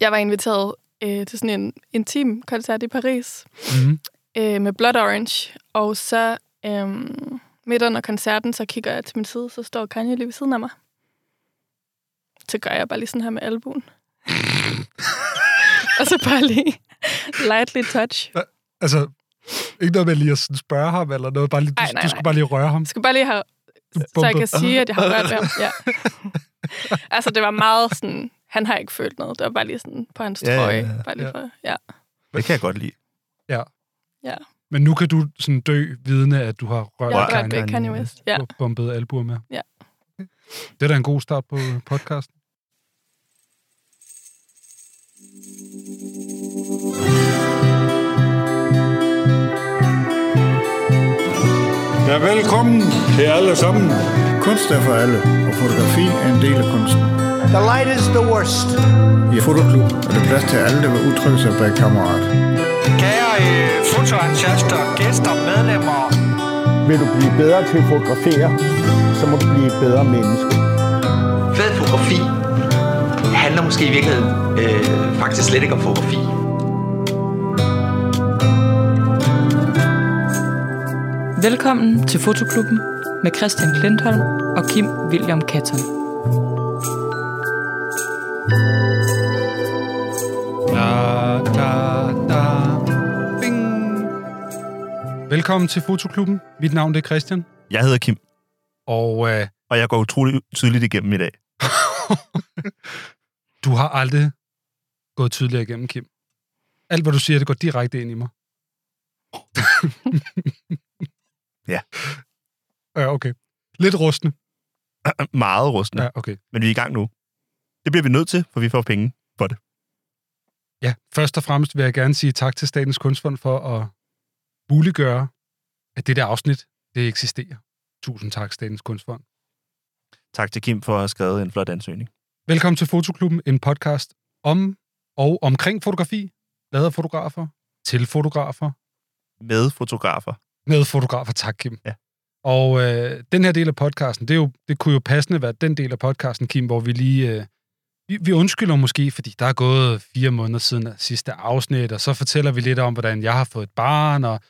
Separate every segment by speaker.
Speaker 1: Jeg var inviteret øh, til sådan en intim koncert i Paris
Speaker 2: Mm.
Speaker 1: øh, med Blood Orange, og så øh, midt under koncerten, så kigger jeg til min side, så står Kanye lige ved siden af mig. Så gør jeg bare lige sådan her med albuen. og så bare lige lightly touch.
Speaker 2: Altså, ikke noget med lige at sådan spørge ham eller noget. Bare lige, du,
Speaker 1: Ej, nej,
Speaker 2: du
Speaker 1: nej.
Speaker 2: skulle bare lige røre ham.
Speaker 1: Jeg skal bare lige have, så
Speaker 2: Du
Speaker 1: jeg
Speaker 2: bumpede.
Speaker 1: kan sige, at jeg har rørt ved ham. Ja. altså, det var meget sådan, han har ikke følt noget. Det var bare lige sådan på hans
Speaker 3: Ja, ja,
Speaker 1: trøje. Ja,
Speaker 3: ja.
Speaker 1: Bare lige
Speaker 2: Ja.
Speaker 1: for, ja.
Speaker 3: Det kan jeg godt lide.
Speaker 2: Men nu kan du sådan dø vidne, at du har rørt
Speaker 1: Jeg har
Speaker 3: Kanye
Speaker 1: rørt ved Kanye West. Ja.
Speaker 2: og bumpet albuer med.
Speaker 1: Ja.
Speaker 2: Det er da en god start på øh, podcasten.
Speaker 4: Ja, velkommen til alle sammen. Kunst er for alle, og fotografi er en del af kunsten.
Speaker 5: The light is the worst.
Speaker 4: I Fotoklub er der plads til alle, der vil udtrykke sig bag kammerat.
Speaker 5: Kære øh, fotoentusiaster, gæster, medlemmer.
Speaker 6: Vil du blive bedre til at fotografere, så må du blive et bedre menneske.
Speaker 7: Fed fotografi handler måske i virkeligheden øh, faktisk slet ikke om fotografi.
Speaker 8: Velkommen til Fotoklubben med Christian Klintholm og Kim William Katton.
Speaker 2: Da, da, da. Bing. Velkommen til Fotoklubben. Mit navn det er Christian.
Speaker 3: Jeg hedder Kim,
Speaker 2: Og øh,
Speaker 3: og jeg går utrolig tydeligt igennem i dag.
Speaker 2: du har aldrig gået tydeligere igennem, Kim. Alt, hvad du siger, det går direkte ind i mig.
Speaker 3: Ja.
Speaker 2: Ja, okay. Lidt rustende.
Speaker 3: Meget rustende.
Speaker 2: Ja,
Speaker 3: Ja.
Speaker 2: okay.
Speaker 3: Men vi er i gang nu. Det bliver vi nødt til, for vi får penge.
Speaker 2: Ja, først og fremmest vil jeg gerne sige tak til Statens Kunstfond for at muliggøre, at det der afsnit, det eksisterer. Tusind tak, Statens Kunstfond.
Speaker 3: Tak til Kim for at have skrevet en flot ansøgning.
Speaker 2: Velkommen til Fotoklubben, en podcast om og omkring fotografi, lavet af fotografer, til fotografer,
Speaker 3: Med fotografer.
Speaker 2: med fotografer. Tak, Kim.
Speaker 3: Ja.
Speaker 2: Og øh, den her del af podcasten, det, er jo, det kunne jo passende være den del af podcasten, Kim, hvor vi lige... Øh, vi, vi undskylder måske, fordi der er gået fire måneder siden af sidste afsnit, og så fortæller vi lidt om, hvordan jeg har fået et barn, og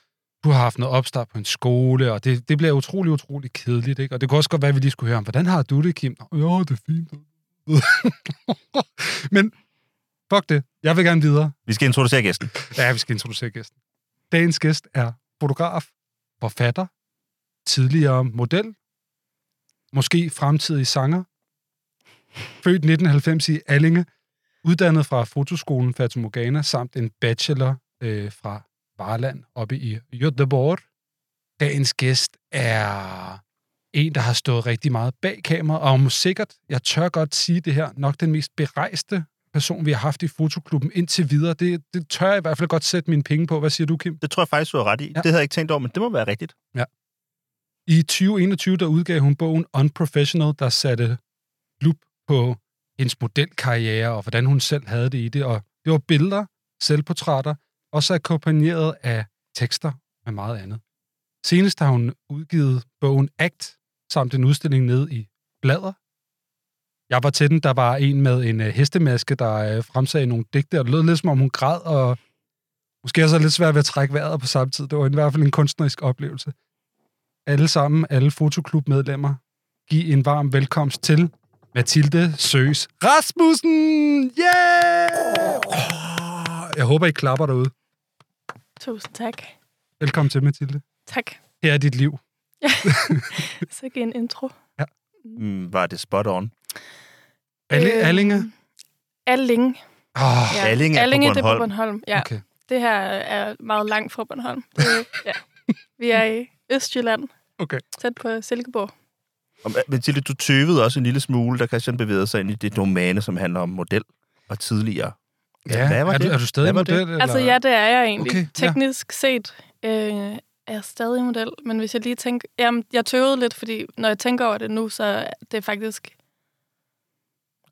Speaker 2: du har haft noget opstart på en skole, og det, det bliver utrolig, utrolig kedeligt, ikke? Og det kunne også godt være, at vi lige skulle høre om, hvordan har du det, Kim? Jo, det er fint. Men fuck det. Jeg vil gerne videre.
Speaker 3: Vi skal introducere gæsten.
Speaker 2: Ja, vi skal introducere gæsten. Dagens gæst er fotograf, forfatter, tidligere model, måske fremtidig sanger, født 1990 i Allinge, uddannet fra fotoskolen Fata Morgana, samt en bachelor øh, fra Varland oppe i Göteborg. Dagens gæst er en, der har stået rigtig meget bag kamera, og må sikkert, jeg tør godt sige det her, nok den mest berejste person, vi har haft i fotoklubben indtil videre. Det, det tør jeg i hvert fald godt sætte mine penge på. Hvad siger du, Kim?
Speaker 3: Det tror jeg faktisk, du har ret i. Ja.
Speaker 2: Ja.
Speaker 3: Det havde jeg ikke tænkt over, men det må være rigtigt.
Speaker 2: I 2021, der udgav hun bogen Unprofessional, der satte lup på hendes modelkarriere, og hvordan hun selv havde det i det. Og det var billeder, selvportrætter, og så akkompagneret af tekster med meget andet. Senest har hun udgivet bogen Act, samt en udstilling ned i Blader. Jeg var til den, der var en med en øh, hestemaske, der øh, fremsagde nogle digte, og det lød lidt som om hun græd, og måske er så lidt svært ved at trække vejret på samme tid. Det var i hvert fald en kunstnerisk oplevelse alle sammen, alle fotoklubmedlemmer, give en varm velkomst til Mathilde Søs Rasmussen! Yeah! Jeg håber, I klapper derude.
Speaker 1: Tusind tak.
Speaker 2: Velkommen til, Mathilde.
Speaker 1: Tak.
Speaker 2: Her er dit liv.
Speaker 1: Så giv en intro.
Speaker 3: Mm, var det spot on.
Speaker 2: Alle,
Speaker 3: Øh.
Speaker 1: Øhm,
Speaker 2: Allinge?
Speaker 1: Allinge.
Speaker 2: Oh,
Speaker 1: Ja.
Speaker 3: Allinge er på
Speaker 1: det er på
Speaker 3: Bornholm.
Speaker 1: Bornholm. Ja.
Speaker 2: okay.
Speaker 1: Det her er meget langt fra Bornholm. Det, ja. Vi er i Østjylland,
Speaker 2: Okay.
Speaker 1: tæt på Silkeborg.
Speaker 3: Og Mathilde, du tøvede også en lille smule, da Christian bevægede sig ind i det domæne, som handler om model og tidligere. Altså,
Speaker 2: Ja,
Speaker 3: hvad var
Speaker 2: er,
Speaker 3: det?
Speaker 2: Du, er du stadig
Speaker 3: Hvad var
Speaker 2: model?
Speaker 3: det?
Speaker 2: Eller?
Speaker 1: Altså ja, det er jeg egentlig.
Speaker 2: Okay, ja.
Speaker 1: Okay, Teknisk ja. set øh, er jeg stadig model, men hvis jeg lige tænker... Jamen, jeg tøvede lidt, fordi når jeg tænker over det nu, så er det faktisk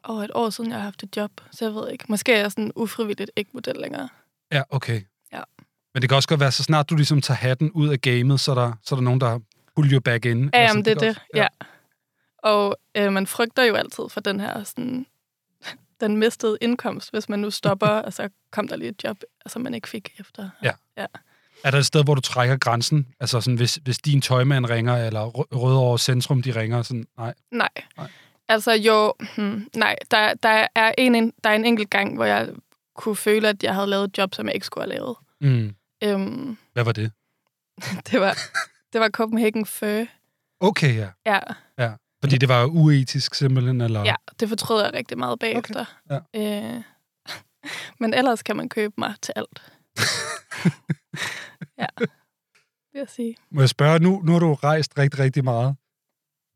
Speaker 1: over et år siden, jeg har haft et job, så jeg ved ikke. Måske er jeg sådan ufrivilligt ikke model længere.
Speaker 2: Ja, okay.
Speaker 1: Ja.
Speaker 2: Men det kan også godt være, så snart du ligesom tager hatten ud af gamet, så er der, så er der nogen, der pull you back in.
Speaker 1: Ja,
Speaker 2: Altså,
Speaker 1: jamen, det er
Speaker 2: kan
Speaker 1: det,
Speaker 2: også-
Speaker 1: ja. Og øh, man frygter jo altid for den her sådan, den mistede indkomst, hvis man nu stopper, og så kom der lige et job, altså man ikke fik efter.
Speaker 2: Er der et sted, hvor du trækker grænsen? Altså sådan, hvis, hvis din tøjmand ringer, eller Rø- Rødovre Centrum, de ringer, sådan, nej.
Speaker 1: Nej.
Speaker 2: Nej.
Speaker 1: nej. Altså jo, hmm, nej, der, der, er en, en, der er en enkelt gang, hvor jeg kunne føle, at jeg havde lavet et job, som jeg ikke skulle have lavet.
Speaker 2: Mm.
Speaker 1: Øhm,
Speaker 2: Hvad var det?
Speaker 1: det, var, det var Copenhagen Fur.
Speaker 2: Okay, ja.
Speaker 1: Ja,
Speaker 2: Fordi det var jo uetisk simpelthen, eller?
Speaker 1: ja, det fortrød jeg rigtig meget bagefter.
Speaker 2: ja.
Speaker 1: Øh, men ellers kan man købe mig til alt. ja, vil jeg sige.
Speaker 2: Må jeg spørge, nu, nu har du rejst rigtig, rigtig meget.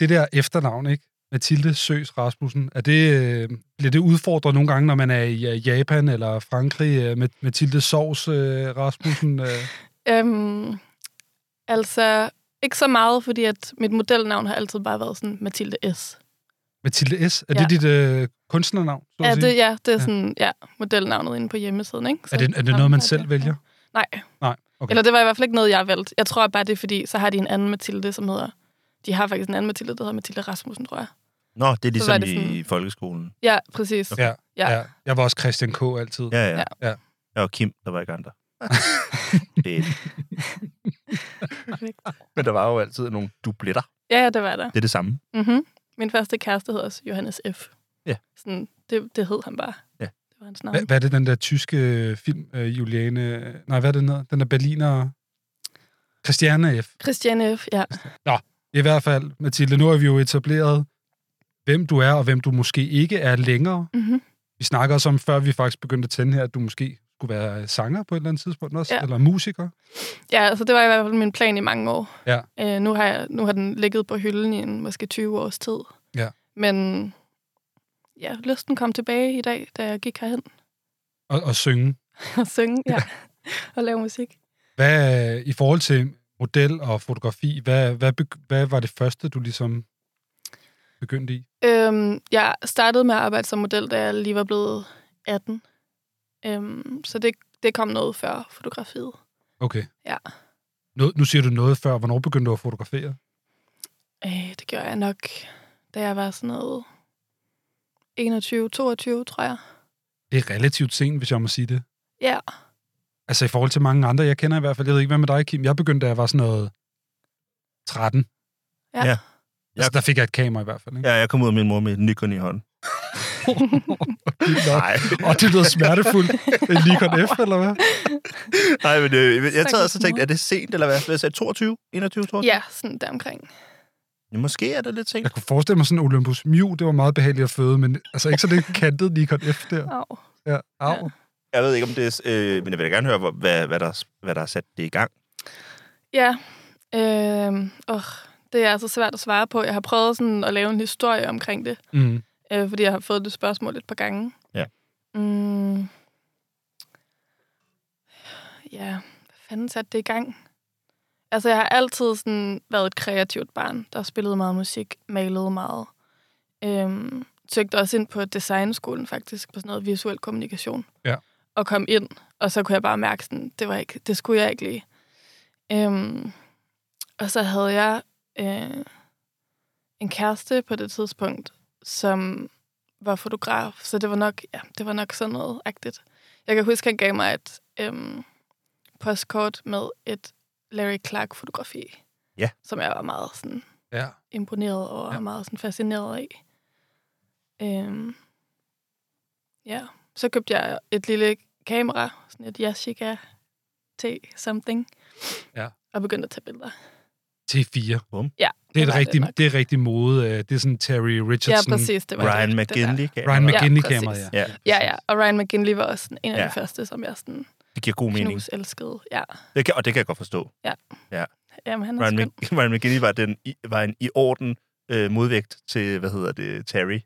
Speaker 2: Det der efternavn, ikke? Mathilde Søs Rasmussen, er det, øh, bliver det udfordret nogle gange, når man er i øh, Japan eller Frankrig? Øh, med Mathilde Sovs øh, Rasmussen? Øh,
Speaker 1: Øhm, altså, ikke så meget, fordi at mit modelnavn har altid bare været sådan Mathilde S.
Speaker 2: Mathilde S? Er
Speaker 1: Ja.
Speaker 2: det dit øh, kunstnernavn? Så at
Speaker 1: Ja,
Speaker 2: sige?
Speaker 1: det, ja, det er
Speaker 2: Ja.
Speaker 1: sådan, ja, modelnavnet inde på hjemmesiden, ikke?
Speaker 2: er, det, er det noget, man selv vælger?
Speaker 1: Nej.
Speaker 2: Nej, okay.
Speaker 1: Eller det var i hvert fald ikke noget, jeg valgte. Jeg tror bare, det er fordi, så har de en anden Mathilde, som hedder... De har faktisk en anden Mathilde, der hedder Mathilde Rasmussen, tror jeg.
Speaker 3: Nå, det er ligesom
Speaker 1: var
Speaker 3: det
Speaker 1: det
Speaker 3: i
Speaker 1: sådan-
Speaker 3: folkeskolen.
Speaker 1: Ja, præcis.
Speaker 2: Ja,
Speaker 1: Ja.
Speaker 2: ja. Jeg var også Christian K. altid.
Speaker 3: Ja, ja.
Speaker 2: Ja.
Speaker 3: Jeg var Kim, der var ikke andre. det,
Speaker 1: Perfekt.
Speaker 3: men der var jo altid nogle dubletter.
Speaker 1: Ja, ja, det var der.
Speaker 3: Det er det samme.
Speaker 1: Mm-hmm. Min første kæreste hedder også Johannes F.
Speaker 3: Ja.
Speaker 1: Sådan, det, det hed han bare.
Speaker 3: Ja.
Speaker 1: Det var hans navn.
Speaker 2: Hva, hvad er det, den der tyske øh, film, øh, Juliane... Nej, hvad er det, den hedder? Den der berliner... Christiane F.
Speaker 1: Christiane F, ja.
Speaker 2: I hvert fald, Mathilde, nu har vi jo etableret, hvem du er, og hvem du måske ikke er længere.
Speaker 1: Mm-hmm.
Speaker 2: Vi snakker også om, før vi faktisk begyndte at tænde her, at du måske skulle være sanger på et eller andet tidspunkt også, ja.
Speaker 1: Ja.
Speaker 2: eller musiker.
Speaker 1: Ja, altså det var i hvert fald min plan i mange år.
Speaker 2: Ja.
Speaker 1: Øh, nu, har jeg, nu har den ligget på hylden i en, måske 20 års tid.
Speaker 2: Ja.
Speaker 1: Men ja, lysten kom tilbage i dag, da jeg gik herhen
Speaker 2: Og, og synge.
Speaker 1: og synge ja. og lave musik.
Speaker 2: Hvad, øh, i forhold til model og fotografi, hvad, hvad, begy- hvad var det første, du ligesom begyndte i?
Speaker 1: Øhm, jeg startede med at arbejde som model, da jeg lige var blevet 18. Øhm, så det, det kom noget før fotografiet.
Speaker 2: Okay.
Speaker 1: Ja.
Speaker 2: Nu, nu siger du noget før. Hvornår begyndte du at fotografere?
Speaker 1: Øh, det gjorde jeg nok, da jeg var sådan noget 21-22, tror jeg.
Speaker 2: Det er relativt sent, hvis jeg må sige det.
Speaker 1: Ja.
Speaker 2: Altså i forhold til mange andre, jeg kender i hvert fald, jeg ved ikke, hvad med dig, Kim? Jeg begyndte, da jeg var sådan noget 13.
Speaker 1: Ja.
Speaker 3: Ja.
Speaker 2: Altså, der fik jeg et kamera i hvert fald, ikke?
Speaker 3: Ja, jeg kom ud af min mor med en Nikon i hånden.
Speaker 2: Ja.
Speaker 3: Nej,
Speaker 2: Og det lyder smertefuldt. En Nikon F, eller hvad?
Speaker 3: nej, men øh, jeg sad
Speaker 1: Stakkels
Speaker 3: også og tænkte,
Speaker 1: mor.
Speaker 3: er det sent, eller hvad? Jeg sagde 22, 21, 22?
Speaker 1: Ja, sådan deromkring.
Speaker 3: Ja, måske er det lidt sent.
Speaker 2: Jeg kunne forestille mig sådan en Olympus Mew, det var meget behageligt at føde, men altså ikke sådan en kantet Nikon F der.
Speaker 1: Au.
Speaker 2: Ja, au.
Speaker 3: Jeg ved ikke, om det er... Øh, men jeg vil da gerne høre, hvor- hvad, hvad, der, hvad der har sat det i gang.
Speaker 1: Ja. Øh, åh, det er altså svært at svare på. Jeg har prøvet sådan at lave en historie omkring det,
Speaker 2: Mm.
Speaker 1: øh, fordi jeg har fået det spørgsmål et par gange.
Speaker 3: Ja.
Speaker 1: Mm. Ja, hvad fanden satte det i gang? Altså, jeg har altid sådan været et kreativt barn, der spillede meget musik, malede meget. Øhm, søgte også ind på designskolen faktisk, på sådan noget visuel kommunikation.
Speaker 2: Ja.
Speaker 1: Og kom ind, og så kunne jeg bare mærke sådan, det, var ikke, det skulle jeg ikke lige. Øhm, og så havde jeg øh, en kæreste på det tidspunkt, som var fotograf, så det var nok, ja, det var nok sådan noget agtigt. Jeg kan huske, han gav mig et øhm, postkort med et Larry Clark-fotografi,
Speaker 3: Ja.
Speaker 1: som jeg var meget sådan
Speaker 2: Ja.
Speaker 1: imponeret over ja. og meget sådan fascineret af. Øhm, ja, så købte jeg et lille kamera, sådan et Yashica T-something,
Speaker 2: Ja.
Speaker 1: og begyndte at tage billeder.
Speaker 2: T4.
Speaker 1: Ja,
Speaker 2: Det er, et
Speaker 1: var
Speaker 2: rigtig,
Speaker 1: nok.
Speaker 2: det er rigtig mode. øh, Det er sådan Terry
Speaker 1: Ja,
Speaker 2: Richardson.
Speaker 1: præcis. Det var
Speaker 3: Ryan
Speaker 1: det, det der.
Speaker 3: McGinley. kan jeg-
Speaker 2: Ryan McGinley-kameraet,
Speaker 1: præcis.
Speaker 2: ja.
Speaker 3: Ja,
Speaker 1: Ja, ja, og Ryan McGinley var også sådan en af ja.
Speaker 3: Ja.
Speaker 1: de første, som jeg sådan
Speaker 3: det giver god mening.
Speaker 1: knus elskede. Ja,
Speaker 3: Det kan, og det kan jeg godt forstå.
Speaker 1: jamen, han er
Speaker 3: Ryan,
Speaker 1: skøn.
Speaker 3: Mc, Ryan McGinley var, den, i- var en i orden øh, modvægt til, hvad hedder det, Terry.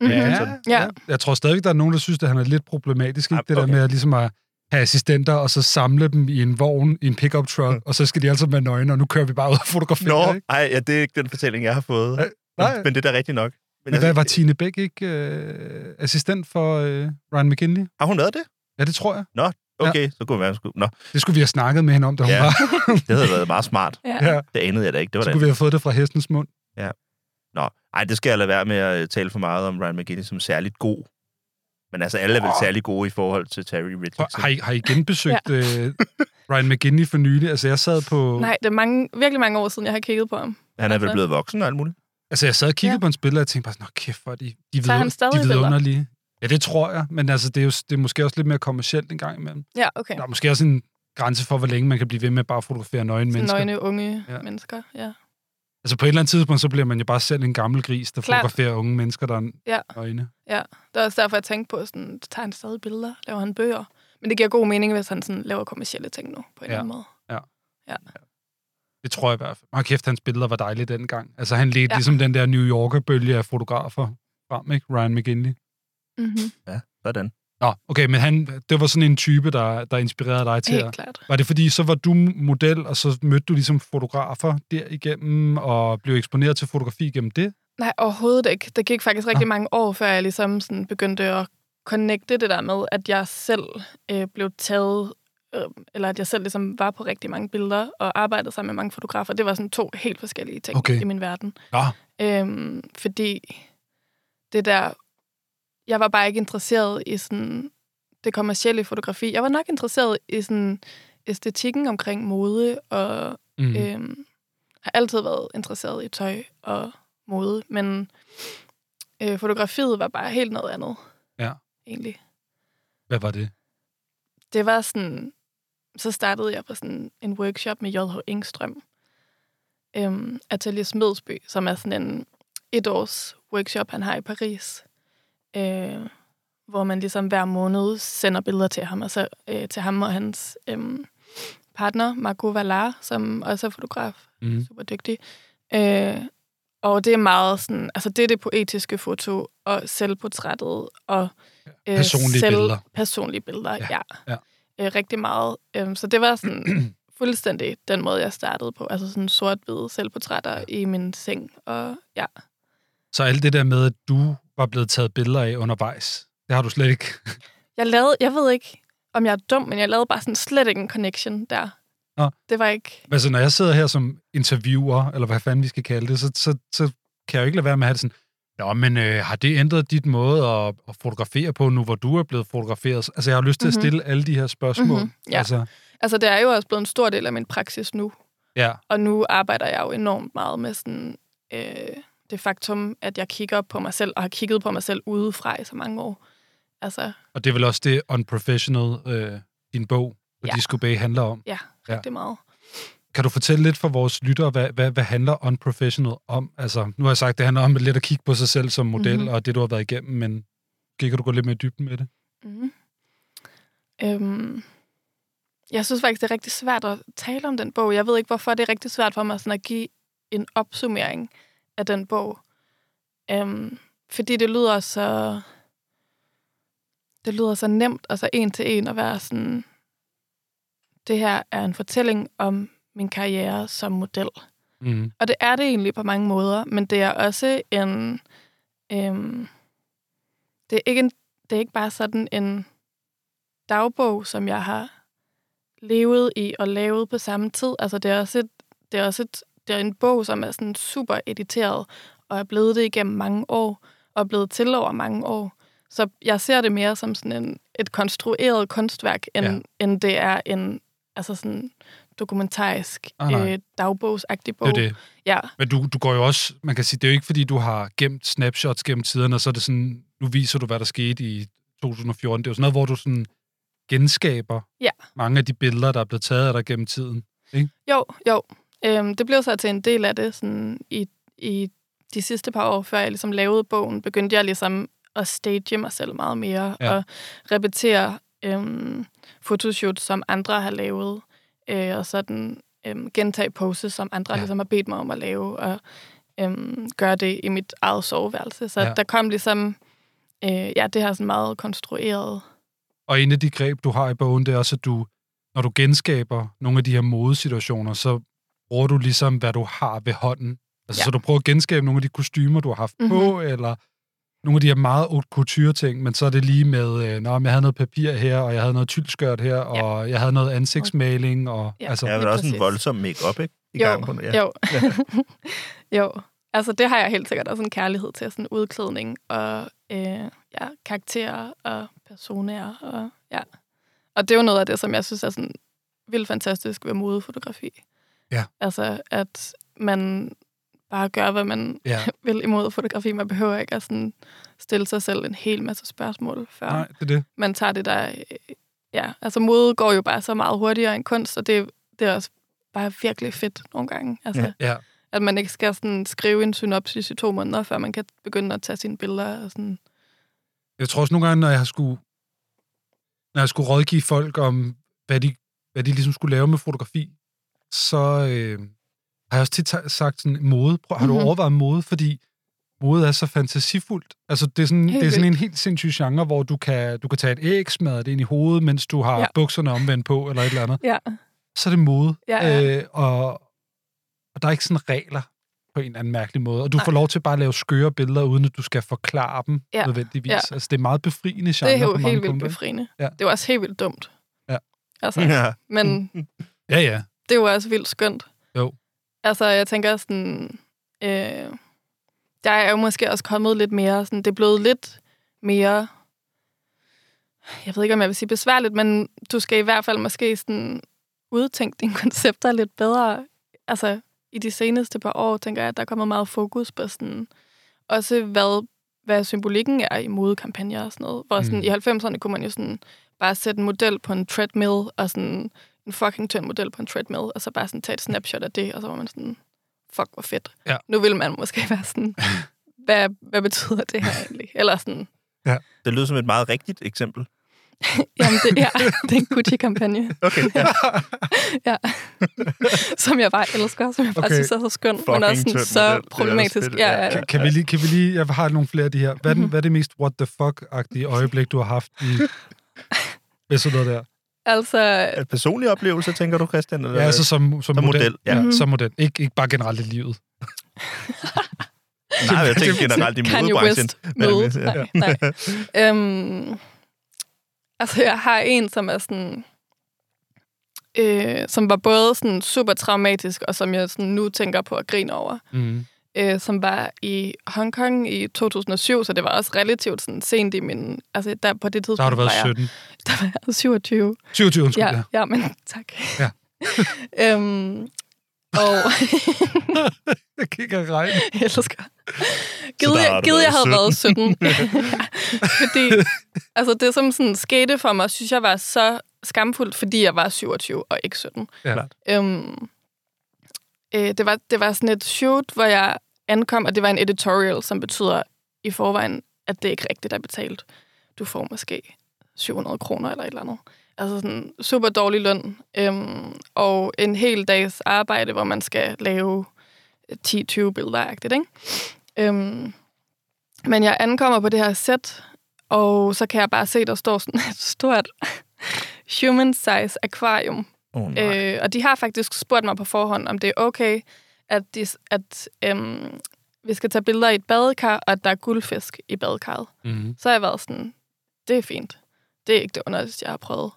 Speaker 1: Mhm.
Speaker 2: Ja,
Speaker 1: Ja.
Speaker 2: ja. Jeg tror stadigvæk, der er nogen, der synes, at han er lidt problematisk. Ikke?
Speaker 3: Ah,
Speaker 2: Det der
Speaker 3: okay.
Speaker 2: med at, ligesom at have assistenter, og så samle dem i en vogn, i en pickup truck, og så skal de altid være nøgne, og nu kører vi bare ud og fotograferer.
Speaker 3: Mm. Nå,
Speaker 2: Ikke?
Speaker 3: ej, ja, det er ikke den fortælling, jeg har fået.
Speaker 2: Nej, nej.
Speaker 3: Men, men det er da rigtigt nok. Men,
Speaker 2: Men
Speaker 3: altså-
Speaker 2: hvad var Tine Bæk ikke øh, assistent for øh, Ryan McKinley?
Speaker 3: Har hun været det?
Speaker 2: Ja, det tror jeg.
Speaker 3: Okay, så kunne det være, hun skulle... Nå,
Speaker 2: Det skulle vi have snakket med hende om, da hun
Speaker 3: Ja.
Speaker 2: ja. var.
Speaker 3: det havde været meget smart.
Speaker 1: Ja.
Speaker 2: Ja.
Speaker 3: Det anede jeg da ikke. Det var
Speaker 2: Så
Speaker 3: da
Speaker 2: kunne vi have fået det fra hestens mund.
Speaker 3: Nå, ej, det skal jeg lade være med at øh, tale for meget om Ryan McGinley som særligt god Men altså, alle er vel særlig gode i forhold til Terry Richardson.
Speaker 2: Har I, har I genbesøgt ja. Ryan McGinney for nylig? Altså, jeg sad på...
Speaker 1: Nej, det er mange, virkelig mange år siden, jeg har kigget på ham.
Speaker 3: Han er vel
Speaker 1: altså-
Speaker 3: blevet voksen og alt muligt.
Speaker 2: Altså, jeg sad og kiggede
Speaker 1: Ja.
Speaker 2: ja. på hans billeder, og jeg tænkte bare sådan, nå kæft, hvor er de, de,
Speaker 1: Tager han
Speaker 2: ved,
Speaker 1: stadig
Speaker 2: de
Speaker 1: billeder?
Speaker 2: vidunderlige. Ja, det tror jeg, men altså, det er, jo, det er måske også lidt mere kommercielt en gang imellem.
Speaker 1: Ja, okay.
Speaker 2: Der er måske også en grænse for, hvor længe man kan blive ved med bare at fotografere nøgne
Speaker 1: Sådan
Speaker 2: mennesker.
Speaker 1: nøgne unge
Speaker 2: Ja.
Speaker 1: ja. mennesker. Ja.
Speaker 2: Altså, på et eller andet tidspunkt, så bliver man jo bare selv en gammel gris, der
Speaker 1: Klart.
Speaker 2: fotograferer unge mennesker, der er
Speaker 1: Ja.
Speaker 2: nøgne.
Speaker 1: Det er også derfor, jeg tænkte på, sådan, tager han stadig billeder, laver han bøger. Men det giver god mening, hvis han sådan, laver kommersielle ting nu, på en
Speaker 2: Ja.
Speaker 1: ja. eller anden måde.
Speaker 2: Det tror jeg i hvert fald. Og kæft, hans billeder var dejlige dengang. Altså, han ledte ja.
Speaker 1: Ja.
Speaker 2: ligesom den der New Yorker-bølge af fotografer frem, ikke? Ryan McGinley.
Speaker 1: Mm-hmm.
Speaker 3: Ja, sådan.
Speaker 2: Nå, okay, men han, det var sådan en type, der, der inspirerede dig til
Speaker 1: Helt
Speaker 2: at...
Speaker 1: klart.
Speaker 2: Var det fordi, så var du model, og så mødte du ligesom fotografer derigennem, og blev eksponeret til fotografi gennem det?
Speaker 1: Nej, overhovedet ikke. Der gik faktisk rigtig mange år, før jeg ligesom sådan begyndte at connecte det der med, at jeg selv øh, blev taget, øh, eller at jeg selv ligesom var på rigtig mange billeder og arbejdede sammen med mange fotografer. Det var sådan to helt forskellige ting
Speaker 2: Okay.
Speaker 1: i min verden.
Speaker 2: Nå.
Speaker 1: Øhm, fordi det der... Jeg var bare ikke interesseret i sådan det kommercielle fotografi. Jeg var nok interesseret i sådan æstetikken omkring mode og
Speaker 2: Mm. Øh.
Speaker 1: Øhm, har altid været interesseret i tøj og mode, men øh, fotografiet var bare helt noget andet.
Speaker 2: Ja.
Speaker 1: Egentlig.
Speaker 2: Hvad var det?
Speaker 1: Det var sådan... Så startede jeg på sådan en workshop med J.H. Engstrøm. Øhm, Atelier Smedsby, som er sådan en et års workshop, han har i Paris. Øh, hvor man ligesom hver måned sender billeder til ham, og så øh, til ham og hans øhm, partner, Margot Valar, som også er fotograf
Speaker 2: Mm.
Speaker 1: super dygtig. Øh, og det er meget sådan, altså det er det poetiske foto, og selvportrættet, og øh,
Speaker 2: Personlige billeder.
Speaker 1: personlige billeder,
Speaker 2: Ja,
Speaker 1: ja. ja.
Speaker 2: ja.
Speaker 1: Øh, rigtig meget. Øh, så det var sådan fuldstændig den måde, jeg startede på. Altså sådan sort-hvide selvportrætter ja. i min seng, og ja.
Speaker 2: Så alt det der med, at du var blevet taget billeder af undervejs, det har du slet ikke.
Speaker 1: Jeg lavede, jeg ved ikke, om jeg er dum, men jeg lavede bare sådan slet ikke en connection der.
Speaker 2: Nå.
Speaker 1: Det var ikke...
Speaker 2: Altså, når jeg sidder her som interviewer, eller hvad fanden vi skal kalde det, så, så, så kan jeg jo ikke lade være med at have det sådan, Nå, men øh, har det ændret dit måde at, at fotografere på nu, hvor du er blevet fotograferet? Altså, jeg har lyst til
Speaker 1: Mhm.
Speaker 2: at stille alle de her spørgsmål.
Speaker 1: Mhm, ja.
Speaker 2: Altså,
Speaker 1: Altså, det er jo også blevet en stor del af min praksis nu.
Speaker 2: ja.
Speaker 1: Og nu arbejder jeg jo enormt meget med sådan, øh, det faktum, at jeg kigger på mig selv, og har kigget på mig selv udefra i så mange år. Altså,
Speaker 2: Og det er vel også det Unprofessional, øh, din bog på ja.
Speaker 1: Ja.
Speaker 2: Disco Bay handler om.
Speaker 1: ja,
Speaker 2: Ja.
Speaker 1: rigtig meget.
Speaker 2: Kan du fortælle lidt for vores lyttere, hvad, hvad, hvad handler Unprofessional om? Altså, nu har jeg sagt, at det handler om lidt at kigge på sig selv som model, mm-hmm.
Speaker 1: Mhm.
Speaker 2: og det, du har været igennem, men måske kan du gå lidt mere i dybden med det?
Speaker 1: Mm-hmm. Øhm, jeg synes faktisk, det er rigtig svært at tale om den bog. Jeg ved ikke, hvorfor det er rigtig svært for mig sådan at give en opsummering af den bog. Øhm, fordi det lyder så... Det lyder så nemt og så en til en at være sådan... Det her er en fortælling om min karriere som model.
Speaker 2: Mm.
Speaker 1: Og det er det egentlig på mange måder, men det er også en... Øhm, det, er ikke en det er ikke bare sådan en dagbog, som jeg har levet i og lavet på samme tid. Altså, det er også, et, det er også et, det er en bog, som er sådan super editeret, og er blevet det igennem mange år, og er blevet til over mange år. Så jeg ser det mere som sådan en, et konstrueret kunstværk, end,
Speaker 2: Ja.
Speaker 1: ja. end det er en altså sådan dokumentarisk,
Speaker 2: Ah, nej.
Speaker 1: øh, dagbogsagtig bog.
Speaker 2: Det er det.
Speaker 1: Ja,
Speaker 2: Men du, du går jo også, man kan sige, det er jo ikke, fordi du har gemt snapshots gennem tiderne, og så er det sådan, nu viser du, hvad der skete i 2014. Det er jo sådan noget, hvor du sådan genskaber
Speaker 1: Ja.
Speaker 2: mange af de billeder, der er blevet taget af dig gennem tiden.
Speaker 1: jo, jo. Øhm, det blev så til en del af det sådan i, i de sidste par år, før jeg ligesom lavede bogen, begyndte jeg ligesom at stage mig selv meget mere
Speaker 2: Ja.
Speaker 1: ja. og repetere øhm, fotoshoots, som andre har lavet, øh, og sådan øhm, gentage poses, som andre
Speaker 2: Ja.
Speaker 1: ja. ligesom har bedt mig om at lave, og øhm, gøre det i mit eget soveværelse. Så
Speaker 2: Ja.
Speaker 1: ja. der kom ligesom, øh, ja, det her sådan meget konstrueret
Speaker 2: Og en af de greb, du har i bogen, det er også, at du, når du genskaber nogle af de her modesituationer, så bruger du ligesom, hvad du har ved hånden. Altså, ja.
Speaker 1: Ja.
Speaker 2: Så du prøver at genskabe nogle af de kostymer, du har haft mm-hmm. på, eller nogle af de her meget haute couture-ting, men så er det lige med, øh, Nå, men jeg havde noget papir her, og jeg havde noget tyldskørt her, og jeg havde noget ansigtsmaling, og ja.
Speaker 1: Ja.
Speaker 2: altså...
Speaker 3: Der er
Speaker 2: Ja.
Speaker 3: vel
Speaker 1: Lige
Speaker 3: også en
Speaker 1: præcis.
Speaker 3: voldsom make-up, ikke? I gang på den, ja.
Speaker 1: Jo. jo. Altså, det har jeg helt sikkert også en kærlighed til, sådan udklædning og øh, ja, karakterer og personer. Og, ja. og det er jo noget af det, som jeg synes er sådan vildt fantastisk ved modefotografi.
Speaker 2: Ja.
Speaker 1: Altså, at man bare gør, hvad man
Speaker 2: Ja.
Speaker 1: vil imod fotografi. Man behøver ikke at sådan stille sig selv en hel masse spørgsmål, før
Speaker 2: Nej, det er det.
Speaker 1: man tager det der... øh, Ja, altså mode går jo bare så meget hurtigere end kunst, og det, det er også bare virkelig fedt nogle gange. Altså,
Speaker 3: Ja.
Speaker 2: Ja.
Speaker 1: At man ikke skal sådan skrive en synopsis i to måneder, før man kan begynde at tage sine billeder. Og sådan.
Speaker 2: Jeg tror også nogle gange, når jeg har skulle, når jeg skulle rådgive folk om, hvad de, hvad de ligesom skulle lave med fotografi, så øh, har jeg også tit ta- sagt sådan, mode. Prøv, har mm-hmm.
Speaker 1: Mhm.
Speaker 2: du overvejet mode? Fordi mode er så fantasifuldt. Altså, det er sådan,
Speaker 1: Helt
Speaker 2: det er sådan en
Speaker 1: vildt.
Speaker 2: helt sindssyg genre, hvor du kan, du kan tage et æg, smadre det ind i hovedet, mens du har
Speaker 1: Ja.
Speaker 2: ja. bukserne omvendt på, eller et eller andet.
Speaker 1: Ja.
Speaker 2: Så er det mode.
Speaker 1: Ja, ja.
Speaker 2: Øh, og, og der er ikke sådan regler på en eller anden mærkelig måde. Og du
Speaker 1: Nej.
Speaker 2: får lov til bare at lave skøre billeder, uden at du skal forklare dem
Speaker 1: Ja.
Speaker 2: ja. nødvendigvis.
Speaker 1: Ja.
Speaker 2: Ja. Altså, det er meget befriende genre
Speaker 1: Det er jo
Speaker 2: på mange
Speaker 1: helt vildt
Speaker 2: punkter.
Speaker 1: befriende.
Speaker 2: Ja.
Speaker 1: Det er jo også helt vildt dumt.
Speaker 2: Ja.
Speaker 1: Altså,
Speaker 3: Ja.
Speaker 1: Men
Speaker 2: Ja, ja.
Speaker 1: det er jo også vildt skønt.
Speaker 2: Jo.
Speaker 1: Altså, jeg tænker sådan... Øh, der er jo måske også kommet lidt mere... Sådan, det er blevet lidt mere... Jeg ved ikke, om jeg vil sige besværligt, men du skal i hvert fald måske sådan udtænke dine koncepter lidt bedre. Altså, i de seneste par år, tænker jeg, at der er kommet meget fokus på sådan... Også hvad, hvad symbolikken er i modekampagner og sådan noget. Hvor sådan,
Speaker 2: Mm.
Speaker 1: i 90'erne kunne man jo sådan bare sætte en model på en treadmill og sådan en fucking tynd model på en treadmill, og så bare sådan tage et snapshot af det, og så var man sådan, fuck, hvor fedt.
Speaker 2: Ja.
Speaker 1: Nu vil man måske være sådan, hvad, hvad betyder det her egentlig? Eller sådan,
Speaker 3: Det lyder som et meget rigtigt eksempel.
Speaker 1: jamen det, ja, det er en Gucci-kampagne,
Speaker 3: Okay, ja.
Speaker 1: som jeg bare elsker, som jeg bare okay.
Speaker 2: Okay.
Speaker 1: synes er så skøn, men
Speaker 3: Fucking
Speaker 1: også sådan,
Speaker 3: tynd
Speaker 1: så
Speaker 3: model. Det er
Speaker 1: problematisk.
Speaker 3: også fedt,
Speaker 1: Ja,
Speaker 3: ja.
Speaker 1: ja, ja.
Speaker 2: Kan, kan, vi lige, kan vi lige... Jeg har nogle flere af de her. Hvad er,
Speaker 1: Mhm.
Speaker 2: den, hvad er det mest what the fuck-agtige øjeblik, du har haft i... Hvad sådan noget der?
Speaker 1: Altså,
Speaker 3: Er det personlige oplevelser, tænker du, Christian? Eller?
Speaker 2: Ja, altså som, som,
Speaker 3: Som
Speaker 2: som model.
Speaker 3: model, ja.
Speaker 2: ja. Som model. Ikke, ikke bare generelt i livet.
Speaker 3: Nej, jeg tænker generelt i
Speaker 1: Kanye
Speaker 3: modebranchen.
Speaker 1: West møde.
Speaker 3: Ja.
Speaker 1: Nej, nej. øhm, altså, jeg har en, som er sådan... Øh, som var både sådan super traumatisk, og som jeg sådan nu tænker på at grine over,
Speaker 2: Mm.
Speaker 1: øh, som var i Hongkong i 2007, så det var også relativt sådan sent i min... Altså, der på det tidspunkt
Speaker 2: Der har du været
Speaker 1: var jeg,
Speaker 2: 17.
Speaker 1: der var jeg 27.
Speaker 2: 27, undskyld.
Speaker 1: Ja,
Speaker 2: Ja.
Speaker 1: ja, men tak.
Speaker 2: Ja.
Speaker 1: øhm, og
Speaker 2: Jeg kan ikke regne.
Speaker 1: Jeg elsker.
Speaker 3: der
Speaker 1: Givet,
Speaker 3: har
Speaker 1: jeg,
Speaker 3: du
Speaker 1: givet jeg havde været
Speaker 3: været
Speaker 1: 17. fordi, altså det som sådan skete for mig, synes jeg var så skamfuldt, fordi jeg var 27 og ikke 17.
Speaker 2: Ja.
Speaker 1: Øhm, øh, det, var, det var sådan et shoot, hvor jeg ankom, og det var en editorial, som betyder i forvejen, at det er ikke rigtigt er betalt. Du får måske 700 kroner eller et eller andet. Altså sådan super dårlig løn, øhm, og en hel dags arbejde, hvor man skal lave 10-20 billeder ikke? Øhm, men jeg ankommer på det her sæt, og så kan jeg bare se, der står sådan et stort human-size akvarium
Speaker 3: Oh, nej.
Speaker 1: Øh, og de har faktisk spurgt mig på forhånd, om det er okay, at, de, at øhm, vi skal tage billeder i et badekar, og at der er guldfisk i badekarret.
Speaker 2: Mm.
Speaker 1: Så har jeg været sådan, det er fint. Det er ikke det underligste, jeg har prøvet.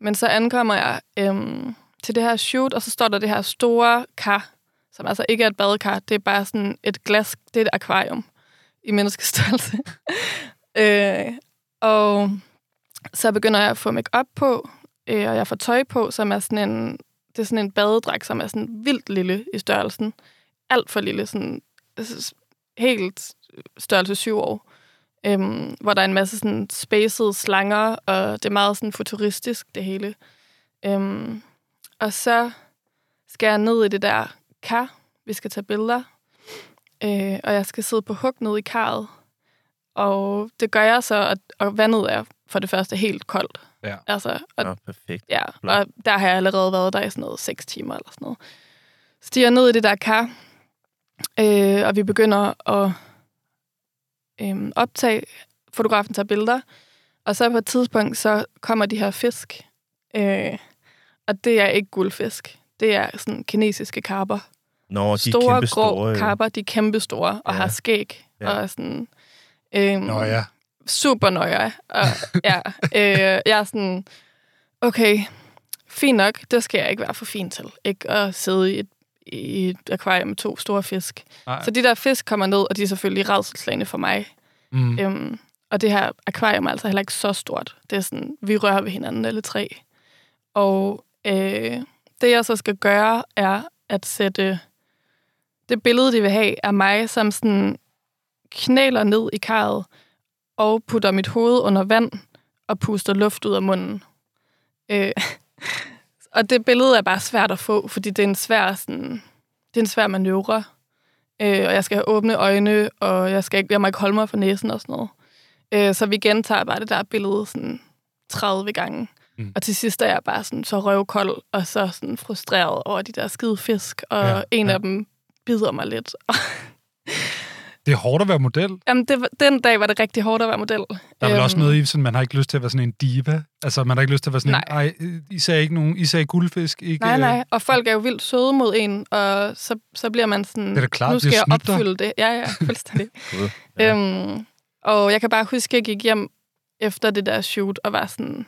Speaker 1: Men så ankommer jeg øhm, til det her shoot, og så står der det her store kar, som altså ikke er et badekar, det er bare sådan et glas, det er et akvarium i menneskestørrelse. øh, og så begynder jeg at få make op på, øh, og jeg får tøj på, som er sådan en, det er sådan en badedrag, som er sådan vildt lille i størrelsen. Alt for lille, sådan s- helt størrelse syv år. Øhm, hvor der er en masse sådan spaced slanger, og det er meget sådan futuristisk, det hele. Øhm, og så skal jeg ned i det der kar, vi skal tage billeder, øh, og jeg skal sidde på hug ned i karret. Og det gør jeg så, og, og vandet er for det første helt koldt.
Speaker 2: Ja.
Speaker 1: Altså, og
Speaker 3: Nå, perfekt.
Speaker 1: Ja,
Speaker 3: Nå.
Speaker 1: og der har jeg allerede været der i sådan noget 6 timer eller sådan noget. Stiger ned i det der kar, øh, og vi begynder at øh, optage. Fotografen tager billeder, og så på et tidspunkt, så kommer de her fisk. Øh, og det er ikke guldfisk. Det er sådan kinesiske karper.
Speaker 3: Nå, de er
Speaker 1: store,
Speaker 3: kæmpe
Speaker 1: grå
Speaker 3: store. øh, jo.
Speaker 1: karper, de er kæmpe store og
Speaker 3: Ja.
Speaker 1: har skæg.
Speaker 3: Ja.
Speaker 1: Og er sådan, øh,
Speaker 2: Nå ja.
Speaker 1: super nøje. Og, ja, øh, jeg er sådan, okay, fint nok, det skal jeg ikke være for fin til. Ikke at sidde i et, i et akvarium med to store fisk.
Speaker 2: Nej.
Speaker 1: Så de der fisk kommer ned, og de er selvfølgelig redselslagende for mig.
Speaker 2: Mm.
Speaker 1: Øhm, Og det her akvarium er altså heller ikke så stort. Det er sådan, vi rører ved hinanden alle tre. Og øh, det, jeg så skal gøre, er at sætte... Det billede, de vil have, er mig, som sådan knæler ned i karret og putter mit hoved under vand og puster luft ud af munden. Øh, og det billede er bare svært at få, fordi det er en svær, sådan, det er en svær manøvre. Øh, og jeg skal have åbne øjne, og jeg, skal ikke, jeg må ikke holde mig for næsen og sådan noget. Øh, så vi gentager bare det der billede sådan 30 gange.
Speaker 2: Mm.
Speaker 1: Mm. Og til sidst er jeg bare sådan, så røvkold og så sådan frustreret over de der skide fisk, og
Speaker 2: Ja,
Speaker 1: ja, en
Speaker 2: ja.
Speaker 1: ja. af dem bider mig lidt. Og,
Speaker 2: Det er hårdt at være model.
Speaker 1: jamen, det, var- den dag var det rigtig hårdt at være model.
Speaker 2: Der er vel
Speaker 1: Øhm,
Speaker 2: også noget i, sådan, man har ikke lyst til at være sådan en diva. Altså, man har ikke lyst til at være sådan
Speaker 1: Nej.
Speaker 2: en, ej, øh, I sagde ikke nogen, I sagde guldfisk, ikke?
Speaker 1: Nej,
Speaker 2: øh,
Speaker 1: nej. Og folk er jo vildt søde mod en, og så, så bliver man sådan,
Speaker 2: Det er da klart,
Speaker 1: nu
Speaker 2: de har
Speaker 1: skal jeg
Speaker 2: snydt dig."
Speaker 1: opfylde det. Ja, ja, fuldstændig.
Speaker 3: God, ja.
Speaker 1: ja. Øhm, og jeg kan bare huske, at jeg gik hjem efter det der shoot, og var sådan,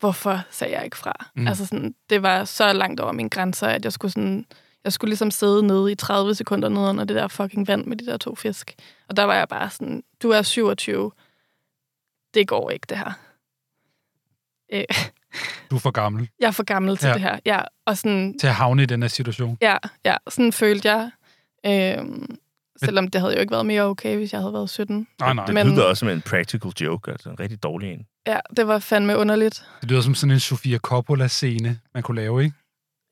Speaker 1: hvorfor sagde jeg ikke fra?
Speaker 2: Mm.
Speaker 1: Mm. Altså sådan, det var så langt over mine grænser, at jeg skulle sådan, jeg skulle ligesom sidde nede i 30 sekunder nede under det der fucking vand med de der to fisk. Og der var jeg bare sådan, du er 27, det går ikke det her. Øh,
Speaker 2: Du er for gammel
Speaker 1: jeg er for gammel til
Speaker 2: Ja.
Speaker 1: ja. det her. Ja, og sådan,
Speaker 2: til at havne i den her situation.
Speaker 1: Ja, ja, sådan følte jeg. Øhm, selvom det havde jo ikke været mere okay, hvis jeg havde været 17.
Speaker 2: Nej, nej.
Speaker 3: Det
Speaker 1: Men-
Speaker 3: lyder også som en practical joke, altså en rigtig dårlig en.
Speaker 1: Ja, det var fandme underligt.
Speaker 2: Det lyder som sådan en Sofia Coppola-scene, man kunne lave, ikke?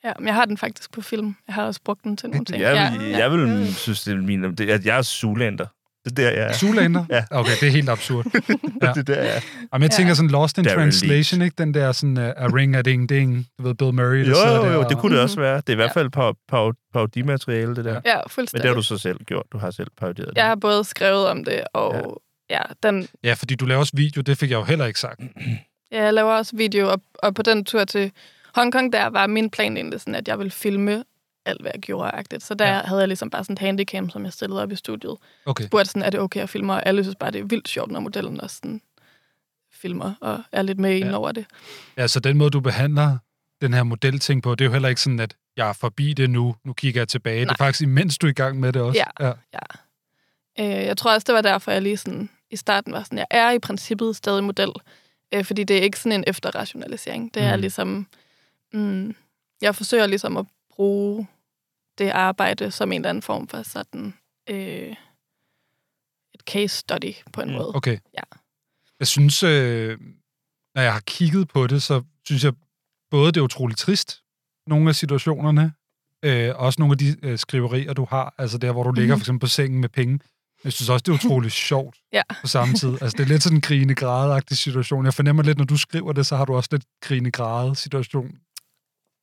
Speaker 1: Ja, men jeg har den faktisk på film. Jeg har også brugt den til nogle ting.
Speaker 3: Jeg, vil,
Speaker 1: ja,
Speaker 3: jeg vil synes, det er min... Det, jeg, jeg er sulander. Det er der, jeg er.
Speaker 2: Zulander?
Speaker 3: Ja.
Speaker 2: Okay, det er helt absurd. Ja.
Speaker 3: Det er der, jeg er.
Speaker 2: Jamen, jeg
Speaker 1: Ja.
Speaker 2: tænker sådan Lost in
Speaker 3: Daryl
Speaker 2: Translation, ikke? Den der sådan, uh, a ring a ding ding, du ved, Bill Murray, der sidder
Speaker 3: Jo, jo,
Speaker 2: der
Speaker 3: jo,
Speaker 2: og-
Speaker 3: det kunne det også være. Det er i hvert fald pa- pa- parodimateriale, det der.
Speaker 1: Mhm. ja,
Speaker 3: Men
Speaker 1: fuldstændig.
Speaker 3: det har du så selv gjort. Du har selv parodieret det.
Speaker 1: Jeg har både skrevet om det, og ja, ja den,
Speaker 2: Ja, fordi du laver også video, det fik jeg jo heller ikke sagt.
Speaker 1: Ja, jeg laver også video, og, og på den tur til Hongkong, der var min plan egentlig sådan, at jeg ville filme alt, hvad jeg gjorde, agtigt. Så der
Speaker 2: Ja.
Speaker 1: ja. havde jeg ligesom bare sådan et handicam, som jeg stillede op i studiet.
Speaker 2: Okay.
Speaker 1: spurgte sådan, er det okay at filme, og alle synes bare, det er vildt sjovt, når modellen også sådan filmer og er lidt med ind
Speaker 2: Ja.
Speaker 1: over det.
Speaker 2: Ja, så den måde, du behandler den her modelting på, det er jo heller ikke sådan, at jeg er forbi det nu, nu kigger jeg tilbage. Nej. Det er
Speaker 1: Nej.
Speaker 2: faktisk imens du er i gang med det også.
Speaker 1: Ja. Øh, jeg tror også, det var derfor, jeg lige sådan, i starten var sådan, jeg er i princippet stadig model, øh, fordi det er ikke sådan en efterrationalisering. Det er
Speaker 2: Mm.
Speaker 1: mm. ligesom, mm, jeg forsøger ligesom at bruge det arbejde som en eller anden form for sådan øh, et case study på en
Speaker 3: Mm.
Speaker 1: mm. måde.
Speaker 2: Okay.
Speaker 1: Ja.
Speaker 2: Jeg synes, øh, når jeg har kigget på det, så synes jeg både, det er utroligt trist, nogle af situationerne, øh, også nogle af de øh, skriverier, du har, altså der, hvor du
Speaker 1: Mhm.
Speaker 2: ligger for eksempel på sengen med penge. Jeg synes også, det er utroligt sjovt
Speaker 1: Ja.
Speaker 2: på samme tid. Altså, det er lidt sådan en grine græde situation. Jeg fornemmer lidt, når du skriver det, så har du også lidt grine græde situation.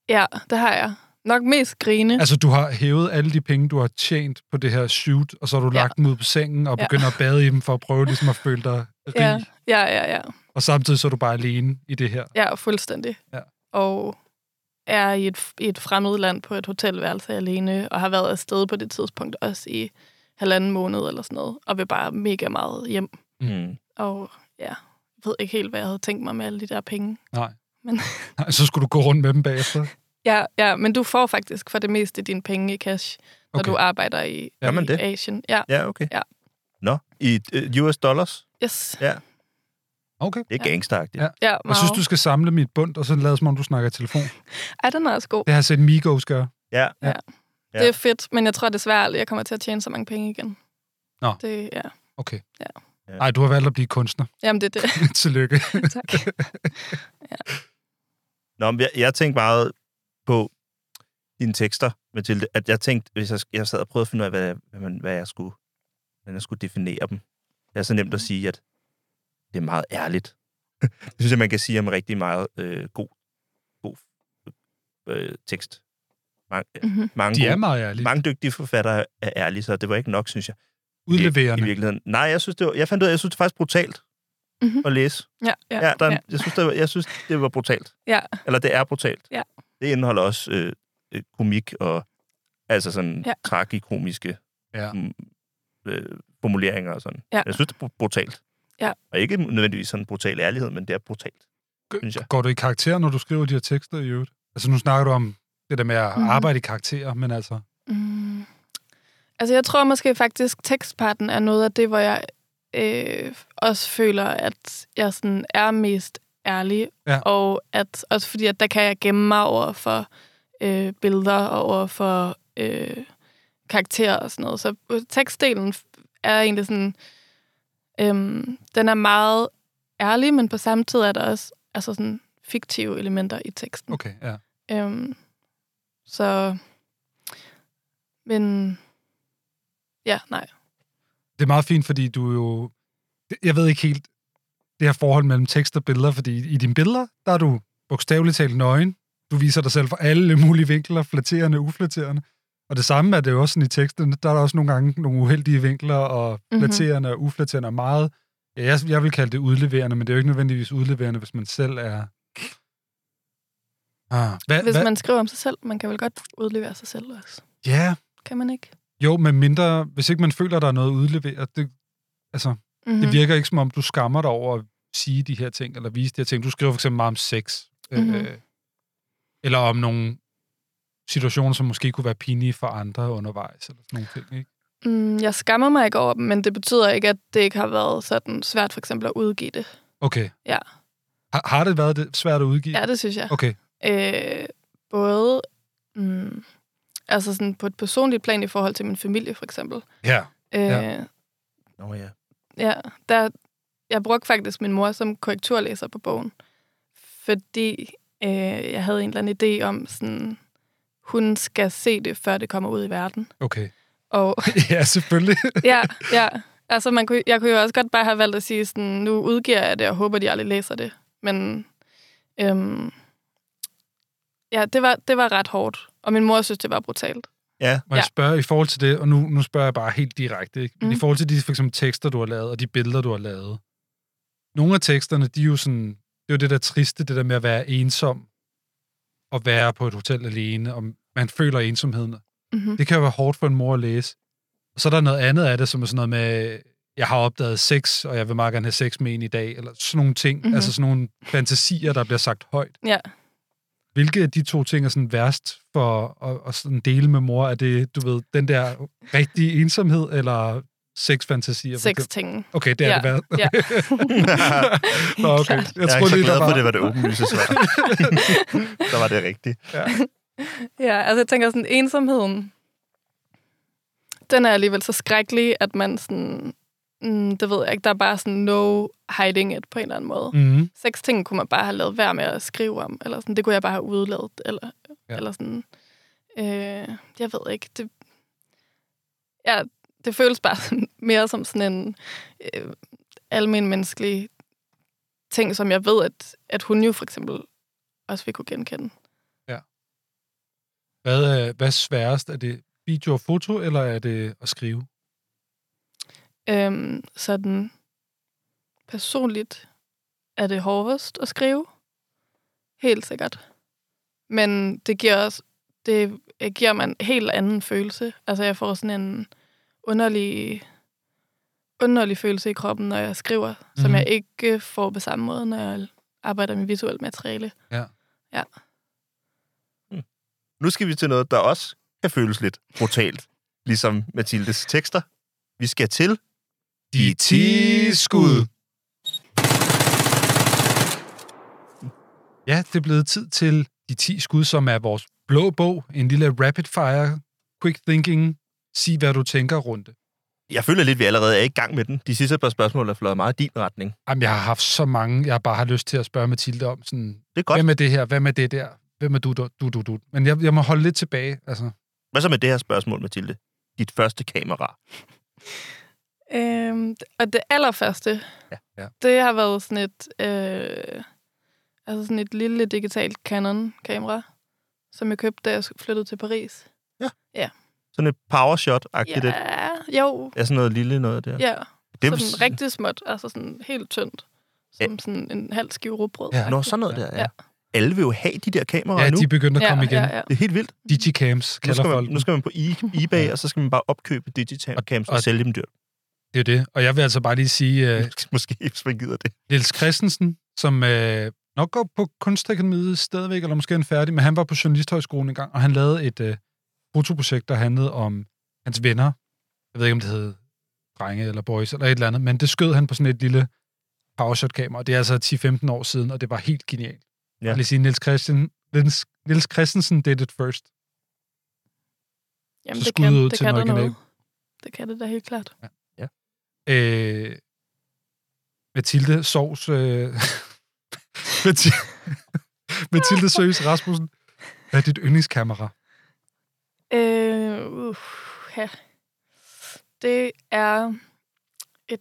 Speaker 1: Ja, det har jeg. Nok mest grine.
Speaker 2: Altså, du har hævet alle de penge, du har tjent på det her shoot, og så har du
Speaker 1: Ja.
Speaker 2: lagt dem ud på sengen og
Speaker 1: Ja.
Speaker 2: begynder at bade i dem for at prøve ligesom at føle dig rig.
Speaker 1: ja, ja, ja, ja.
Speaker 2: Og samtidig så er du bare alene i det her.
Speaker 1: Ja, fuldstændig.
Speaker 2: Ja.
Speaker 1: Og er i et, i et fremmed land på et hotelværelse alene, og har været afsted på det tidspunkt også i halvanden måned eller sådan noget, og vil bare mega meget hjem.
Speaker 3: Mm.
Speaker 1: Og ja, jeg ved ikke helt, hvad jeg havde tænkt mig med alle de der penge.
Speaker 2: Nej.
Speaker 1: Men-
Speaker 2: Nej, så skulle du gå rundt med dem bagefter.
Speaker 1: Ja, ja men du får faktisk for det meste dine penge i cash, når
Speaker 2: Okay.
Speaker 1: du arbejder i,
Speaker 3: Gør man
Speaker 1: i
Speaker 3: det?
Speaker 1: Asien. Ja,
Speaker 3: Ja, okay.
Speaker 1: Ja.
Speaker 3: Nå, i øh, US dollars?
Speaker 1: yes.
Speaker 2: Okay.
Speaker 3: Det er
Speaker 1: Ja.
Speaker 3: gangsteragtigt.
Speaker 2: Ja.
Speaker 3: Ja.
Speaker 1: Ja,
Speaker 2: Jeg
Speaker 1: meget.
Speaker 2: synes, du skal samle mit bund, og så lad som om, du snakker i telefon.
Speaker 1: Ej, den er også god.
Speaker 2: Det har jeg set Migos gøre.
Speaker 3: Ja.
Speaker 1: Det er fedt, men jeg tror desværre aldrig, jeg kommer til at tjene så mange penge igen.
Speaker 2: Nå.
Speaker 1: Det, ja.
Speaker 2: Okay.
Speaker 1: Ja.
Speaker 3: Ja.
Speaker 2: Nej, du har valgt at blive kunstner.
Speaker 1: Jamen, det er det.
Speaker 2: Tillykke.
Speaker 1: tak.
Speaker 3: Nå, men jeg, jeg tænkte meget på dine tekster, Mathilde, at jeg tænkte, hvis jeg, jeg sad og prøvede at finde ud af, hvad, hvad, man, hvad jeg skulle, hvordan jeg skulle definere dem. Det er så
Speaker 1: Mhm.
Speaker 3: nemt at sige, at det er meget ærligt. det synes jeg, man kan sige om rigtig meget øh, god, god øh, tekst. Mange,
Speaker 1: Mhm.
Speaker 3: mange,
Speaker 2: De er
Speaker 3: gode,
Speaker 2: meget ærlige.
Speaker 3: mange dygtige forfattere er ærlige, så det var ikke nok, synes jeg. I
Speaker 2: Udleverende.
Speaker 3: virkeligheden. Nej, jeg synes, det var, jeg fandt ud af, jeg synes, det var faktisk brutalt
Speaker 1: Mhm.
Speaker 3: at læse.
Speaker 1: Ja, ja,
Speaker 3: Ja, der, er en- Jeg, synes, det var, jeg synes, det var brutalt.
Speaker 1: Ja.
Speaker 3: Eller det er brutalt.
Speaker 1: Ja.
Speaker 3: Det indeholder også øh, øh, komik og altså sådan ja.
Speaker 1: Ja.
Speaker 3: tragikomiske
Speaker 2: Ja.
Speaker 3: mm, øh, formuleringer og sådan.
Speaker 1: Ja.
Speaker 3: Jeg synes, det er br- brutalt.
Speaker 1: Ja.
Speaker 3: Og ikke nødvendigvis sådan brutal ærlighed, men det er brutalt. synes jeg.
Speaker 2: Går du i karakter, når du skriver de her tekster i øvrigt? Altså, nu snakker du om det der med at
Speaker 1: Mhm.
Speaker 2: arbejde i karakterer, men altså...
Speaker 1: Mm. Altså, jeg tror måske faktisk, tekstparten er noget af det, hvor jeg øh, også føler, at jeg sådan er mest ærlig.
Speaker 2: Ja.
Speaker 1: Og at, også fordi, at der kan jeg gemme mig over for øh, billeder og over for øh, karakterer og sådan noget. Så øh, tekstdelen f- er egentlig sådan... Øhm, den er meget ærlig, men på samme tid er der også altså sådan, fiktive elementer i teksten.
Speaker 2: Okay, ja.
Speaker 1: Øhm, så... Men... Ja, nej.
Speaker 2: Det er meget fint, fordi du jo... Jeg ved ikke helt det her forhold mellem tekst og billeder, fordi i dine billeder, der er du bogstaveligt talt nøgen. Du viser dig selv fra alle mulige vinkler, flatterende, uflatterende. Og det samme er det jo også sådan i teksten. Der er der også nogle gange nogle uheldige vinkler, og
Speaker 1: Mhm.
Speaker 2: flatterende og uflatterende er meget... Ja, jeg, jeg vil kalde det udleverende, men det er jo ikke nødvendigvis udleverende, hvis man selv er... Ah, hvad,
Speaker 1: Hvis
Speaker 2: hvad?
Speaker 1: man skriver om sig selv, man kan vel godt udlevere sig selv også.
Speaker 2: Ja,
Speaker 1: Kan man ikke?
Speaker 2: jo, men mindre... Hvis ikke man føler, der er noget udleveret, det, altså,
Speaker 1: Mm-hmm.
Speaker 2: Det virker ikke, som om du skammer dig over at sige de her ting, eller vise de her ting. Du skriver for eksempel meget om sex. Mm-hmm.
Speaker 1: Mhm.
Speaker 2: Øh, eller om nogle situationer, som måske kunne være pinlige for andre undervejs, eller sådan nogle ting, ikke?
Speaker 1: Mm, jeg skammer mig ikke over dem, men det betyder ikke, at det ikke har været sådan svært for eksempel at udgive det.
Speaker 2: Okay.
Speaker 1: Ja.
Speaker 2: Har, har det været det svært at udgive?
Speaker 1: Ja, det synes jeg.
Speaker 2: Okay,
Speaker 1: Øh, både mm, altså sådan på et personligt plan i forhold til min familie, for eksempel.
Speaker 2: ja.
Speaker 1: Øh,
Speaker 2: Ja.
Speaker 1: ja.
Speaker 3: Nå ja.
Speaker 1: ja der, jeg brugte faktisk min mor som korrekturlæser på bogen, fordi øh, jeg havde en eller anden idé om, sådan, hun skal se det, før det kommer ud i verden.
Speaker 2: Okay.
Speaker 1: Og
Speaker 2: ja, selvfølgelig.
Speaker 1: ja, ja. Altså, man kunne, jeg kunne jo også godt bare have valgt at sige sådan, nu udgiver jeg det, og håber, de aldrig læser det. Men øhm, ja, det var, det var ret hårdt. Og min mor synes, det var brutalt.
Speaker 3: Ja,
Speaker 2: Må jeg
Speaker 1: Ja.
Speaker 2: spørge i forhold til det, og nu, nu spørger jeg bare helt direkte, ikke? men mm.
Speaker 1: Mm.
Speaker 2: i forhold til de for eksempel, tekster, du har lavet, og de billeder, du har lavet, nogle af teksterne, de er jo sådan, det er jo det der triste, det der med at være ensom, og være på et hotel alene, og man føler ensomheden.
Speaker 1: Mm-hmm.
Speaker 2: Det kan jo være hårdt for en mor at læse. Og så er der noget andet af det, som er sådan noget med, jeg har opdaget sex, og jeg vil meget gerne have sex med en i dag, eller sådan nogle ting, mm-hmm.
Speaker 1: Mhm.
Speaker 2: altså sådan nogle fantasier, der bliver sagt højt.
Speaker 1: Ja.
Speaker 2: Hvilke af de to ting er sådan værst for at, at sådan dele med mor? Er det, du ved, den der rigtige ensomhed, eller sexfantasier? for
Speaker 1: Seks
Speaker 2: eksempel?
Speaker 1: ting.
Speaker 2: Okay, det er
Speaker 1: Ja,
Speaker 2: det værste.
Speaker 1: ja.
Speaker 2: Nå, okay.
Speaker 1: Klart.
Speaker 3: jeg,
Speaker 2: Jeg
Speaker 3: jeg
Speaker 2: tror
Speaker 3: er ikke så
Speaker 2: lige,
Speaker 3: glad
Speaker 2: der
Speaker 3: for,
Speaker 2: var...
Speaker 3: at det var det åbenlyse svar. der var det rigtigt.
Speaker 1: Ja, altså jeg tænker sådan, ensomheden, den er alligevel så skrækkelig, at man sådan, mm, det ved jeg ikke, der er bare sådan no hiding it på en eller anden måde.
Speaker 2: Mm-hmm.
Speaker 1: seks ting kunne man bare have lavet værd med at skrive om, eller sådan, det kunne jeg bare have udladt, eller,
Speaker 2: Ja.
Speaker 1: ja. eller sådan. Øh, jeg ved ikke, det, ja, det føles bare sådan, mere som sådan en øh, almen menneskelig ting, som jeg ved, at, at hun jo for eksempel også vil kunne genkende.
Speaker 2: Hvad, er- hvad er sværest? Er det video og foto, eller er det at skrive?
Speaker 1: Øh, sådan personligt er det hårdest at skrive. Helt sikkert. Men det giver også det øh, giver mig en helt anden følelse. Altså jeg får sådan en underlig underlig følelse i kroppen, når jeg skriver, mm. som
Speaker 2: Mhm.
Speaker 1: jeg ikke får på samme måde, når jeg arbejder med visuelt materiale.
Speaker 3: Nu skal vi til noget, der også kan føles lidt brutalt, ligesom Mathildes tekster. Vi skal til... De ti skud.
Speaker 2: Ja, det er blevet tid til de 10 skud, som er vores blå bog. En lille rapid fire, quick thinking, sig hvad du tænker runde.
Speaker 3: Jeg føler lidt, at vi allerede er i gang med den. De sidste par spørgsmål er fløjet meget i din retning.
Speaker 2: Jamen, jeg har haft så mange, jeg bare har lyst til at spørge Mathilde om, sådan,
Speaker 3: Det er godt.
Speaker 2: hvem er det her, hvem er det der, hvem er du, du, du, du, du. Men jeg, jeg må holde lidt tilbage, altså.
Speaker 3: Hvad så med det her spørgsmål, Mathilde? Dit første kamera.
Speaker 1: Øhm, og det allerførste,
Speaker 3: Ja.
Speaker 2: Ja.
Speaker 1: det har været sådan et, øh, altså sådan et lille digitalt Canon-kamera, som jeg købte, da jeg flyttede til Paris.
Speaker 3: Sådan et powershot-agtigt. Yeah.
Speaker 1: Ja, jo.
Speaker 3: Er sådan noget lille noget der.
Speaker 1: Ja,
Speaker 3: det
Speaker 1: det sådan rigtig småt, altså sådan helt tyndt. Som sådan en halv skive rugbrød.
Speaker 2: Ja.
Speaker 3: Nå, sådan noget der, ja.
Speaker 1: Ja.
Speaker 3: Alle vil jo have de der kameraer
Speaker 2: Ja,
Speaker 3: nu.
Speaker 2: de er begyndt at komme
Speaker 1: ja,
Speaker 2: igen.
Speaker 1: ja, ja.
Speaker 3: Det er helt vildt.
Speaker 2: Digicams
Speaker 3: Nu
Speaker 2: kalder
Speaker 3: skal, man,
Speaker 2: folk.
Speaker 3: nu skal man på e- eBay, og så skal man bare opkøbe digital
Speaker 2: Og-
Speaker 3: cams og,
Speaker 2: og-
Speaker 3: sælge dem dyrt.
Speaker 2: Det er jo det. Og jeg vil altså bare lige sige, øh,
Speaker 3: Måske, hvis man gider det.
Speaker 2: Niels Christensen, som øh, nok går på Kunstakademiet stadigvæk, eller måske er han færdig, men han var på Journalisthøjskolen engang, og han lavede et øh, fotoprojekt, der handlede om hans venner. Jeg ved ikke, om det hed drenge eller boys eller et eller andet, men det skød han på sådan et lille powershot-kamera, og det er altså 10-15 år siden, og det var helt genialt.
Speaker 3: Ja.
Speaker 2: Ja. Jeg vil sige, Niels, Christian, Niels, Niels Christensen did it first.
Speaker 1: Jamen,
Speaker 2: Så
Speaker 1: det
Speaker 2: skud
Speaker 1: kan,
Speaker 2: ud
Speaker 1: det
Speaker 2: til
Speaker 1: kan
Speaker 2: den
Speaker 1: der noget.
Speaker 2: originale.
Speaker 1: Det kan det da helt klart.
Speaker 2: Øh, Mathilde Sovs... Øh, Mathi- Mathilde Søs Rasmussen, hvad er dit yndlingskamera?
Speaker 1: Øh, uh, ja. Det er et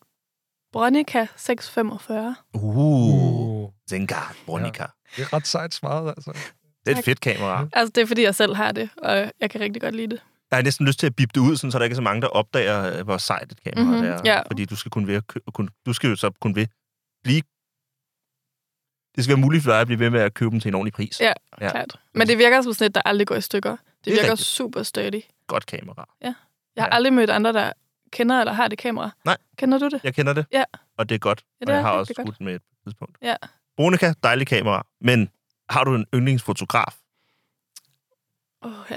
Speaker 1: Bronica 645.
Speaker 3: Uh, Zengar, Bronica. Ja.
Speaker 2: Det er ret sejt svaret, altså.
Speaker 3: Det er et
Speaker 1: Tak.
Speaker 3: fedt kamera.
Speaker 1: Altså, det er, fordi jeg selv har det, og jeg kan rigtig godt lide det.
Speaker 3: Jeg har næsten lyst til at bippe det ud, sådan, så der ikke er så mange, der opdager, øh, hvor sejt et kamera
Speaker 1: Mhm,
Speaker 3: mm-hmm. det er.
Speaker 1: ja.
Speaker 3: Fordi du skal, kun ved at kø- kun, du skal jo så kun ved blive... Det skal være muligt for dig at blive ved med at købe dem til en ordentlig pris.
Speaker 1: Ja.
Speaker 3: Ja.
Speaker 1: Ja. Klart. Men det virker som sådan et, der aldrig går i stykker. Det,
Speaker 3: Det er
Speaker 1: det virker
Speaker 3: rigtigt.
Speaker 1: super sturdy.
Speaker 3: Godt kamera.
Speaker 1: Jeg har
Speaker 3: Ja.
Speaker 1: ja. aldrig mødt andre, der kender eller har det kamera.
Speaker 3: Nej.
Speaker 1: Kender du det?
Speaker 3: Jeg kender det.
Speaker 1: Ja.
Speaker 3: Og det er
Speaker 1: Ja,
Speaker 3: godt. Ja,
Speaker 1: det
Speaker 3: det og
Speaker 1: er
Speaker 3: jeg har også
Speaker 1: rigtig godt.
Speaker 3: skudt med et tidspunkt.
Speaker 1: Ja.
Speaker 3: Bronica, dejlig kamera. Men har du en yndlingsfotograf?
Speaker 1: Åh, oh, ja.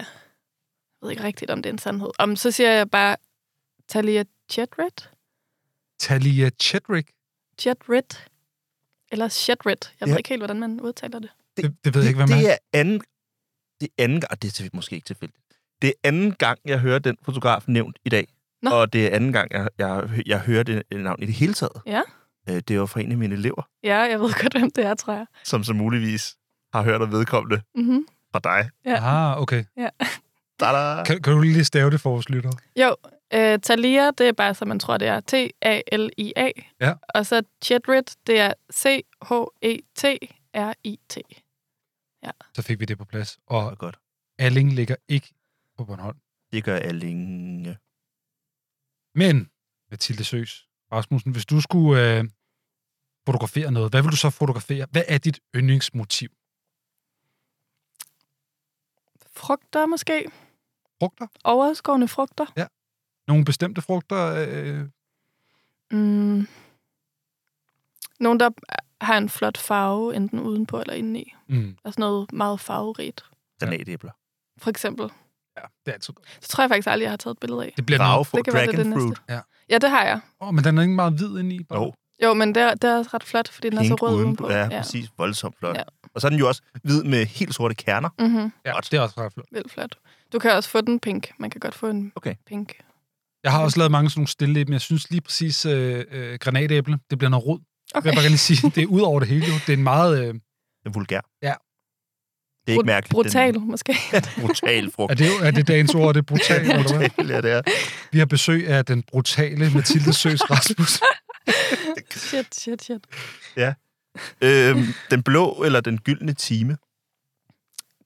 Speaker 1: Jeg ved ikke rigtigt, om det er en sandhed. Om så siger jeg bare Talia Chetred.
Speaker 2: Talia Chedrick.
Speaker 1: Chetred. Eller Chetred. Jeg
Speaker 3: Ja.
Speaker 1: ved ikke helt, hvordan man udtaler det.
Speaker 2: Det, det ved jeg ikke, hvad man
Speaker 3: det
Speaker 2: er.
Speaker 3: er. Anden, det er anden gang, og det er til- måske ikke tilfældigt. Det er anden gang, jeg hører den fotograf nævnt i dag.
Speaker 1: Nå.
Speaker 3: Og det er anden gang, jeg, jeg, jeg hører det øh, navn i det hele taget.
Speaker 1: Ja.
Speaker 3: Øh, Det var fra en af mine elever,
Speaker 1: Ja, jeg ved godt, hvem det er, tror jeg.
Speaker 3: som så muligvis har hørt om vedkommende
Speaker 1: Mm-hmm.
Speaker 3: fra dig.
Speaker 1: Ja.
Speaker 2: Ah, okay.
Speaker 3: Da-da.
Speaker 2: Kan, kan du lige stave det for os lyttere?
Speaker 1: Jo, øh, Talia, det er bare, som man tror, det er. T-A-L-I-A.
Speaker 2: Ja.
Speaker 1: Og så Chetrit, det er E C-H-E-T-R-I-T.
Speaker 2: Så fik vi det på plads. Og
Speaker 3: Og godt.
Speaker 2: Alling ligger ikke på Bornholm.
Speaker 3: Det gør Allinge.
Speaker 2: Men, Mathilde Søs Rasmussen, hvis du skulle øh, fotografere noget, hvad vil du så fotografere? Hvad er dit yndlingsmotiv?
Speaker 1: Frugter måske?
Speaker 2: Frugter?
Speaker 1: Overskårende frugter?
Speaker 2: Nogle bestemte frugter? Øh,
Speaker 1: Mm. Nogen, der har en flot farve, enten udenpå eller indeni.
Speaker 2: mm,
Speaker 1: Der er sådan noget meget farverigt,
Speaker 3: Granatæbler.
Speaker 1: for eksempel.
Speaker 2: ja, det er altid godt.
Speaker 1: Så tror jeg faktisk aldrig, jeg har taget et billede af.
Speaker 2: Det bliver noget.
Speaker 3: Dragefu-
Speaker 1: Det kan være, det er det
Speaker 3: Dragon fruit.
Speaker 1: Ja, det har jeg.
Speaker 2: Åh, men den er ikke meget hvid indeni. bare.
Speaker 3: Jo,
Speaker 1: Jo, men det er, det er også ret flot, fordi den er så
Speaker 3: pink
Speaker 1: rød
Speaker 3: udenpå.
Speaker 1: udenpå.
Speaker 3: Ja, præcis. Voldsomt flot.
Speaker 1: Ja.
Speaker 3: Og så er den jo også hvid med helt sorte kerner.
Speaker 1: Mm-hmm.
Speaker 2: Ja,
Speaker 3: Godt.
Speaker 2: det er også ret flot.
Speaker 1: Vildt flot. Du kan også få den pink. Man kan godt få en
Speaker 3: Okay.
Speaker 1: pink.
Speaker 2: Jeg har også lavet mange sådan nogle stille, men jeg synes lige præcis øh, øh, granatæble, det bliver noget rod. Okay. Jeg vil
Speaker 1: Okay.
Speaker 2: jeg bare gerne lige sige, det er ud over det hele jo. Det er en meget... Øh,
Speaker 3: Den er vulgær.
Speaker 2: Ja.
Speaker 3: Det er ikke
Speaker 1: Bru-
Speaker 3: mærkeligt.
Speaker 1: Brutal,
Speaker 3: Den,
Speaker 1: måske.
Speaker 3: brutal frugt.
Speaker 2: er, det, er det dagens ord, er det brutalt? eller hvad?
Speaker 3: brutal, ja, det er.
Speaker 2: Vi har besøg af den brutale Mathilde Søs Rasmus.
Speaker 1: shit, shit, shit.
Speaker 3: Øhm, den blå eller den gyldne time.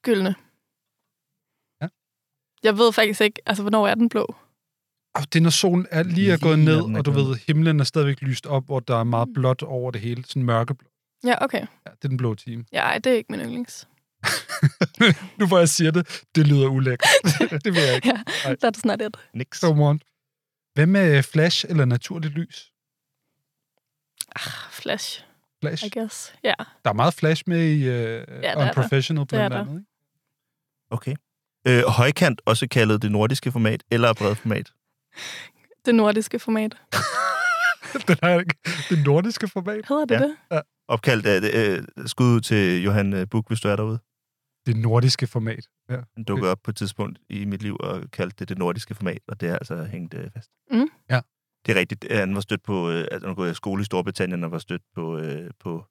Speaker 1: Gyldne.
Speaker 2: Ja.
Speaker 1: Jeg ved faktisk ikke, altså, hvornår er den blå?
Speaker 2: Oh, det er, når solen er lige er gået
Speaker 3: Lige
Speaker 2: ned,
Speaker 3: når den er
Speaker 2: og du
Speaker 3: gået
Speaker 2: ved, himlen er stadigvæk lyst op, hvor der er meget blåt over det hele. Sådan mørkeblå.
Speaker 1: Ja, okay.
Speaker 2: Ja, det er den blå time.
Speaker 1: Ja, ej, det er ikke min yndlings.
Speaker 2: Nu hvor jeg siger det, det lyder ulækkert. det vil jeg ikke.
Speaker 1: Ja, that's not it.
Speaker 3: Niks.
Speaker 2: So on. Hvad med øh, flash eller naturligt lys?
Speaker 1: Ah, Flash,
Speaker 2: Flash.
Speaker 1: I guess. Ja,
Speaker 2: Der er meget flash med i uh,
Speaker 1: der
Speaker 2: ja,
Speaker 1: er der.
Speaker 2: Unprofessional
Speaker 1: Det er
Speaker 2: blandt
Speaker 1: der.
Speaker 2: andet. Ikke?
Speaker 3: Okay. Øh, højkant, også kaldet det nordiske format, eller bredformat.
Speaker 1: det nordiske format.
Speaker 2: Den er ikke det nordiske format.
Speaker 1: Hedder det
Speaker 3: Ja.
Speaker 1: det?
Speaker 3: Opkaldt af øh, skud ud til Johan øh, Buk, hvis du er derude.
Speaker 2: Det nordiske format. Ja.
Speaker 3: Han dukkede op på et tidspunkt i mit liv og kaldte det det nordiske format, og det er altså hængt øh, fast.
Speaker 1: Mm.
Speaker 2: Ja.
Speaker 3: Det er rigtigt. Øh, Han var stødt på, øh, altså han gået i skole i Storbritannien og var stødt på, øh, på,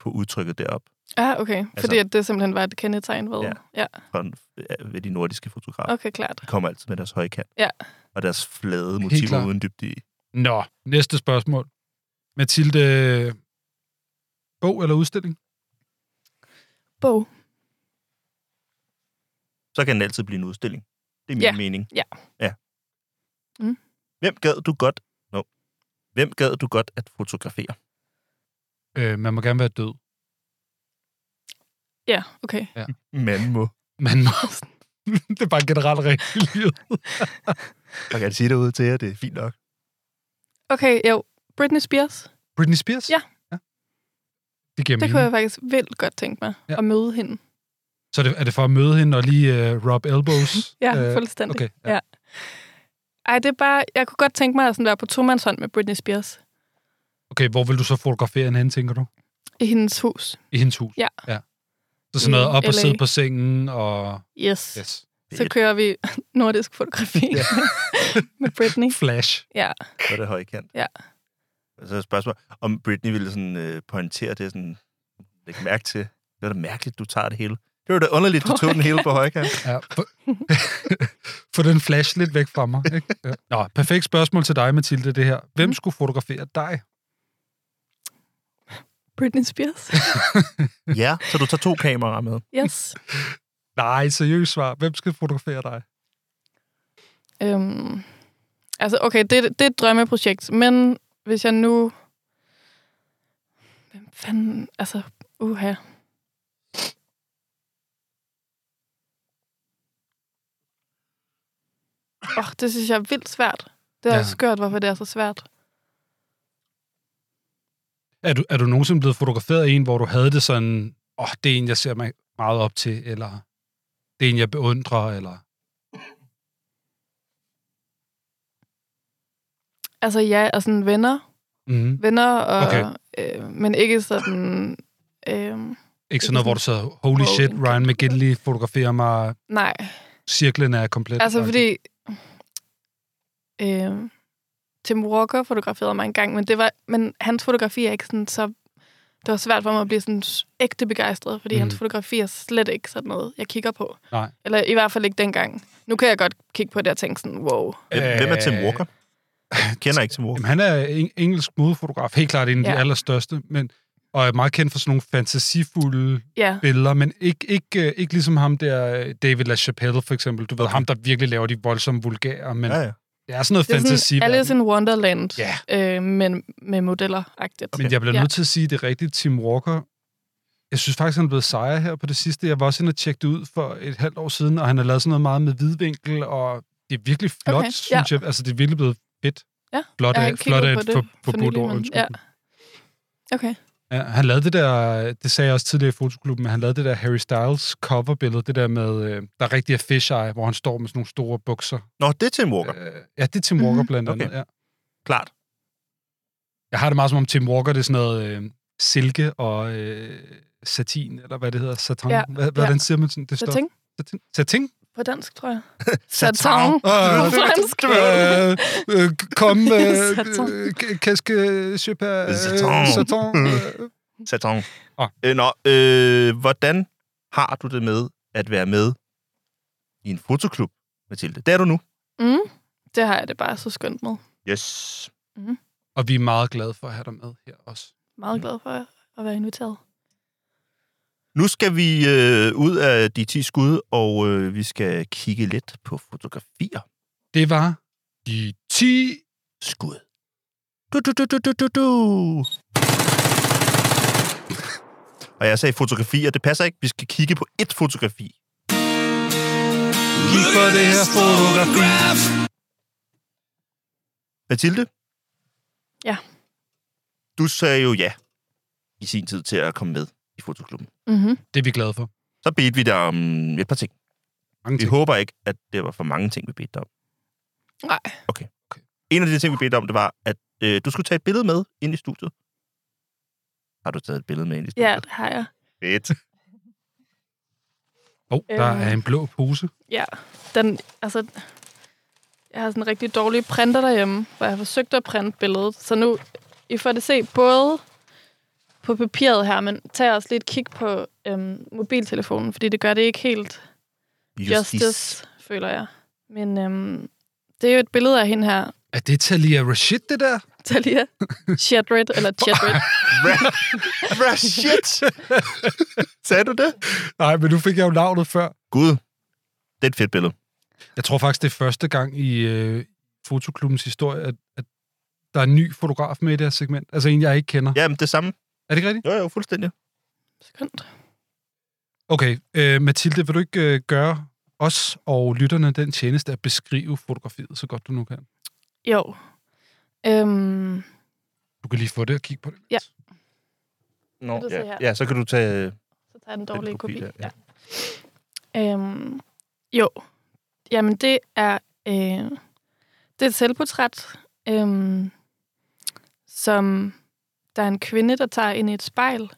Speaker 3: på udtrykket derop
Speaker 1: Ah, okay. Fordi
Speaker 3: Altså-
Speaker 1: at det simpelthen var et kendetegn ved.
Speaker 3: Ja.
Speaker 1: Ja. ja.
Speaker 3: fra, øh, ved de nordiske fotografer.
Speaker 1: Okay, klart.
Speaker 3: De kommer altid med deres højkant.
Speaker 1: Ja.
Speaker 3: Og deres flade
Speaker 2: klart.
Speaker 3: motiver uden dybde i.
Speaker 2: Nå, næste spørgsmål. Mathilde, øh, bog eller udstilling?
Speaker 1: Bog.
Speaker 3: Så kan den altid blive en udstilling. Det er min
Speaker 1: Ja.
Speaker 3: mening.
Speaker 1: Ja.
Speaker 3: ja.
Speaker 1: Mm.
Speaker 3: Hvem gad du godt... No. Hvem gad du godt at fotografere?
Speaker 2: Øh, man må gerne være død.
Speaker 1: Ja, okay.
Speaker 3: Man må.
Speaker 2: Man må... det er bare en generel regel i livet.
Speaker 3: Jeg kan sige derude til jer, det er fint nok.
Speaker 1: Okay, jo. Britney Spears.
Speaker 2: Britney Spears?
Speaker 1: Ja.
Speaker 2: ja. Det giver
Speaker 1: Det
Speaker 2: mening.
Speaker 1: kunne jeg faktisk vildt godt tænke mig
Speaker 2: Ja.
Speaker 1: ja. at møde hende.
Speaker 2: Så er det, er det for at møde hende og lige uh, øh, rub elbows?
Speaker 1: Ja,
Speaker 2: Øh,
Speaker 1: fuldstændig.
Speaker 2: Okay, ja.
Speaker 1: Ja. Ej, det er bare... Jeg kunne godt tænke mig at sådan være på tomandshånd med Britney Spears
Speaker 2: Okay, hvor vil du så fotografere en hen, tænker du?
Speaker 1: i hendes hus.
Speaker 2: I hendes hus?
Speaker 1: Ja.
Speaker 2: ja. Så sådan noget
Speaker 1: I
Speaker 2: op og
Speaker 1: LA.
Speaker 2: sidde på sengen, og
Speaker 1: Yes. yes.
Speaker 2: yes,
Speaker 1: Så kører vi nordisk fotografi med Britney.
Speaker 2: flash.
Speaker 1: Ja.
Speaker 3: Så er det højkant.
Speaker 1: Ja.
Speaker 3: Og så er spørgsmålet, om Britney ville sådan, øh, pointere det, sådan, lægge mærke til. Det var da mærkeligt, du tager det hele. Det var da underligt, du tog den hele på højkant.
Speaker 2: Ja. Få, få den flash lidt væk fra mig. Ikke? Ja. Nå, perfekt spørgsmål til dig, Mathilde, det her.
Speaker 1: Mm.
Speaker 2: Hvem skulle fotografere dig?
Speaker 1: Britney Spears.
Speaker 3: Ja, så du tager to kameraer med.
Speaker 1: Yes.
Speaker 2: Nej, seriøst svar. Hvem skal fotografere dig?
Speaker 1: Øhm, altså, okay, det, det er et drømmeprojekt, men hvis jeg nu... Hvem fanden... Altså, uha. Åh, oh, det synes jeg er vildt svært. Det er
Speaker 2: Ja.
Speaker 1: ja. skørt, hvorfor det er så svært.
Speaker 2: Er du, er du nogensinde blevet fotograferet af en, hvor du havde det sådan, åh, oh, det er en, jeg ser mig meget op til, eller det er en, jeg beundrer, eller...
Speaker 1: Altså, ja, og sådan venner.
Speaker 2: Mm.
Speaker 1: Venner, og,
Speaker 2: Okay.
Speaker 1: okay. øh, men ikke sådan... Øh,
Speaker 2: Ikke sådan noget, hvor du så, holy
Speaker 1: Wow,
Speaker 2: shit,
Speaker 1: en
Speaker 2: Ryan
Speaker 1: kæmpe-
Speaker 2: McGinley fotograferer mig,
Speaker 1: nej,
Speaker 2: cirklen er komplet.
Speaker 1: Altså, fordi... Øh, Tim Walker fotograferede mig engang, men, det var, men hans fotografi er ikke sådan så... Det var svært for mig at blive sådan s- ægte begejstret, fordi
Speaker 2: Mhm.
Speaker 1: mm. hans fotografi er slet ikke sådan noget, jeg kigger på.
Speaker 2: Nej.
Speaker 1: Eller i hvert fald ikke dengang. Nu kan jeg godt kigge på det og tænke sådan, wow.
Speaker 3: Hvem,
Speaker 2: Øh,
Speaker 3: hvem er Tim Walker? Jeg kender ikke Tim Walker.
Speaker 2: Jamen, han er en, engelsk modefotograf, helt klart en af ja. de
Speaker 1: Ja.
Speaker 2: allerstørste, men, og er meget kendt for sådan nogle fantasifulde
Speaker 1: Ja,
Speaker 2: billeder, men ikke, ikke, øh, ikke ligesom ham der, øh, David LaChapelle for eksempel. Du ved, ham, der virkelig laver de voldsomme vulgære, men
Speaker 3: Ja,
Speaker 2: ja.
Speaker 3: ja.
Speaker 2: det er sådan noget
Speaker 1: det er
Speaker 2: fantasi.
Speaker 1: sådan Alice in Wonderland,
Speaker 2: Ja.
Speaker 1: øh, men med modeller-agtigt.
Speaker 2: Men jeg bliver
Speaker 1: Ja.
Speaker 2: nødt til at sige, at det er rigtigt, Tim Walker. Jeg synes faktisk, han er blevet sejre her på det sidste. Jeg var også inde og tjekke det ud for et halvt år siden, og han har lavet sådan noget meget med hvidvinkel, og det er virkelig flot, okay,
Speaker 1: Okay,
Speaker 2: synes
Speaker 1: ja.
Speaker 2: jeg. Altså, det er virkelig blevet fedt.
Speaker 1: Ja,
Speaker 2: flot
Speaker 1: jeg har
Speaker 2: af,
Speaker 1: ikke
Speaker 2: flot
Speaker 1: kigget
Speaker 2: af
Speaker 1: på
Speaker 2: et
Speaker 1: det
Speaker 2: for,
Speaker 1: for
Speaker 2: forbudt
Speaker 1: nylig,
Speaker 2: ord,
Speaker 1: men-
Speaker 2: undskyld.
Speaker 1: ja. Okay.
Speaker 2: Ja, han lavede det der, det sagde jeg også tidligere i fotoklubben, men han lavede det der Harry Styles coverbillede, det der med, øh, der rigtig er fisheye, hvor han står med sådan nogle store bukser.
Speaker 3: Nå, det er Tim Walker.
Speaker 2: Øh, ja, det er Tim Walker
Speaker 1: Mhm.
Speaker 2: blandt andet,
Speaker 3: Okay.
Speaker 2: ja.
Speaker 3: Klart.
Speaker 2: Jeg har det meget som om Tim Walker, det er sådan noget øh, silke og øh, satin, eller hvad det hedder, satin. Ja,
Speaker 1: Ja,
Speaker 2: hvad, hvordan
Speaker 1: ja.
Speaker 2: siger man sådan det stof?
Speaker 1: Satin
Speaker 2: Satin? Satin?
Speaker 1: på dansk, tror jeg.
Speaker 3: Satin.
Speaker 1: Satin.
Speaker 2: Øh,
Speaker 1: På fransk.
Speaker 2: øh, øh, kom, øh,
Speaker 1: Satin.
Speaker 2: øh, qu'est-ce que je peux, øh,
Speaker 3: Satin. Mm.
Speaker 2: satin, øh.
Speaker 3: Satan.
Speaker 2: Åh.
Speaker 3: Øh, nå, øh, hvordan har du det med at være med i en fotoklub, Mathilde? Det er du nu.
Speaker 1: Mm, det har jeg det bare så skønt med.
Speaker 3: Yes.
Speaker 2: Og vi er meget glade for at have dig med her også.
Speaker 1: Meget glad for at være inviteret.
Speaker 3: Nu skal vi øh, ud af de 10 skud, og øh, vi skal kigge lidt på fotografier.
Speaker 2: Det var de 10
Speaker 3: Skud. Du, du, du, du, du, du, du. Og jeg sagde fotografier, det passer ikke. Vi skal kigge på et fotografi.
Speaker 2: Kig på det her fotografi.
Speaker 3: Mathilde?
Speaker 1: Ja.
Speaker 3: Du sagde jo ja i sin tid til at komme med i fotoklubben.
Speaker 1: Mm-hmm.
Speaker 2: Det er vi glade for.
Speaker 3: Så bedte vi dig om et par ting.
Speaker 2: Mange
Speaker 3: Vi
Speaker 2: ting.
Speaker 3: håber ikke, at det var for mange ting, vi bedte dig om.
Speaker 1: Nej.
Speaker 3: Okay. okay. En af de ting, vi bedte dig om, det var, at øh, du skulle tage et billede med ind i studiet. Har du taget et billede med ind i
Speaker 1: Ja,
Speaker 3: studiet?
Speaker 1: det har jeg.
Speaker 3: Fedt.
Speaker 2: Oh, der
Speaker 1: Øh.
Speaker 2: er en blå pose.
Speaker 1: Ja. Den, altså, jeg har sådan en rigtig dårlig printer derhjemme, hvor jeg har forsøgt at printe billedet. Så nu, I får det se både på papiret her, men tag også lige et kig på øhm, mobiltelefonen, fordi det gør det ikke helt justice, justice føler jeg. Men øhm, det er jo et billede af hende her,
Speaker 2: Er det Talia Rashid, det der?
Speaker 1: Talia Chadrit, eller Chadrit.
Speaker 3: Ra- shit! Sagde du det?
Speaker 2: Nej, men nu fik jeg jo navnet før.
Speaker 3: Gud, det er et fedt billede.
Speaker 2: Jeg tror faktisk, det er første gang i øh, fotoklubbens historie, at, at der er en ny fotograf med i det her segment. Altså en, jeg ikke kender. Ja.
Speaker 3: Jamen, det samme.
Speaker 2: Er det ikke rigtigt?
Speaker 3: Jo, jo, fuldstændig.
Speaker 1: Skønt.
Speaker 2: Okay, øh, Mathilde, vil du ikke øh, gøre os og lytterne den tjeneste at beskrive fotografiet så godt du nu kan?
Speaker 1: Jo. Øhm,
Speaker 2: Du kan lige få det og kigge på det.
Speaker 1: Ja.
Speaker 3: Nå,
Speaker 1: Kan du se
Speaker 3: ja.
Speaker 1: her?
Speaker 3: ja, så kan du tage...
Speaker 1: Så tager jeg den dårlige
Speaker 3: Den kopi
Speaker 1: kopi.
Speaker 3: der,
Speaker 1: kopi
Speaker 3: ja.
Speaker 1: ja. Ja. Øhm, jo. Jamen, det er... Øh, Det er et selvportræt, øhm, som der er en kvinde, der tager ind i et spejl.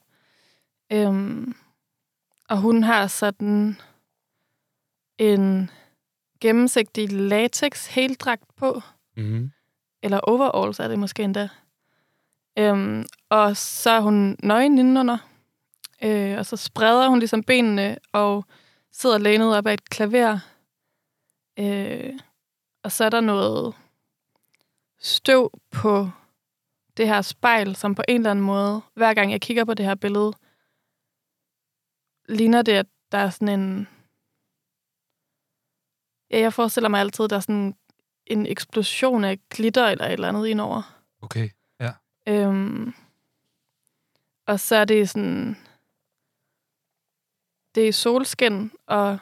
Speaker 1: Øhm, og hun har sådan en gennemsigtig latex heldragt på,
Speaker 2: Mm.
Speaker 1: eller overalls er det måske endda. Øhm, og så er hun nøgen indenunder, øh, og så spreder hun ligesom benene og sidder lænet op ad et klaver. Øh, og så er der noget støv på det her spejl, som på en eller anden måde, hver gang jeg kigger på det her billede, ligner det, at der er sådan en... Ja, jeg forestiller mig altid, at der er sådan en eksplosion af glitter eller et eller andet indover.
Speaker 2: Okay.
Speaker 1: Øhm, og så er det sådan... Det er solskin, og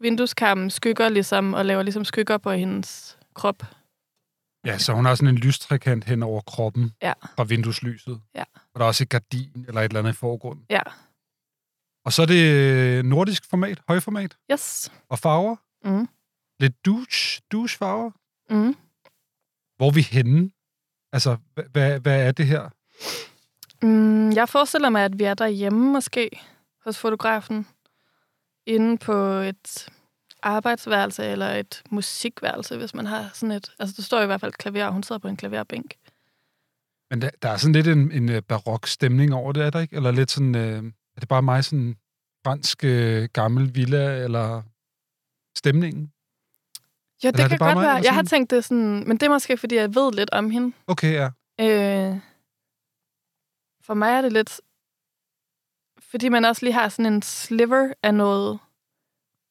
Speaker 1: vindueskarmen skygger ligesom, og laver ligesom skygger på hendes krop.
Speaker 2: Ja, så hun har sådan en lystrekant hen over kroppen
Speaker 1: Ja.
Speaker 2: fra vindueslyset.
Speaker 1: Ja.
Speaker 2: Og der er også et gardin eller et eller andet i forgrunden.
Speaker 1: Ja.
Speaker 2: Og så er det øh, nordisk format, højformat
Speaker 1: Yes.
Speaker 2: og farver.
Speaker 1: Mm.
Speaker 2: Lidt douche, douche farver.
Speaker 1: Mm.
Speaker 2: Hvor er vi henne? Altså, hva- hvad, hvad er det her?
Speaker 1: Mm, jeg forestiller mig, at vi er derhjemme måske, hos fotografen. Inde på et arbejdsværelse eller et musikværelse, hvis man har sådan et... Altså, der står i hvert fald et klaver, og hun sidder på en klaverbænk.
Speaker 2: Men der, der er sådan lidt en, en øh, barok stemning over det, er der ikke? Eller lidt sådan, øh, er det bare mig sådan fransk øh, gammel villa, eller stemningen?
Speaker 1: Ja, det
Speaker 2: Eller er
Speaker 1: kan
Speaker 2: det bare
Speaker 1: godt
Speaker 2: mig,
Speaker 1: være.
Speaker 2: eller
Speaker 1: Jeg har
Speaker 2: sådan?
Speaker 1: tænkt det sådan, men det er måske, fordi jeg ved lidt om hende.
Speaker 2: Okay, ja.
Speaker 1: Øh, for mig er det lidt... Fordi man også lige har sådan en sliver af noget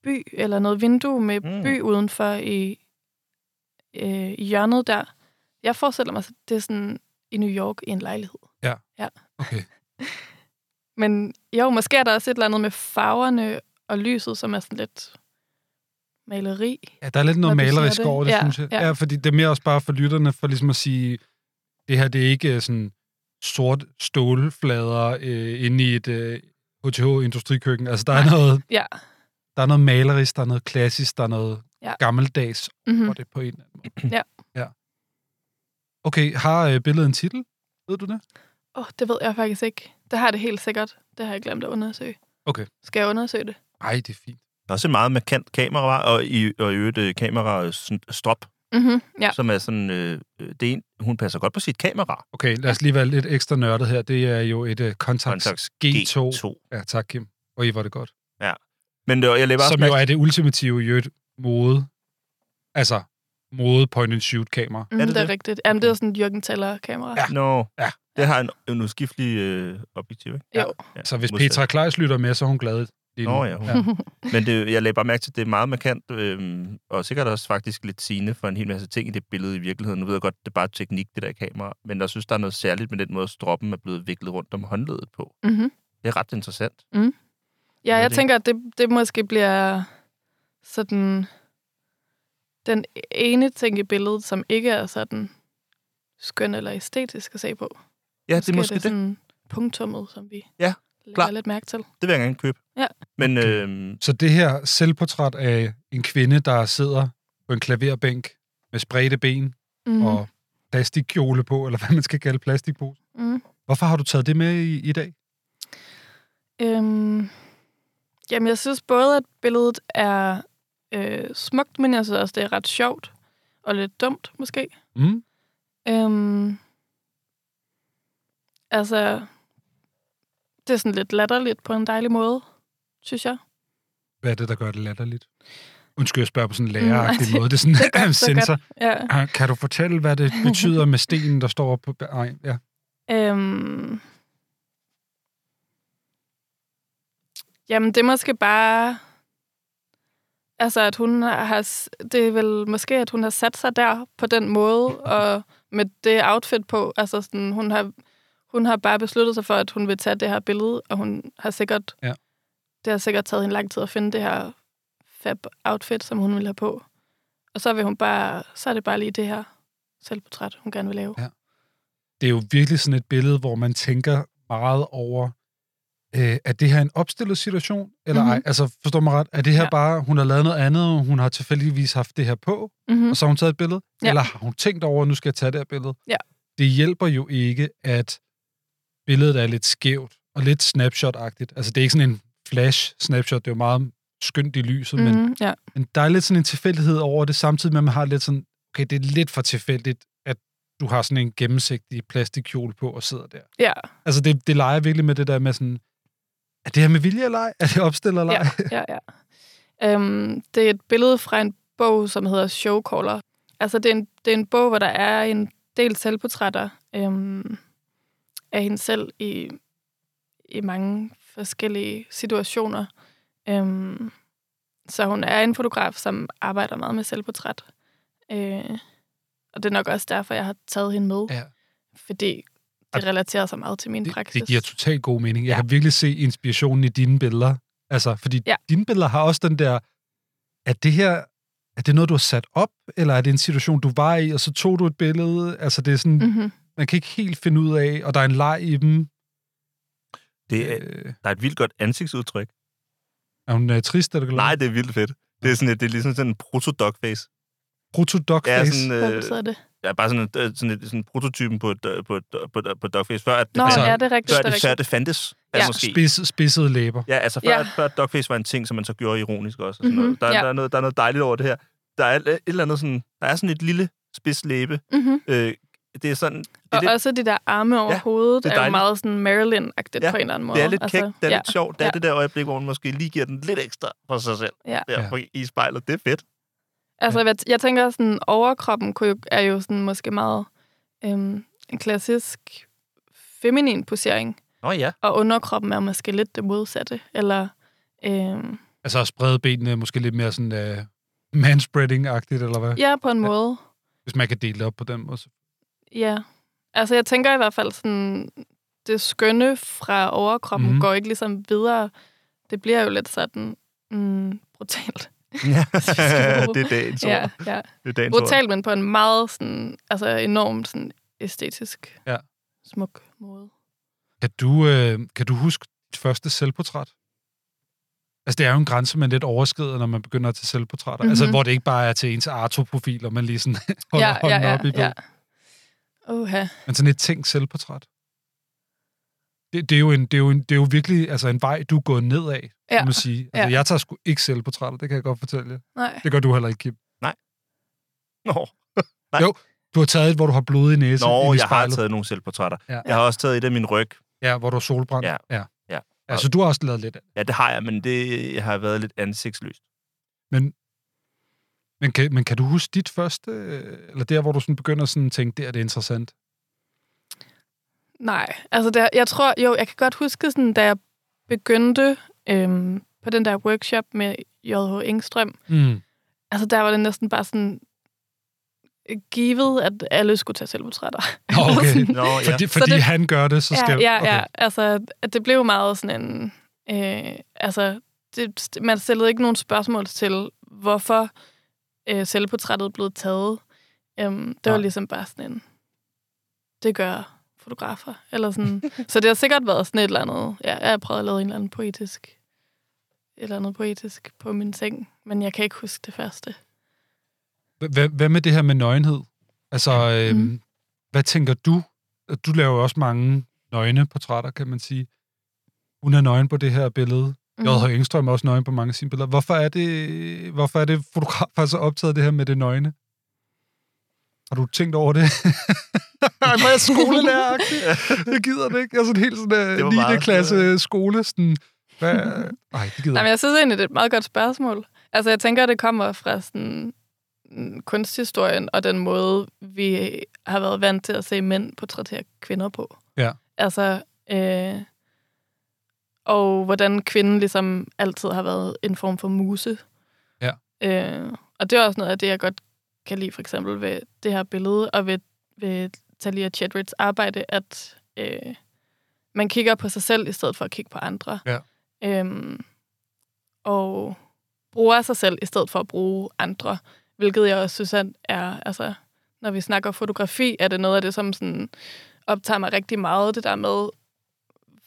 Speaker 1: by, eller noget vindue med
Speaker 3: Mm.
Speaker 1: mm. by udenfor i, øh, i hjørnet der. Jeg forestiller mig, at det er sådan i New York i en lejlighed.
Speaker 2: Okay.
Speaker 1: Men jo, måske er der også et eller andet med farverne og lyset, som er sådan lidt maleri.
Speaker 2: Ja, der er lidt noget
Speaker 1: Når du siger
Speaker 2: malerisk
Speaker 1: det.
Speaker 2: over det, ja,
Speaker 1: Ja,
Speaker 2: synes jeg. Ja.
Speaker 1: ja.
Speaker 2: ja, fordi det er mere også bare for lytterne, for ligesom at sige, det her, det er ikke øh, sådan sort stålflader øh, inde i et øh, HTH-industrikøkken. Altså, der er, noget,
Speaker 1: Ja.
Speaker 2: der er noget malerisk, der er noget klassisk, der er noget ja.
Speaker 1: Ja.
Speaker 2: gammeldags
Speaker 1: Mm-hmm.
Speaker 2: over det på en eller anden måde.
Speaker 1: Ja.
Speaker 2: ja. Okay, har øh, billedet en titel? Ved du det?
Speaker 1: Åh, oh, det ved jeg faktisk ikke. Det har jeg det helt sikkert. Det har jeg glemt at undersøge.
Speaker 2: Okay.
Speaker 1: Skal jeg undersøge det?
Speaker 2: Nej, det er fint.
Speaker 3: Der er også et meget markant kamera, og i, og i øvrigt øh, kamerastrop,
Speaker 1: Mhm, ja.
Speaker 3: ja. som er sådan... Øh, øh, det er en, hun passer godt på sit kamera.
Speaker 2: Okay, lad os lige være lidt ekstra nørdet her. Det er jo et uh, Contax,
Speaker 3: Contax
Speaker 2: G2. G2. Ja, tak Kim. Og I var det godt.
Speaker 3: Men øh, jeg laver også
Speaker 2: som jo
Speaker 3: mærke,
Speaker 2: er det ultimative i øvrigt mode. Altså, mode point-and-shoot-kamera.
Speaker 1: Mm,
Speaker 3: Er
Speaker 1: er det,
Speaker 3: det
Speaker 1: det er
Speaker 3: det?
Speaker 1: rigtigt. Jamen, det er sådan en Jørgen Teller-kamera.
Speaker 2: Ja.
Speaker 3: Nå,
Speaker 2: Ja.
Speaker 3: ja. det har en, en udskiftelig øh, objektiv, ikke?
Speaker 1: Jo.
Speaker 3: Ja,
Speaker 2: Så hvis
Speaker 3: modsat.
Speaker 2: Petra Kleis lytter med, så er hun glad lige nu.
Speaker 3: Nå ja, hun- Men det, jeg lagde bare mærke til, at det er meget markant, øh, og sikkert også faktisk lidt sigende for en hel masse ting i det billede i virkeligheden. Nu ved jeg godt, det er bare teknik, det der kamera, men jeg synes, der er noget særligt med den måde, stroppen er blevet viklet rundt om håndledet på.
Speaker 1: Mm-hmm.
Speaker 3: Det er ret interessant.
Speaker 1: ja
Speaker 3: Hvad er
Speaker 1: jeg
Speaker 3: det?
Speaker 1: tænker, at det, det måske bliver sådan den ene ting i billedet, som ikke er sådan skøn eller æstetisk at se på.
Speaker 3: Ja, det er måske det.
Speaker 1: sådan punktummet, som vi
Speaker 3: Ja,
Speaker 1: lægger
Speaker 3: klar.
Speaker 1: lidt mærke til.
Speaker 3: Det vil jeg gerne købe.
Speaker 1: Ja.
Speaker 3: Men øh,
Speaker 2: Så det her selvportræt af en kvinde, der sidder på en klaverbænk med spredte ben
Speaker 1: Mm.
Speaker 2: mm. og plastikkjole på, eller hvad man skal kalde plastikpose.
Speaker 1: Mm.
Speaker 2: Hvorfor har du taget det med i, i dag?
Speaker 1: Øhm, jamen, jeg synes både, at billedet er øh, smukt, men jeg synes også, det er ret sjovt. Og lidt dumt, måske.
Speaker 2: Mm?
Speaker 1: Øhm, altså, det er sådan lidt latterligt på en dejlig måde, synes jeg.
Speaker 2: Hvad er det, der gør det latterligt? Undskyld, jeg spørger på sådan en
Speaker 1: Mm,
Speaker 2: læreragtig
Speaker 1: nej, det-
Speaker 2: måde. Det er sådan
Speaker 1: det er
Speaker 2: en
Speaker 1: godt, det er
Speaker 2: sensor.
Speaker 1: Ja.
Speaker 2: Ah, Kan du fortælle, hvad det betyder med stenen, der står på... Ej, ja.
Speaker 1: Øhm, jamen, det er måske bare... Altså, at hun har... s- Det er vel måske, at hun har sat sig der på den måde, og med det outfit på. Altså, sådan, hun har, hun har bare besluttet sig for, at hun vil tage det her billede, og hun har sikkert...
Speaker 2: Ja.
Speaker 1: Det har sikkert taget hende lang tid at finde det her fab outfit, som hun vil have på. Og så vil hun bare... Så er det bare lige det her selvportræt, hun gerne vil lave.
Speaker 2: det er jo virkelig sådan et billede, hvor man tænker meget over, øh, er det her en opstillet situation, eller mm-hmm. ej?
Speaker 1: Mhm.
Speaker 2: Altså, forstår mig ret, er det her
Speaker 1: Ja.
Speaker 2: ja. bare, hun har lavet noget andet, og hun har tilfældigvis haft det her på,
Speaker 1: Mm-hmm.
Speaker 2: og så har hun taget et billede?
Speaker 1: Ja.
Speaker 2: Ja. Eller har hun tænkt over, at nu skal jeg tage det her billede?
Speaker 1: Ja.
Speaker 2: Det hjælper jo ikke, at billedet er lidt skævt og lidt snapshot-agtigt. Altså, det er ikke sådan en flash-snapshot, det er jo meget skønt i lyset, mm-hmm. men,
Speaker 1: Mm-hmm. Ja.
Speaker 2: men der er lidt sådan en tilfældighed over det, samtidig med, at man har lidt sådan, okay, det er lidt for tilfældigt, at du har sådan en gennemsigtig plastikkjole på og sidder der.
Speaker 1: Ja.
Speaker 2: Altså, det, det leger virkelig med det der med sådan, er det her med vilje eller ej? Er det opstillet eller ej?
Speaker 1: Ja, ja, ja. Øhm, det er et billede fra en bog, som hedder Showcaller. Altså, det er en, det er en bog, hvor der er en del selvportrætter øhm, af hende selv i, i mange forskellige situationer. Øhm, så hun er en fotograf, som arbejder meget med selvportræt. Øh, og det er nok også derfor, jeg har taget hende med.
Speaker 2: Ja.
Speaker 1: Fordi det
Speaker 2: Og-
Speaker 1: relaterer sig meget til min
Speaker 2: Det,
Speaker 1: praksis.
Speaker 2: det giver totalt god mening. Jeg
Speaker 1: Ja.
Speaker 2: ja. kan virkelig se inspirationen i dine billeder. Altså, fordi
Speaker 1: Ja.
Speaker 2: ja. dine billeder har også den der, at det her, er det noget, du har sat op, eller er det en situation, du var i, og så tog du et billede? Altså, det er sådan, mm.
Speaker 1: mm-hmm.
Speaker 2: man kan ikke helt finde ud af, og der er en leg i dem.
Speaker 3: Det er,
Speaker 2: Øh,
Speaker 3: der er et vildt godt ansigtsudtryk.
Speaker 2: er hun øh, trist eller glad?
Speaker 3: Nej, det er vildt fedt. Det er, sådan, et- det er ligesom sådan en proto-dogface. Det
Speaker 2: Proto-dogface.
Speaker 3: er sådan,
Speaker 1: Hvad
Speaker 3: øh,
Speaker 1: betyder det?
Speaker 3: ja, bare sådan, en, øh, sådan, et, sådan prototypen på, et, øh, på, et, på, et- på et dogface, før, at det,
Speaker 1: Nå,
Speaker 3: fandtes,
Speaker 2: altså,
Speaker 1: ja, det er rigtigt.
Speaker 3: før,
Speaker 1: det er
Speaker 3: det, før
Speaker 1: rigtigt.
Speaker 3: det fandtes. Ja.
Speaker 1: Ja.
Speaker 3: Måske.
Speaker 2: Spids, spidsede læber.
Speaker 3: Ja, altså før,
Speaker 1: Ja.
Speaker 3: ja. før dogface var en ting, som man så gjorde ironisk også. Og sådan
Speaker 1: Mhm,
Speaker 3: mm-hmm. noget. Der,
Speaker 1: ja.
Speaker 3: ja. der, er noget, der er noget dejligt over det her. Der er et, et eller andet sådan, der er sådan et lille spids læbe.
Speaker 1: Mm-hmm.
Speaker 3: Øh, det er sådan, det er
Speaker 1: Og
Speaker 3: lidt,
Speaker 1: også de der arme over ja,
Speaker 3: Ja,
Speaker 1: hovedet
Speaker 3: det
Speaker 1: er,
Speaker 3: er
Speaker 1: er jo
Speaker 3: dejligt.
Speaker 1: meget sådan Marilyn-agtigt ja,
Speaker 3: Ja,
Speaker 1: på en eller anden måde.
Speaker 3: det er lidt kækt, det er
Speaker 1: altså. ja,
Speaker 3: lidt sjovt. Det er
Speaker 1: ja.
Speaker 3: ja. det der øjeblik, hvor man måske lige giver den lidt ekstra for sig selv.
Speaker 1: Ja.
Speaker 3: Der
Speaker 2: Ja.
Speaker 3: på, i spejlet. Det er fedt.
Speaker 1: Altså, jeg, jeg tænker sådan, overkroppen kunne jo, er jo sådan måske meget øhm, en klassisk feminin posering,
Speaker 3: Nå ja.
Speaker 1: og underkroppen er måske lidt det modsatte, eller... Øhm,
Speaker 2: Altså at sprede benene måske lidt mere sådan uh, manspreading-agtigt, eller hvad? Ja.
Speaker 1: ja, på en måde.
Speaker 2: Hvis man kan dele det op på den måde.
Speaker 1: Ja. Altså, jeg tænker i hvert fald sådan, det skønne fra overkroppen mm.
Speaker 2: Mhm.
Speaker 1: går ikke ligesom videre. Det bliver jo lidt sådan mm, brutalt.
Speaker 3: ja.
Speaker 1: bruge.
Speaker 3: det er dagens ord.
Speaker 1: Ja, ja.
Speaker 3: Det er dagens ord.
Speaker 1: brutalt, men på en meget sådan, altså enormt sådan æstetisk
Speaker 2: Ja.
Speaker 1: smuk måde.
Speaker 2: Kan du, øh, kan du huske dit første selvportræt? Altså, det er jo en grænse, man lidt overskrider, når man begynder at tage selvportrætter. Mm-hmm. Altså,
Speaker 1: Mhm.
Speaker 2: hvor det ikke bare er til ens Arto-profil, og man lige sådan holder ja, hånden ja, ja, op i ja.
Speaker 1: Oha.
Speaker 2: Men sådan et tænkt selvportræt. Det, det, er jo en, det, er jo en, det er jo virkelig altså en vej, du er gået nedad, ja.
Speaker 1: Ja.
Speaker 2: kan man sige. Altså,
Speaker 1: Ja.
Speaker 2: ja. jeg tager sgu ikke selvportrætter, det kan jeg godt fortælle jer.
Speaker 1: Nej.
Speaker 2: Det gør du heller ikke, Kim.
Speaker 3: Nå,
Speaker 2: Du har taget et, hvor du har blod i næsen.
Speaker 3: Nå
Speaker 2: inde i
Speaker 3: jeg har
Speaker 2: spejlet.
Speaker 3: taget nogle selvportrætter.
Speaker 2: Ja.
Speaker 3: Ja. Jeg har også taget et af min ryg.
Speaker 2: Ja, hvor du har solbrændt.
Speaker 3: Ja.
Speaker 2: ja.
Speaker 3: Ja.
Speaker 2: Altså, du har også lavet lidt af det.
Speaker 3: Ja, det har jeg, men det har været lidt ansigtsløst.
Speaker 2: Men, men, kan, men kan du huske dit første, øh, eller der, hvor du sådan begynder sådan at tænke, der er det interessant?
Speaker 1: Nej, altså der, jeg tror, jo, jeg kan godt huske, sådan, da jeg begyndte øhm, på den der workshop med J.H. Engstrøm,
Speaker 2: Mm.
Speaker 1: altså der var det næsten bare sådan øh, givet, at alle skulle tage selvportrætter.
Speaker 2: Nå, okay.
Speaker 3: Nå, ja.
Speaker 2: Fordi, fordi
Speaker 1: det-
Speaker 2: det, han gør det, så
Speaker 1: ja,
Speaker 2: skal...
Speaker 1: ja, ja.
Speaker 2: okay.
Speaker 1: Altså, at det blev meget sådan en... Øh, altså, det, man stillede ikke nogen spørgsmål til, hvorfor øh, selvportrættet blev taget. Øhm, det var
Speaker 2: Nej.
Speaker 1: ligesom bare sådan en... Det gør fotografer, eller sådan. så det har sikkert været sådan et eller andet... Ja, jeg har prøvet at lave en eller anden poetisk... Et eller andet poetisk på min seng, men jeg kan ikke huske det første.
Speaker 2: Hvad, hvad med det her med nøgenhed? Altså, øhm,
Speaker 1: Mm.
Speaker 2: mm. hvad tænker du? Du laver jo også mange nøgne portrætter, kan man sige. Hun er nøgen på det her billede. Mm.
Speaker 1: Mm-hmm.
Speaker 2: J.H. Engstrøm er også nøgen på mange af sine billeder. Hvorfor er det, hvorfor er det fotografer er så optaget af det her med det nøgne? Har du tænkt over det? Ej, var jeg skolelærer? Jeg gider det ikke. Jeg er sådan helt sådan
Speaker 3: Det var
Speaker 2: uh, 9.
Speaker 3: meget- øh,
Speaker 2: klasse skole. Sådan, hvad? Ej, det gider
Speaker 1: Nej,
Speaker 2: jeg
Speaker 1: men
Speaker 2: ikke.
Speaker 1: jeg synes egentlig, det er et meget godt spørgsmål. Altså, jeg tænker, det kommer fra sådan mm, kunsthistorien og den måde, vi har været vant til at se mænd portrættere kvinder på.
Speaker 2: Ja.
Speaker 1: Altså, øh, og hvordan kvinden ligesom altid har været en form for muse.
Speaker 2: Ja.
Speaker 1: Øh, og det er også noget af det, jeg godt kan lide, for eksempel ved det her billede og ved, ved Talia Chedrids arbejde, at øh, man kigger på sig selv i stedet for at kigge på andre.
Speaker 2: Ja.
Speaker 1: Øhm, og bruger sig selv, i stedet for at bruge andre. Hvilket jeg også synes at er, altså, når vi snakker fotografi, er det noget af det, som sådan optager mig rigtig meget, det der med,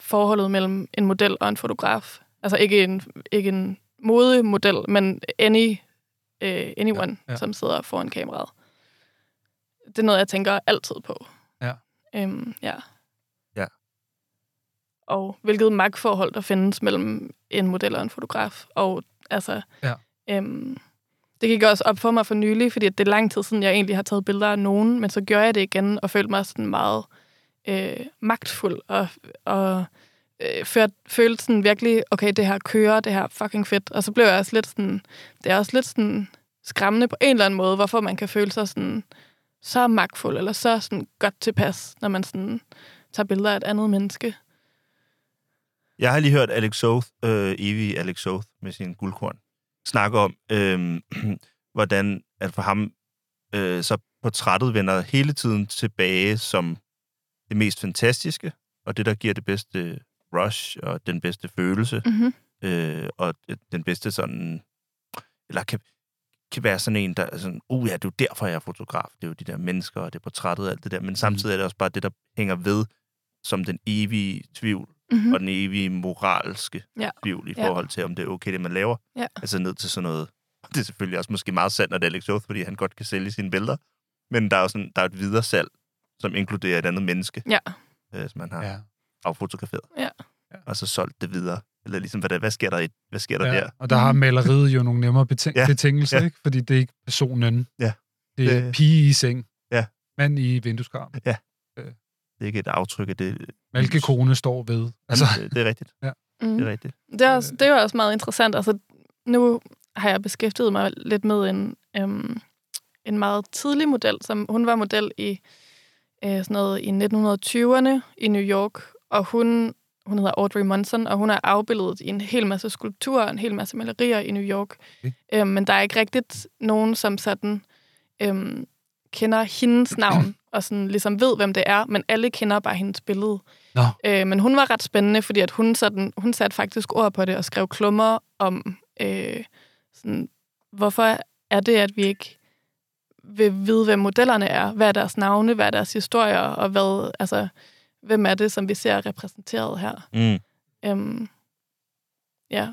Speaker 1: forholdet mellem en model og en fotograf. Altså ikke en, ikke en modemodel, men any, øh, anyone, ja,
Speaker 2: Ja,
Speaker 1: ja.
Speaker 2: ja.
Speaker 1: som sidder foran kameraet. Det er noget, jeg tænker altid på.
Speaker 2: Ja.
Speaker 1: Øhm, ja.
Speaker 3: Ja.
Speaker 1: Og hvilket magtforhold, der findes mellem en model og en fotograf. Og altså...
Speaker 2: Ja.
Speaker 1: Øhm, det gik også op for mig for nylig, fordi at det er lang tid siden, jeg egentlig har taget billeder af nogen, men så gjorde jeg det igen og følte mig sådan meget øh, magtfuld og, og øh, ført, følte sådan virkelig, okay, det her kører, det her er fucking fedt. Og så blev jeg også lidt sådan, det er også lidt sådan skræmmende på en eller anden måde, hvorfor man kan føle sig sådan så magtfuld eller så sådan godt tilpas, når man sådan tager billeder af et andet menneske.
Speaker 3: Jeg har lige hørt Alex Soth, øh, evig Alex Soth med sin guldkorn, snakke om, øh, hvordan at for ham øh, så portrættet vender hele tiden tilbage som det mest fantastiske, og det, der giver det bedste øh, rush og den bedste følelse,
Speaker 1: Mm-hmm.
Speaker 3: øh, og den bedste sådan, eller kan, kan være sådan en, der er sådan, uh ja, det er jo derfor, jeg er fotograf. Det er jo de der mennesker, og det er portrættet og alt det der,
Speaker 1: Mhm.
Speaker 3: men samtidig er det også bare det, der hænger ved som den evige tvivl,
Speaker 1: Mm-hmm.
Speaker 3: og den evige moralske
Speaker 1: Ja.
Speaker 3: ja. tvivl i
Speaker 1: Ja.
Speaker 3: forhold til, om det er okay, det man laver.
Speaker 1: Ja.
Speaker 3: Altså ned til sådan noget. Det er selvfølgelig også måske meget sandt, at Alex Oth, fordi han godt kan sælge sine billeder. Men der er jo sådan, der er et videre salg, som inkluderer et andet menneske,
Speaker 1: Ja.
Speaker 3: øh, som man har ja.
Speaker 2: Ja.
Speaker 3: affotograferet.
Speaker 1: Ja.
Speaker 3: Og så solgt det videre. Eller ligesom, hvad, der, hvad sker der, i, hvad sker der ja.
Speaker 2: Ja,
Speaker 3: der?
Speaker 2: og der har maleriet jo nogle nemmere beting- ja.
Speaker 3: Ja,
Speaker 2: betingelser, ja.
Speaker 3: ja.
Speaker 2: Ikke? fordi det er ikke personen.
Speaker 3: Ja.
Speaker 2: Det er
Speaker 3: Det-
Speaker 2: pige i seng.
Speaker 3: Ja.
Speaker 2: Mand i vindueskarm.
Speaker 3: Det er ikke et aftryk af det. øh,
Speaker 2: Malkekone står ved. Altså,
Speaker 3: Det, det er rigtigt.
Speaker 1: Mm-hmm.
Speaker 3: Det er rigtigt.
Speaker 1: Det er, også,
Speaker 2: Øh.
Speaker 1: det er jo også meget interessant. Altså, nu har jeg beskæftiget mig lidt med en, øhm, en meget tidlig model, som hun var model i øh, sådan noget i 1920'erne i New York, og hun, hun hedder Audrey Munson, og hun er afbildet i en hel masse skulpturer, en hel masse malerier i New York.
Speaker 2: Okay.
Speaker 1: Øhm, men der er ikke rigtigt nogen, som sådan øhm, kender hendes navn, og sådan ligesom ved, hvem det er, men alle kender bare hendes billede.
Speaker 2: Nå.
Speaker 1: Øh, men hun var ret spændende, fordi at hun, sådan, hun satte faktisk ord på det og skrev klummer om, øh, sådan, hvorfor er det, at vi ikke vil vide, hvem modellerne er, hvad er deres navne, hvad er deres historier, og hvad, altså, hvem er det, som vi ser repræsenteret her.
Speaker 3: Mm.
Speaker 1: Øhm, ja.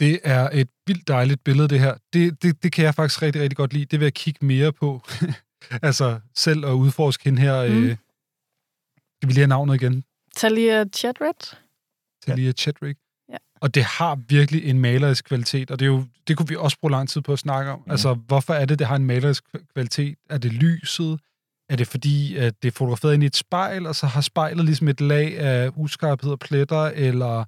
Speaker 2: det er et vildt dejligt billede, det her. Det, det, det kan jeg faktisk rigtig, rigtig godt lide. Det vil jeg kigge mere på. altså, selv at udforske hende her.
Speaker 1: Mm.
Speaker 2: Mm. Øh, skal vi lige have navnet igen?
Speaker 1: Talia Chadret?
Speaker 2: til lige at Chadwick.
Speaker 1: Ja.
Speaker 2: Og det har virkelig en malerisk kvalitet, og det, er jo, det kunne vi også bruge lang tid på at snakke om. Mm. Altså, hvorfor er det, det har en malerisk kva- kvalitet? Er det lyset? Er det fordi, at det er fotograferet ind i et spejl, og så har spejlet ligesom et lag af uskarphed og pletter, eller,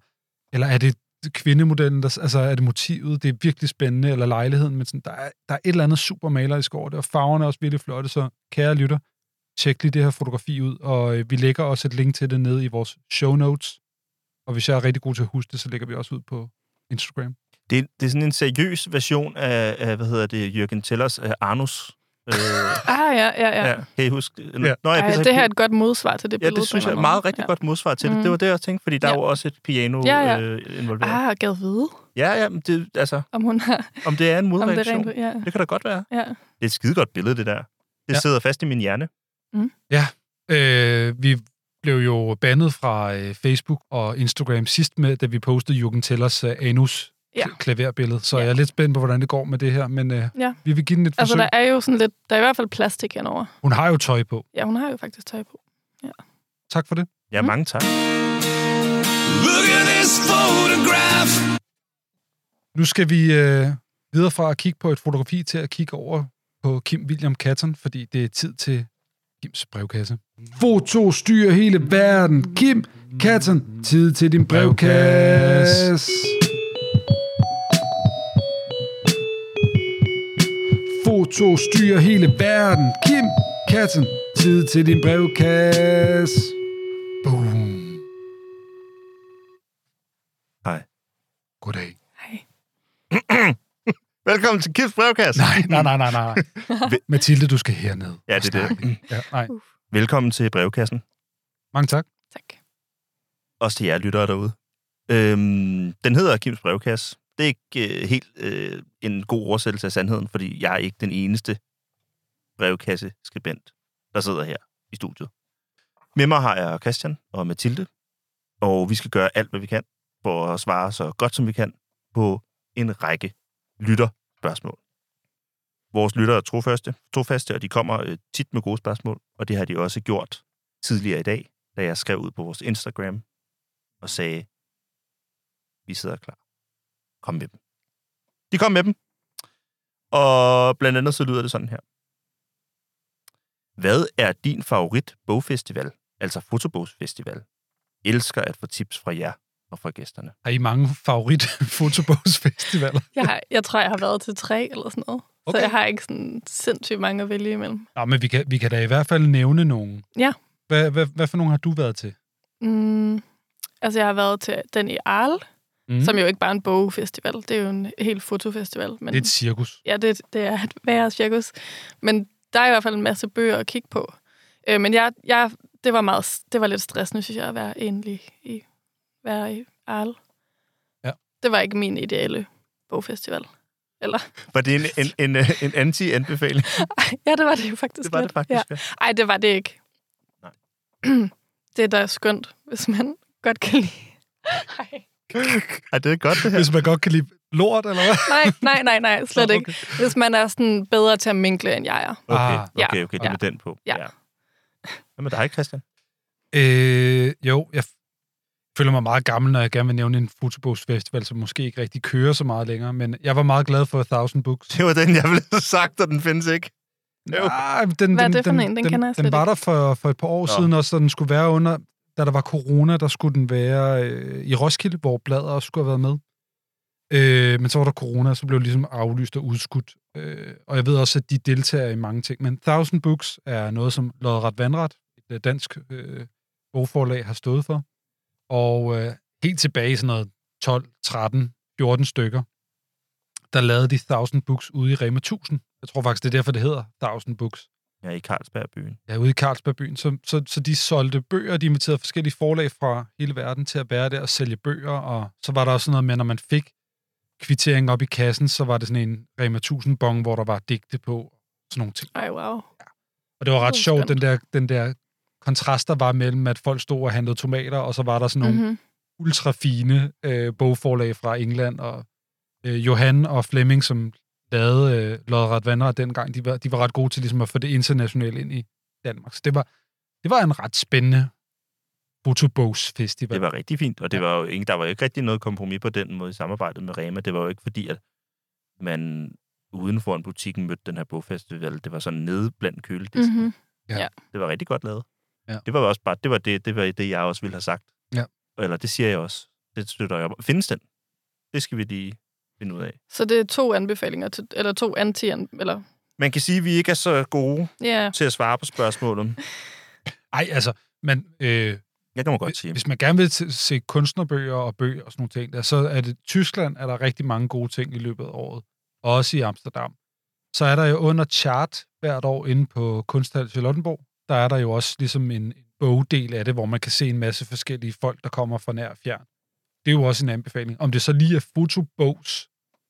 Speaker 2: eller er det kvindemodellen, der, s- altså er det motivet, det er virkelig spændende, eller lejligheden, men sådan, der, er, der er et eller andet super malerisk over det, og farverne er også virkelig flotte, så kære lytter, tjek lige det her fotografi ud, og øh, vi lægger også et link til det nede i vores show notes, og hvis jeg er rigtig god til at huske det, så lægger vi også ud på Instagram.
Speaker 3: Det, er- det er sådan en seriøs version af, af hvad hedder det, Jørgen Tellers øh, Arnus. Øh,
Speaker 1: Ah, ja, ja, ja.
Speaker 3: ja.
Speaker 1: ja.
Speaker 3: Kan I huske? Ja.
Speaker 1: Ej, det her er et godt modsvar til det
Speaker 3: Ja,
Speaker 1: billede.
Speaker 3: det synes
Speaker 1: på en
Speaker 3: jeg er
Speaker 1: eller anden
Speaker 3: meget rigtig
Speaker 1: måde.
Speaker 3: godt modsvar til mm.
Speaker 1: Mm.
Speaker 3: det. Det var det, jeg tænkte, fordi der
Speaker 1: Ja.
Speaker 3: er jo også et piano
Speaker 1: Ja, ja.
Speaker 3: Øh, involveret. Ah.
Speaker 1: ja. Ah, gad vide,
Speaker 3: Ja, ja, men det, altså,
Speaker 1: om hun har...
Speaker 3: om det er en
Speaker 1: Om det er
Speaker 3: modreaktion,
Speaker 1: rent...
Speaker 3: det,
Speaker 1: Ja,
Speaker 3: det kan da godt være.
Speaker 1: ja.
Speaker 3: Det er et skidegodt billede, det der. Det
Speaker 2: Ja.
Speaker 3: ja. sidder fast i min hjerne.
Speaker 2: Øh, vi blev jo bandet fra øh, Facebook og Instagram sidst med, da vi postede Jürgen Tellers øh, anus
Speaker 1: Ja.
Speaker 2: ja. klaverbillede, så
Speaker 1: Ja.
Speaker 2: ja. jeg er lidt spændt på, hvordan det går med det her, men øh,
Speaker 1: Ja.
Speaker 2: ja. vi vil give den et
Speaker 1: Altså,
Speaker 2: forsøg.
Speaker 1: der er jo sådan lidt... Der er i hvert fald plastik henover.
Speaker 2: Hun har jo tøj på.
Speaker 1: Ja, hun har jo faktisk tøj på.
Speaker 2: Tak for det.
Speaker 3: Ja,
Speaker 1: Mm.
Speaker 3: mange tak.
Speaker 2: Nu skal vi øh, videre fra at kigge på et fotografi til at kigge over på Kim William Catton, fordi det er tid til Kims brevkasse.
Speaker 9: Foto styrer hele verden. Kim Katten, tid til din brevkasse. Foto styrer hele verden. Kim Katten, tid til din brevkasse.
Speaker 2: Boom.
Speaker 3: Hej.
Speaker 2: Goddag.
Speaker 1: Hej.
Speaker 3: Velkommen til Kims brevkasse.
Speaker 2: Nej, nej, nej, nej, nej. Mathilde, du skal herned.
Speaker 3: Ja, det er det.
Speaker 2: Ja, nej.
Speaker 1: Uh.
Speaker 3: Velkommen til brevkassen.
Speaker 2: Mange tak.
Speaker 1: Tak.
Speaker 3: Også til jer lyttere derude. Øhm, den hedder Kims brevkasse. Det er ikke øh, helt øh, en god oversættelse af sandheden, fordi jeg er ikke den eneste brevkasseskribent, der sidder her i studiet. Med mig har jeg Christian og Mathilde, Og vi skal gøre alt, hvad vi kan for at svare så godt, som vi kan på en række lytterspørgsmål. Vores lyttere er trofaste, trofaste og de kommer øh, tit med gode spørgsmål, og det har de også gjort tidligere i dag, da jeg skrev ud på vores Instagram og sagde, vi sidder klar. Kom med dem. De kom med dem. Og blandt andet så lyder det sådan her. Hvad er din favorit bogfestival, altså fotobogsfestival? Elsker at få tips fra jer og fra gæsterne.
Speaker 2: Har I mange favorit fotobogsfestivaler?
Speaker 1: Jeg, har, jeg tror, jeg har været til tre eller sådan noget. Okay.
Speaker 2: Okay.
Speaker 1: Så jeg har ikke sådan sindssygt mange at vælge imellem.
Speaker 2: Nå, men vi kan, vi kan da i hvert fald nævne nogen.
Speaker 1: Ja.
Speaker 2: Hvad, hvad, hvad for nogen har du været til?
Speaker 1: Mm, altså, jeg har været til den i Arles,
Speaker 2: Mm.
Speaker 1: mm. som jo ikke bare er en bogfestival. Det er jo en helt fotofestival. Men
Speaker 2: Det er et cirkus.
Speaker 1: Ja, det, det er et værre cirkus. Men der er i hvert fald en masse bøger at kigge på. Øh, men jeg, jeg, det, var meget, det var lidt stressende, synes jeg, at være endelig i, være i Arle.
Speaker 2: Ja.
Speaker 1: Det var ikke min ideale bogfestival. Eller,
Speaker 3: Var det en, en, en, øh, en anti-anbefaling?
Speaker 1: ja, det var det jo faktisk
Speaker 3: Det var
Speaker 1: lidt.
Speaker 3: det faktisk. Ja.
Speaker 1: Ja. Ej, det var det ikke.
Speaker 3: Nej.
Speaker 1: det er da skønt, hvis man godt kan lide. Ej.
Speaker 3: Ej, det er godt, det her.
Speaker 2: Hvis man godt kan lide lort, eller hvad?
Speaker 1: Nej, nej, nej, nej, slet
Speaker 2: Nå,
Speaker 1: ikke. Hvis man er sådan bedre til at minkle, end jeg er.
Speaker 3: Okay,
Speaker 2: Ah.
Speaker 3: okay,
Speaker 1: Ja.
Speaker 3: okay, okay det er med den på.
Speaker 1: Ja.
Speaker 3: Hvad med dig, Christian?
Speaker 2: Øh, jo, jeg f- føler mig meget gammel, når jeg gerne vil nævne en fotobogsfestival, som måske ikke rigtig kører så meget længere, men jeg var meget glad for Thousand Books.
Speaker 3: Det var den, jeg ville have sagt, og den findes ikke. Jo.
Speaker 2: Nej, men den,
Speaker 1: Hvad er
Speaker 2: den,
Speaker 1: det for
Speaker 2: den,
Speaker 1: en? Den kender jeg
Speaker 2: den
Speaker 1: slet
Speaker 2: var
Speaker 1: ikke.
Speaker 2: der for, for et par år
Speaker 3: Nå.
Speaker 2: siden også, så den skulle være under, da der var corona, der skulle den være øh, i Roskilde, hvor blader også skulle have været med. Øh, men så var der corona, så blev det ligesom aflyst og udskudt. Øh, og jeg ved også, at de deltager i mange ting. Men Thousand Books er noget, som Lodret Vandret, et øh, dansk øh, bogforlag, har stået for. Og øh, helt tilbage i sådan noget 12, 13, 14 stykker, der lavede de Thousand Books ude i Rema 1000. Jeg tror faktisk, det er derfor, det hedder Thousand Books
Speaker 3: Ja, i Carlsbergbyen.
Speaker 2: ja, ude i Carlsbergbyen. Så, så, så de solgte bøger, de inviterede forskellige forlag fra hele verden til at være der og sælge bøger, og så var der også sådan noget med, at når man fik kvitteringen op i kassen, så var det sådan en Rema 1000 bong, hvor der var digte på, sådan nogle ting.
Speaker 1: Ej, wow.
Speaker 2: Og det var ret
Speaker 1: Det er
Speaker 2: sjovt, den
Speaker 1: skønt.
Speaker 2: der, den der kontrast, der var mellem, at folk stod og handlede tomater, og så var der sådan nogle
Speaker 1: Mm-hmm.
Speaker 2: ultrafine øh, bogforlag fra England, og øh, Johan og Flemming, som lavede øh, Lodret Vandre dengang, de var, de var ret gode til ligesom at få det internationale ind i Danmark. Så det var, det var en ret spændende fotobogsfestival.
Speaker 3: Det var rigtig fint, og det var jo ikke, der var jo ikke rigtig noget kompromis på den måde i samarbejdet med Rema. Det var jo ikke fordi, at man uden for en butikken mødte den her bogfestival. Det var sådan nede blandt køledisken.
Speaker 1: Mm-hmm.
Speaker 3: Mm-hmm. Det var rigtig godt lavet.
Speaker 2: Mhm. Ja.
Speaker 3: Det var jo også bare, det var det, det var det, jeg også ville have sagt.
Speaker 2: Ja.
Speaker 3: Eller det siger jeg også. Det støtter jeg op. Findes den? Det skal vi lige finde ud af.
Speaker 1: Så det er to anbefalinger, til, eller to anti eller
Speaker 3: Man kan sige, at vi ikke er så gode
Speaker 1: ja,
Speaker 3: til at svare på spørgsmålet.
Speaker 2: Ej, altså, men øh,
Speaker 3: Ja, det må jeg godt sige.
Speaker 2: hvis man gerne vil se- se kunstnerbøger og bøger og sådan nogle ting, der, så er det Tyskland, er der rigtig mange gode ting i løbet af året. Også i Amsterdam. Så er der jo under chart hvert år inde på Kunsthal Charlottenborg, der er der jo også ligesom en bogdel af det, hvor man kan se en masse forskellige folk, der kommer fra nær og fjern. Det er jo også en anbefaling. Om det så lige er fotobogs,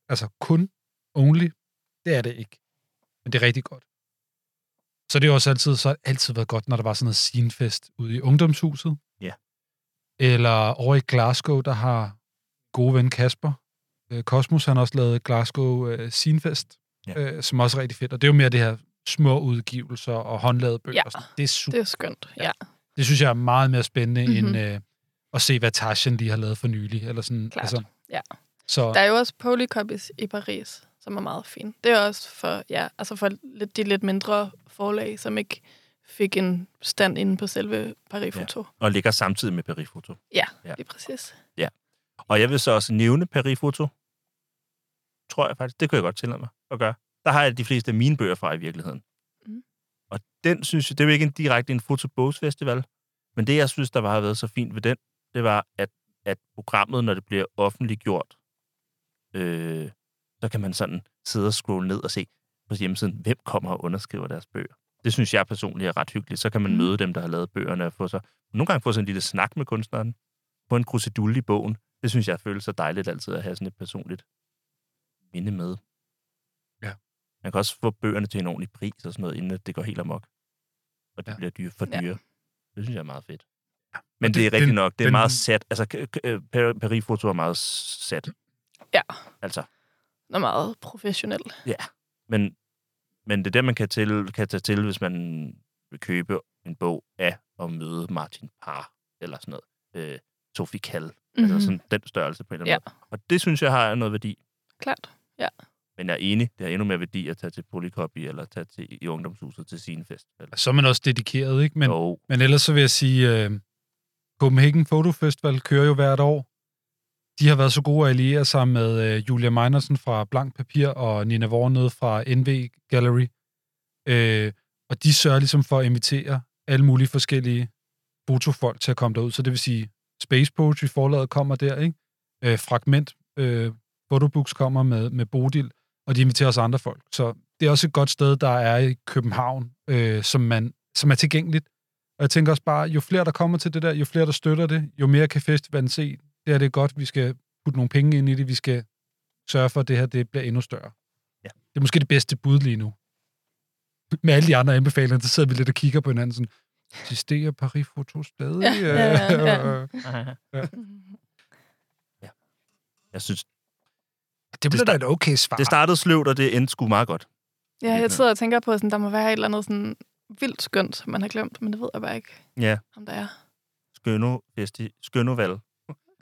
Speaker 2: altså kun, only, det er det ikke. Men det er rigtig godt. Så det er også altid, så har det altid været godt, når der var sådan noget scenefest ude i ungdomshuset.
Speaker 3: Ja.
Speaker 2: Eller over i Glasgow, der har gode ven Kasper. øh, Cosmos, han har også lavet Glasgow øh, Scenefest,
Speaker 3: Ja.
Speaker 2: øh, som også er rigtig fedt. Og det er jo mere det her små udgivelser og håndlavede bøger.
Speaker 1: Ja.
Speaker 2: Og sådan. Det er super
Speaker 1: det er skønt. Ja.
Speaker 2: det synes jeg er meget mere spændende mm-hmm.
Speaker 1: Mhm.
Speaker 2: end øh, at se, hvad Tarzan lige har lavet for nylig. Eller sådan, altså.
Speaker 1: Klart, ja.
Speaker 2: Så
Speaker 1: Der er jo også Polycopies i Paris, som er meget fin. Det er også for, ja, altså for lidt, de lidt mindre forlag, som ikke fik en stand inde på selve Paris-foto. Ja.
Speaker 3: Og ligger samtidig med Perifoto. Ja.
Speaker 1: ja, lige præcis.
Speaker 3: Og jeg vil så også nævne Perifoto. Tror jeg faktisk. Det kunne jeg godt tillade mig at gøre. Der har jeg de fleste af mine bøger fra i virkeligheden. Mm.
Speaker 1: Mm.
Speaker 3: Og den synes jeg, det er jo ikke en direkte en fotobogsfestival, men det jeg synes, der har været så fint ved den, det var, at, at programmet, når det bliver offentliggjort, øh, så kan man sådan sidde og scrolle ned og se på hjemmesiden, hvem kommer og underskriver deres bøger. Det synes jeg personligt er ret hyggeligt. Så kan
Speaker 2: Mm.
Speaker 3: man møde dem, der har lavet bøgerne, og få så, nogle gange få sådan en lille snak med kunstneren, få en krusedulle i bogen, det synes jeg føles så dejligt altid at have sådan et personligt minde med.
Speaker 2: Ja.
Speaker 3: Man kan også få bøgerne til en ordentlig pris og sådan noget, inden at det går helt amok. Og det
Speaker 2: Ja.
Speaker 3: ja. bliver dyre for
Speaker 1: Ja.
Speaker 3: dyre. Det synes jeg er meget fedt. Men
Speaker 2: Og
Speaker 3: det, det er
Speaker 2: det-
Speaker 3: rigtigt
Speaker 2: den-
Speaker 3: nok. Det er
Speaker 2: den-
Speaker 3: meget sat. Altså, k- k- øh, Par- Paris-foto er meget sat.
Speaker 1: Ja.
Speaker 3: Altså,
Speaker 1: Den er meget professionel.
Speaker 3: men, men det er det, man kan, til, kan tage til, hvis man vil købe en bog af at møde Martin Parr, eller sådan noget. Øh, Sophie Kall. Mm-hmm.
Speaker 1: Mm-hmm.
Speaker 2: Mhm.
Speaker 3: Altså sådan den størrelse på en eller anden
Speaker 1: Ja.
Speaker 3: måde. Og det synes jeg har noget værdi.
Speaker 1: Klart.
Speaker 3: Men jeg er enig, det har endnu mere værdi at tage til Polycopy, eller tage til i ungdomshuset til sin fest. Eller,
Speaker 2: Så er man også dedikeret, ikke? Men,
Speaker 3: Jo,
Speaker 2: men ellers så vil jeg sige, øh, Copenhagen Photo Festival kører jo hvert år. De har været så gode at alliere sig med øh, Julia Meinersen fra Blank Papir og Nina Vornede fra NV Gallery. Øh, og de sørger ligesom for at invitere alle mulige forskellige fotofolk til at komme derud. Så det vil sige, Space Poetry forlaget kommer der, ikke? Øh, Fragment øh, Photobooks kommer med, med Bodil, og de inviterer også andre folk. Så det er også et godt sted, der er i København, øh, som, man, som er tilgængeligt. Og jeg tænker også bare, jo flere der kommer til det der, jo flere der støtter det, jo mere kan festivalen se, det her det er godt, vi skal putte nogle penge ind i det, vi skal sørge for, at det her det bliver endnu større.
Speaker 3: Ja.
Speaker 2: Det er måske det bedste bud lige nu. Med alle de andre anbefalinger, så sidder vi lidt og kigger på hinanden sådan, eksisterer Paris Foto stadig?
Speaker 1: Ja, ja, ja,
Speaker 2: Øh,
Speaker 1: Mm-hmm.
Speaker 3: jeg synes,
Speaker 2: Det blev da et okay svar.
Speaker 3: det startede sløvt, og det endte sgu meget godt.
Speaker 1: Ja, jeg sidder og tænker på, at der må være et eller andet sådan vildt skønt, som man har glemt, men det ved jeg bare ikke,
Speaker 3: Ja,
Speaker 1: om der er.
Speaker 3: Skønno Festi, Skønnoval.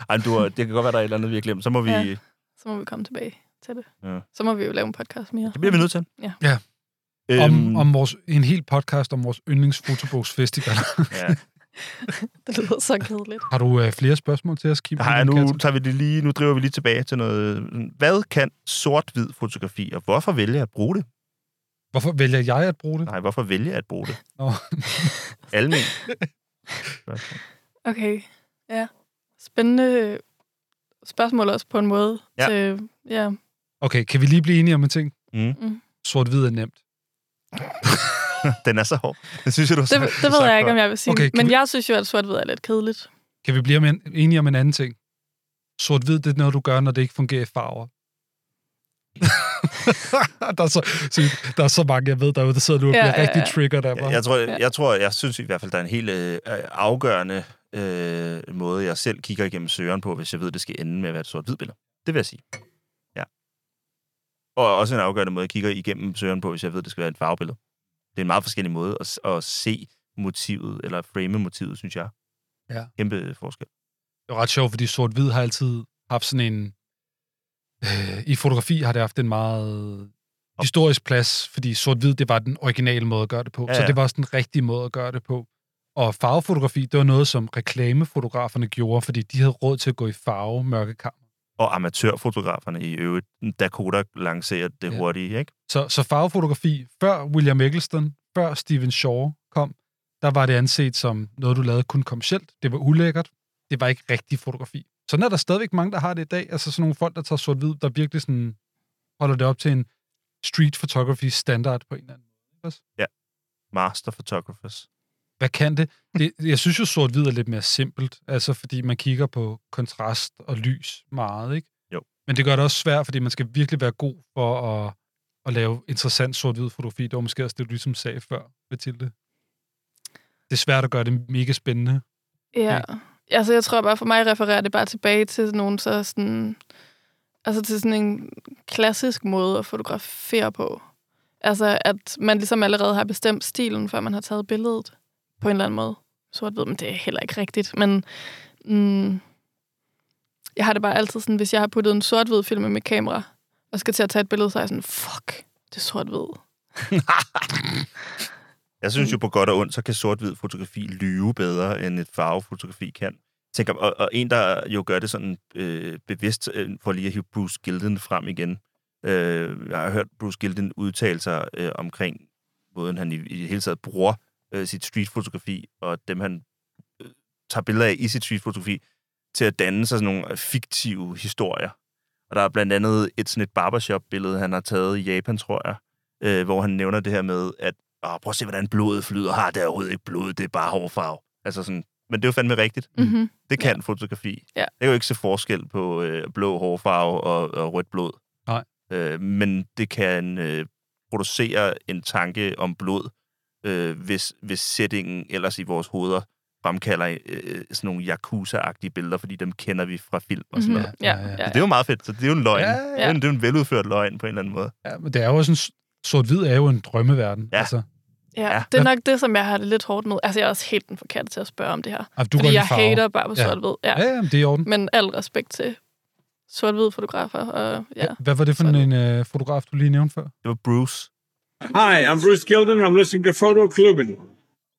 Speaker 3: Ej, men du, har- det kan godt være, der er et eller andet, vi har glemt. Så må vi...
Speaker 1: Ja.
Speaker 3: Ja.
Speaker 1: Så må vi komme tilbage til det.
Speaker 3: Ja.
Speaker 1: Så må vi jo lave en podcast mere.
Speaker 3: Det bliver vi nødt til.
Speaker 1: Ja.
Speaker 2: Ja.
Speaker 3: Øhm,
Speaker 2: om, om vores, en hel podcast om vores yndlingsfotobogsfestival.
Speaker 3: Ja.
Speaker 1: Det lyder så kedeligt.
Speaker 2: Har du øh, flere spørgsmål til os, Kim?
Speaker 3: Der er,
Speaker 2: Inden
Speaker 3: nu,
Speaker 2: kassen?
Speaker 3: tager vi det lige, nu driver vi lige tilbage til noget... øh, Hvad kan sort-hvid fotografi, og hvorfor vælge at bruge det?
Speaker 2: Hvorfor vælger jeg at bruge det?
Speaker 3: Nej, hvorfor vælge at bruge det?
Speaker 2: Nå.
Speaker 3: Almen.
Speaker 1: Okay, ja. Spændende spørgsmål også på en måde.
Speaker 3: Ja.
Speaker 1: Til, ja.
Speaker 2: Okay, kan vi lige blive enige om en ting?
Speaker 3: Mm.
Speaker 1: Mm.
Speaker 2: Sort-hvid er nemt.
Speaker 3: Den er så hård. Den synes jeg, du har
Speaker 1: Det,
Speaker 3: sagt-
Speaker 1: det ved
Speaker 3: sagt
Speaker 1: jeg ikke,
Speaker 3: før.
Speaker 1: om jeg vil sige.
Speaker 2: Okay,
Speaker 1: Okay,
Speaker 2: kan
Speaker 1: men
Speaker 2: vi-
Speaker 1: vi... jeg synes jo, at sort-hvid er lidt kedeligt.
Speaker 2: Kan vi blive om en, enige om en anden ting? Sort-hvid, det er noget, du gør, når det ikke fungerer i farver. der, er så, så, der er så mange, jeg ved derude, der sidder nu og
Speaker 1: Ja,
Speaker 2: bliver
Speaker 1: ja,
Speaker 2: rigtig
Speaker 1: ja.
Speaker 2: trigger der.
Speaker 3: Jeg,
Speaker 2: Ja,
Speaker 3: jeg, tror,
Speaker 1: Ja.
Speaker 3: jeg, jeg tror, jeg synes i hvert fald, der er en helt øh, afgørende øh, måde, jeg selv kigger igennem søgeren på, hvis jeg ved, det skal ende med at være et sort-hvid billede. Det vil jeg sige. Ja. Og også en afgørende måde, jeg kigger igennem søgeren på, hvis jeg ved, det skal være et farvebillede. Det er en meget forskellig måde at, s- at se motivet, eller frame motivet, synes jeg.
Speaker 2: Ja.
Speaker 3: Kæmpe forskel.
Speaker 2: Det er ret sjovt, fordi sort-hvid har altid haft sådan en... Øh, I fotografi har det haft en meget historisk plads, fordi sort-hvid, det var den originale måde at gøre det på.
Speaker 3: Ja,
Speaker 2: Ja, ja. Så
Speaker 3: ja.
Speaker 2: det var også den rigtige måde at gøre det på. Og farvefotografi, det var noget, som reklamefotograferne gjorde, fordi de havde råd til at gå i farve, mørkekammer.
Speaker 3: Og amatørfotograferne i øvrigt, Dakota lancerer det
Speaker 2: Ja.
Speaker 3: ja. hurtigt, ikke?
Speaker 2: Så, så farvefotografi, før William Eggleston, før Stephen Shaw kom, der var det anset som noget, du lavede kun kommercielt. Det var ulækkert. Det var ikke rigtig fotografi. Sådan er der stadigvæk mange, der har det i dag. Altså sådan nogle folk, der tager sort-hvid, der virkelig sådan holder det op til en street photography standard på en eller anden
Speaker 3: Master photographers.
Speaker 2: hvad kan det? det jeg synes jo, sort-hvid er lidt mere simpelt, altså fordi man kigger på kontrast og lys meget, ikke?
Speaker 3: Jo.
Speaker 2: Men det gør det også svært, fordi man skal virkelig være god for at, at lave interessant sort-hvid fotografi. Det var måske også det, du ligesom sagde før, Mathilde. Det er svært at gøre det mega spændende.
Speaker 1: Ja. Altså, jeg tror bare, for mig refererer det bare tilbage til nogen så sådan... Altså til sådan en klassisk måde at fotografere på. Altså, at man ligesom allerede har bestemt stilen, før man har taget billedet på en eller anden måde. Sort-hvid, men det er heller ikke rigtigt. Men mm, jeg har det bare altid sådan, hvis jeg har puttet en sort-hvid film i mit kamera, og skal til at tage et billede, så er jeg sådan, fuck, det er sort-hvid.
Speaker 3: Jeg synes jo på godt og ondt, så kan sort-hvid fotografi lyve bedre, end et farvefotografi kan. Tænker, og, og en, der jo gør det sådan øh, bevidst, øh, for lige at hive Bruce Gilden frem igen. Øh, jeg har hørt Bruce Gilden udtale sig øh, omkring, måden han i, i det hele taget bruger øh, sit streetfotografi, og dem han øh, tager billeder af i sit streetfotografi, til at danne sig sådan nogle øh, fiktive historier. Og der er blandt andet et sådan et barbershop-billede, han har taget i Japan, tror jeg, øh, hvor han nævner det her med, at Åh, prøv at se, hvordan blodet flyder. Har det er overhovedet ikke blod, det er bare hårfarve. Altså sådan, men det er jo fandme rigtigt.
Speaker 1: Mm-hmm.
Speaker 3: Det kan ja. fotografi.
Speaker 1: Ja.
Speaker 3: Det er jo ikke se forskel på øh, blå hårfarve og, og rødt blod.
Speaker 2: Nej.
Speaker 3: Øh, men det kan øh, producere en tanke om blod, øh, hvis, hvis settingen ellers i vores hoveder fremkalder øh, sådan nogle Yakuza-agtige billeder, fordi dem kender vi fra film og sådan
Speaker 1: Mhm.
Speaker 3: noget.
Speaker 1: Ja,
Speaker 2: ja, ja.
Speaker 1: ja,
Speaker 3: Så det er jo meget fedt, så det er jo en løgn.
Speaker 2: Ja, ja.
Speaker 3: Ja, ja. Det, er jo en, det er jo en veludført løgn på en eller anden måde.
Speaker 2: Ja, men det er jo sådan, sort-hvid er jo en drømmeverden.
Speaker 3: Ja.
Speaker 2: Altså,
Speaker 1: ja.
Speaker 3: Ja.
Speaker 1: Det er nok det, som jeg har det lidt hårdt med. Altså, jeg er også helt den forkerte til at spørge om det her.
Speaker 2: altså du går
Speaker 1: fordi
Speaker 2: ind i
Speaker 1: jeg
Speaker 2: farver.
Speaker 1: hater bare på
Speaker 2: Ja.
Speaker 1: sort-hvid. Ja.
Speaker 2: Ja, ja, men det er i orden.
Speaker 1: Men al respekt til sort-hvid fotografer. Og, ja.
Speaker 2: Hvad var det for
Speaker 1: Sådan.
Speaker 2: en øh, fotograf, du lige nævnte før?
Speaker 3: Det var Bruce.
Speaker 10: Hi, I'm Bruce Gilden. I'm listening to Photo Clubin.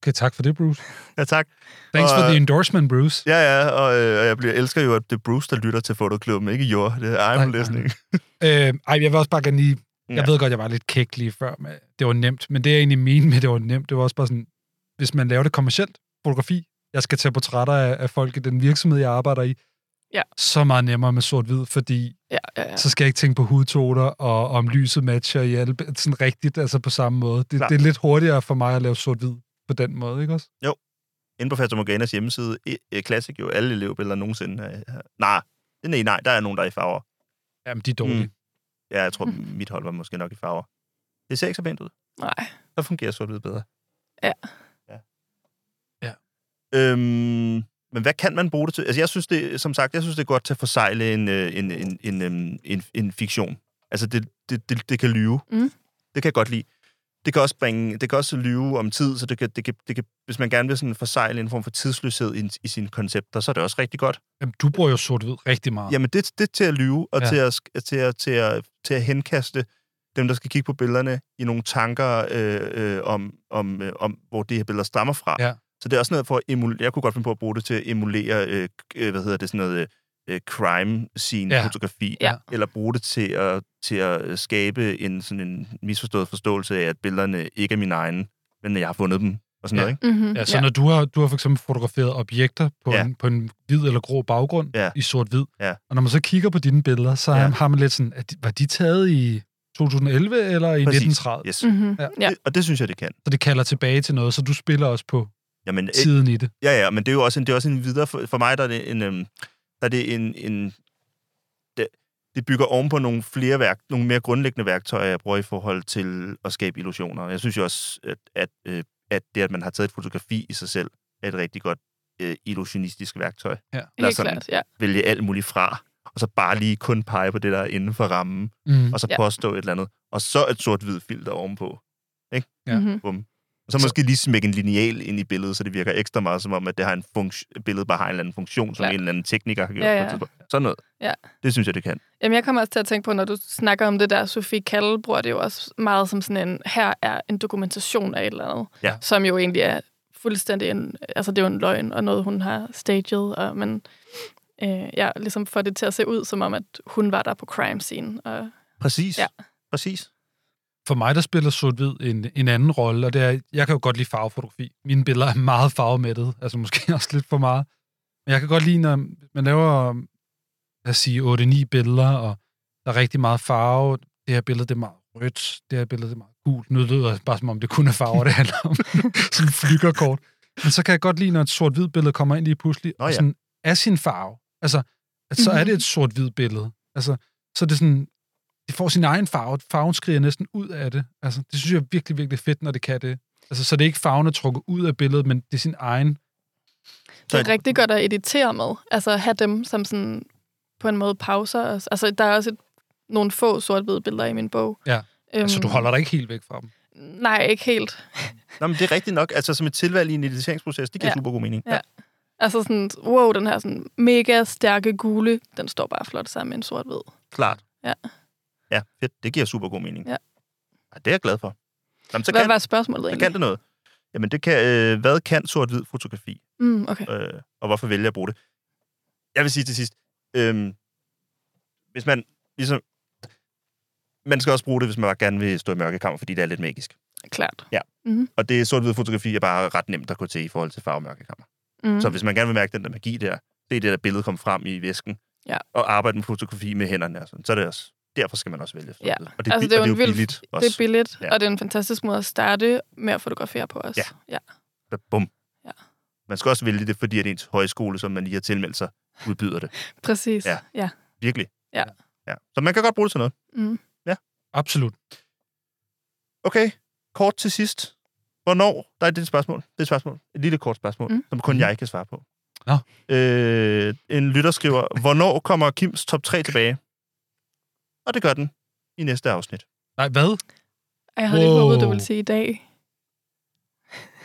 Speaker 2: Okay, tak for det, Bruce.
Speaker 3: Ja, tak.
Speaker 2: Thanks
Speaker 3: Og,
Speaker 2: for the
Speaker 3: øh,
Speaker 2: endorsement, Bruce.
Speaker 3: Ja, ja, og, øh, og jeg bliver, elsker jo, at det er Bruce, der lytter til Fotoklubben, ikke Jor. Det er
Speaker 2: Nej,
Speaker 3: I'm
Speaker 2: nej.
Speaker 3: listening.
Speaker 2: Øh, ej, jeg vil også bare gerne lige... Jeg
Speaker 3: Ja.
Speaker 2: ved godt, jeg var lidt kæk lige før, men det var nemt. Men det, jeg egentlig mente med, det var nemt, det var også bare sådan, hvis man laver det kommercielt, fotografi, jeg skal tage portrætter af, af folk i den virksomhed, jeg arbejder i,
Speaker 1: Ja.
Speaker 2: så meget nemmere med sort-hvid, fordi
Speaker 1: Ja, ja, ja.
Speaker 2: så skal jeg ikke tænke på hudtoner og om lyset matcher i alle, sådan rigtigt, altså på samme måde. Det,
Speaker 3: Klart.
Speaker 2: det er lidt hurtigere for mig at lave sort-hvid på den måde, ikke også?
Speaker 3: Inde på Fata Morganas hjemmeside, e- e- Classic jo alle elevbilleder nogensinde. Er, er, nej, nej, nej, der er nogen, der er i farver.
Speaker 2: Jamen, de er dårlige.
Speaker 3: Ja, jeg tror, mit hold var måske nok i farver. Det ser ikke så pænt ud.
Speaker 1: Nej.
Speaker 3: Der fungerer sort bedre.
Speaker 1: Ja.
Speaker 3: ja.
Speaker 2: Ja.
Speaker 3: Øhm, men hvad kan man bruge det til? Altså, jeg synes det, som sagt, jeg synes det er godt til at forsegle en, øh, en, en, en, øhm, en, en fiktion. Altså, det, det, det, det kan lyve.
Speaker 1: Mm.
Speaker 3: Det kan jeg godt lide. Det kan også bringe, det kan også lyve om tid, så det kan, det kan, det kan, hvis man gerne vil sådan forsegle en form for tidsløshed i, i sine koncepter, så er det også rigtig godt.
Speaker 2: Jamen, du bruger jo sort-hvid rigtig meget.
Speaker 3: Jamen, det, det er til at lyve, og
Speaker 2: Ja.
Speaker 3: ja. til, at, sk- til, at, til, at, til at henkaste dem, der skal kigge på billederne, i nogle tanker øh, øh, om, om, øh, om, hvor de her billeder stammer fra.
Speaker 2: Ja.
Speaker 3: Så det er også noget for at emulere. Jeg kunne godt finde på at bruge det til at emulere, øh, k- øh, hvad hedder det, sådan noget øh, crime scene
Speaker 2: Ja.
Speaker 3: fotografi.
Speaker 1: Ja.
Speaker 3: Eller bruge det til at, til at skabe en, sådan en misforstået forståelse af, at billederne ikke er mine egne, men jeg har fundet dem og sådan
Speaker 2: Ja.
Speaker 3: noget, ikke?
Speaker 1: Mm-hmm.
Speaker 2: Ja, så ja. Altså, når du har, du har for eksempel fotograferet objekter på, ja.
Speaker 3: Ja.
Speaker 2: en, på en hvid eller grå baggrund ja.
Speaker 3: Ja.
Speaker 2: i sort-hvid,
Speaker 3: Ja.
Speaker 2: og når man så kigger på dine billeder, så ja.
Speaker 3: Ja.
Speaker 2: har man lidt sådan, at, var de taget i 2011 eller i
Speaker 3: Præcis.
Speaker 2: 1930?
Speaker 3: Yes.
Speaker 1: Mm-hmm.
Speaker 2: Ja.
Speaker 1: Ja. ja.
Speaker 3: Det, og det synes jeg, det kan.
Speaker 2: Så det kalder tilbage til noget, så du spiller også på
Speaker 3: Jamen, øh,
Speaker 2: tiden i det.
Speaker 3: Ja, ja, men det er jo også en, det er også en videre... For, for mig der er det en... Øhm, der er det en, en det, det bygger oven på nogle flere værk, nogle mere grundlæggende værktøjer, jeg bruger i forhold til at skabe illusioner. Jeg synes jo også, at, at, øh, at det, at man har taget et fotografi i sig selv, er et rigtig godt øh, illusionistisk værktøj. Eller
Speaker 1: Helt
Speaker 3: sådan.
Speaker 1: klart, ja.
Speaker 3: Vælge alt muligt fra, og så bare lige kun pege på det, der er inden for rammen,
Speaker 2: Mm.
Speaker 3: og så
Speaker 1: Ja.
Speaker 3: påstå et eller andet, og så et sort-hvid filter ovenpå.
Speaker 2: Ja.
Speaker 1: Mm-hmm.
Speaker 3: Og så måske lige smække en lineal ind i billedet, så det virker ekstra meget som om, at det har en funktio- billedet bare har en eller anden funktion, som
Speaker 1: Klart.
Speaker 3: en eller anden tekniker har gjort
Speaker 1: Ja,
Speaker 3: ja, ja. på
Speaker 1: ja.
Speaker 3: et tidspunkt. Sådan noget.
Speaker 1: Ja.
Speaker 3: Det synes jeg, det kan.
Speaker 1: Jamen, jeg kommer også til at tænke på, når du snakker om det der, Sofie Kalle bruger det jo også meget som sådan en, her er en dokumentation af et eller andet,
Speaker 3: Ja.
Speaker 1: som jo egentlig er fuldstændig en, altså det er jo en løgn, og noget, hun har staged, og man øh, ja, ligesom får det til at se ud, som om, at hun var der på crime scene, og
Speaker 3: Præcis.
Speaker 1: Ja.
Speaker 3: Præcis.
Speaker 2: For mig, der spiller sort-hvid en, en anden rolle, og det er, jeg kan jo godt lide farvefotografi. Mine billeder er meget farvemættede, altså måske også lidt for meget. Men jeg kan godt lide, når man laver, lad os sige, 8-9 billeder, og der er rigtig meget farve. Det her billede, det er meget rødt. Det her billede, det er meget gult. Nu lyder det bare, som om det kun er farver, det handler om. sådan flykkerkort. Men så kan jeg godt lide, når et sort-hvid billede kommer ind lige pludselig,
Speaker 3: Nå
Speaker 2: og
Speaker 3: ja.
Speaker 2: sådan er sin farve. Altså, at så er det et sort-hvid billede. Altså, så er det sådan, det får sin egen farve. Farven skriger næsten ud af det. Altså, det synes jeg er virkelig, virkelig fedt, når det kan det. Altså, så det er ikke farven er trukket ud af billedet, men det er sin egen...
Speaker 1: det er rigtig godt at editere med, altså have dem som sådan på en måde pauser, og, altså der er også et, nogle få sort-hvide billeder i min bog.
Speaker 2: Ja.
Speaker 1: Øhm,
Speaker 2: Altså, du holder dig ikke helt væk fra dem.
Speaker 1: Nej, ikke helt.
Speaker 3: Nå, men det er rigtigt nok. Altså, som et tilvalg i en editeringsproces, det giver
Speaker 1: Ja.
Speaker 3: ja. super god mening.
Speaker 1: Ja. Altså sådan, wow, den her sådan mega stærke gule, den står bare flot sammen med en sort-hvid.
Speaker 3: Klart.
Speaker 1: Ja.
Speaker 3: Ja, fedt. Det giver super god mening.
Speaker 1: Ja.
Speaker 3: Ej, det er jeg glad for. Jamen, så
Speaker 1: Hvad
Speaker 3: kan,
Speaker 1: var spørgsmålet
Speaker 3: så
Speaker 1: egentlig?
Speaker 3: kan det noget. Jamen, det kan, øh, hvad kan sort-hvid fotografi?
Speaker 1: Mm, okay.
Speaker 3: øh, og hvorfor vælge at bruge det. Jeg vil sige til sidst, øh, hvis man ligesom, man skal også bruge det, hvis man bare gerne vil stå i mørkekammer, fordi det er lidt magisk.
Speaker 1: Klart.
Speaker 3: Og det sort-hvid fotografi er bare ret nemt at gå til i forhold til farvemørkekammer.
Speaker 1: Mm.
Speaker 3: Mm. Så hvis man gerne vil mærke den der magi der, det er det, der billede kom frem i væsken,
Speaker 1: Ja.
Speaker 3: og arbejde med fotografi med hænderne og sådan, så er det også, derfor skal man også vælge sort-hvid.
Speaker 1: Ja.
Speaker 3: Og det, er
Speaker 1: Altså,
Speaker 3: bi-
Speaker 1: det er jo
Speaker 3: og
Speaker 1: en vild-
Speaker 3: billigt også.
Speaker 1: det er billigt,
Speaker 3: Ja.
Speaker 1: ja. og det er en fantastisk måde at starte med at fotografere på os.
Speaker 3: Ja.
Speaker 1: ja.
Speaker 3: Så Bum.
Speaker 1: Ja.
Speaker 3: Man skal også vælge det, fordi at ens højskole, som man lige har tilmeldt sig, udbyder det.
Speaker 1: Præcis.
Speaker 3: Ja.
Speaker 1: ja.
Speaker 3: Virkelig.
Speaker 1: Ja.
Speaker 3: ja. Så man kan godt bruge det til noget.
Speaker 1: Mm.
Speaker 2: Absolut.
Speaker 3: Okay, kort til sidst. Hvornår? Nej, det er et spørgsmål. Det er et spørgsmål. Et lille kort spørgsmål, mm. som kun jeg kan svare på.
Speaker 2: Nå.
Speaker 3: Øh, en lytter skriver, hvornår kommer Kims top 3 tilbage? Og det gør den i næste afsnit.
Speaker 2: Nej, hvad?
Speaker 1: Og jeg havde wow. ikke
Speaker 2: Wow.
Speaker 1: håbet, du ville sige i dag.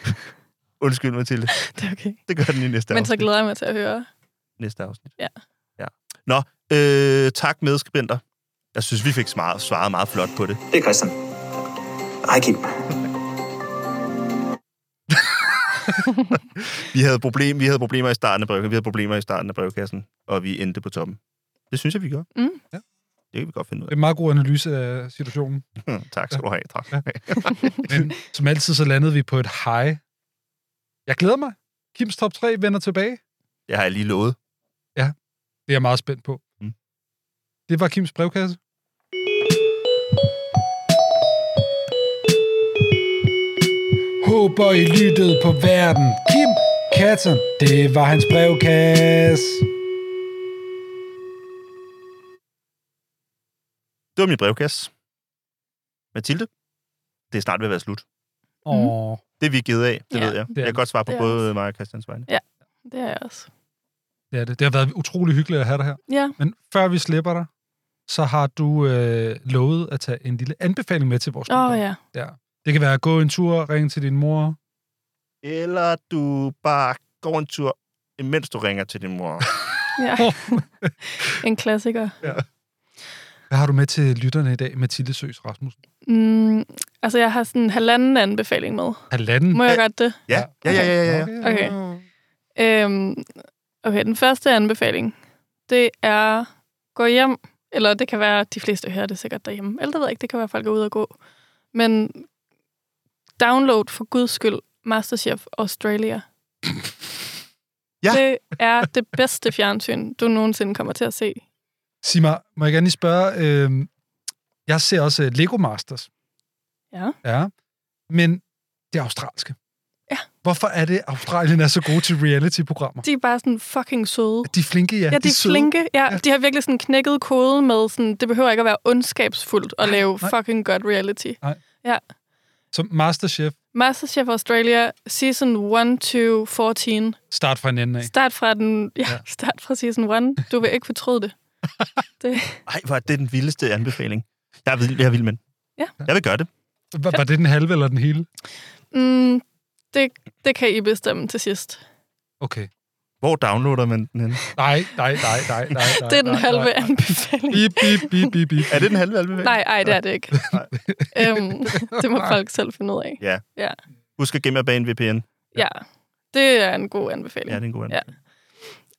Speaker 3: Undskyld, Mathilde.
Speaker 1: Det er okay.
Speaker 3: Det gør den i næste
Speaker 1: Men så
Speaker 3: afsnit.
Speaker 1: glæder jeg mig til at høre.
Speaker 3: Næste afsnit.
Speaker 1: Ja.
Speaker 3: ja. Nå, øh, tak medskribenter. Jeg synes, vi fik svaret, svaret meget flot på det.
Speaker 7: Det er Christian. Hej Kim.
Speaker 3: Vi havde, problem, vi havde problemer i starten af brevkassen, vi havde problemer i starten af brevkassen, og vi endte på toppen. Det synes jeg, vi gør.
Speaker 1: Mm.
Speaker 3: Ja. Det kan vi godt finde ud
Speaker 2: Det er en meget god analyse af situationen.
Speaker 3: af. Mm, tak skal du have. Tak.
Speaker 2: Men som altid, så landede vi på et high. Jeg glæder mig. Kims top 3 vender tilbage.
Speaker 3: Det har jeg lige lovet.
Speaker 2: Det er jeg meget spændt på.
Speaker 3: Mm.
Speaker 2: Det var Kims brevkasse.
Speaker 9: Håber I lyttede på verden. Kim Katzen, det var hans brevkasse.
Speaker 3: Det var min brevkasse. Mathilde, det er snart ved at være slut.
Speaker 2: Åh,
Speaker 3: Det er vi givet af, det
Speaker 1: Ja.
Speaker 3: ja. ved jeg.
Speaker 2: er
Speaker 3: Jeg kan godt svare på
Speaker 1: det er
Speaker 3: både mig og Christians vegne.
Speaker 1: Det er jeg også.
Speaker 2: det er det. Det har været utrolig hyggeligt at have dig her.
Speaker 1: Ja,
Speaker 2: Men før vi slipper dig, så har du øh, lovet at tage en lille anbefaling med til vores
Speaker 1: åh oh,
Speaker 2: lyttere.
Speaker 1: ja.
Speaker 2: Det kan være at gå en tur, ringe til din mor.
Speaker 3: Eller du bare går en tur, imens du ringer til din mor.
Speaker 1: ja. en klassiker.
Speaker 2: Hvad har du med til lytterne i dag, Mathilde Søs Rasmussen?
Speaker 1: Mm, altså, jeg har sådan en halvanden anbefaling med.
Speaker 2: Halvanden?
Speaker 1: Må jeg godt det?
Speaker 3: Ja, ja, ja, ja. ja, ja.
Speaker 1: Okay. Øhm, okay, den første anbefaling, det er gå hjem, eller det kan være, de fleste hører det sikkert derhjemme, eller det ved jeg ikke, det kan være, at folk er ude og gå. Men download for guds skyld Masterchef Australia.
Speaker 3: Ja.
Speaker 1: Det er det bedste fjernsyn, du nogensinde kommer til at se.
Speaker 2: Sig mig, må jeg gerne lige spørge, øh, jeg ser også øh, Lego Masters.
Speaker 1: Ja.
Speaker 2: Ja. Men det er australske.
Speaker 1: Ja.
Speaker 2: Hvorfor er det, at Australien er så gode til reality-programmer?
Speaker 1: De er bare sådan fucking søde.
Speaker 2: De er flinke, ja.
Speaker 1: Ja, de er
Speaker 2: søde.
Speaker 1: flinke. Ja, de har virkelig sådan knækket koden med, sådan, det behøver ikke at være ondskabsfuldt at lave
Speaker 2: nej.
Speaker 1: fucking godt reality.
Speaker 2: Som Masterchef,
Speaker 1: Masterchef Australia, season 1 to 14.
Speaker 2: start fra en ende af.
Speaker 1: Start fra, den, ja,
Speaker 2: Ja.
Speaker 1: start fra season 1. Du vil ikke fortryde det.
Speaker 3: Ej, hvor er det den vildeste anbefaling. Jeg er vild, jeg er vild med den.
Speaker 1: Ja.
Speaker 3: Jeg vil gøre det.
Speaker 2: Var, var det den halve eller den hele?
Speaker 1: Mm, det, det kan I bestemme til sidst.
Speaker 2: Okay.
Speaker 3: Hvor downloader man den henne?
Speaker 2: Nej, nej, nej, nej, nej. nej
Speaker 1: Det er den
Speaker 2: nej,
Speaker 1: halve
Speaker 2: nej.
Speaker 1: anbefaling.
Speaker 2: Bip, bip, bip, bip, bip.
Speaker 3: Er det den halve anbefaling?
Speaker 1: Nej, ej, det er det ikke.
Speaker 3: Nej.
Speaker 1: øhm, det må folk selv finde ud af.
Speaker 3: Husk at gemme jer bag en VPN.
Speaker 1: Ja, det er en god
Speaker 3: Ja, det
Speaker 1: anbefaling.
Speaker 3: er en god anbefaling.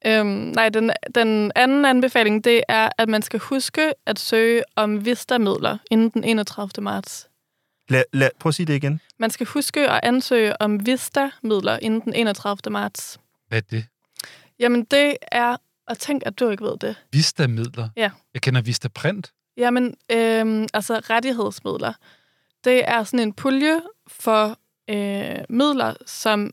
Speaker 1: Øhm, nej, den, den anden anbefaling, det er, at man skal huske at søge om Vista-midler inden den 31. marts.
Speaker 3: Lad, lad, prøv at sige det igen.
Speaker 1: Man skal huske at ansøge om Vista-midler inden den 31. marts.
Speaker 2: Hvad er det?
Speaker 1: Jamen, det er... Og tænk, at du ikke ved det.
Speaker 2: Vista-midler?
Speaker 1: Ja.
Speaker 2: Jeg kender Vista Print.
Speaker 1: Jamen, øhm, altså rettighedsmidler. Det er sådan en pulje for øh, midler, som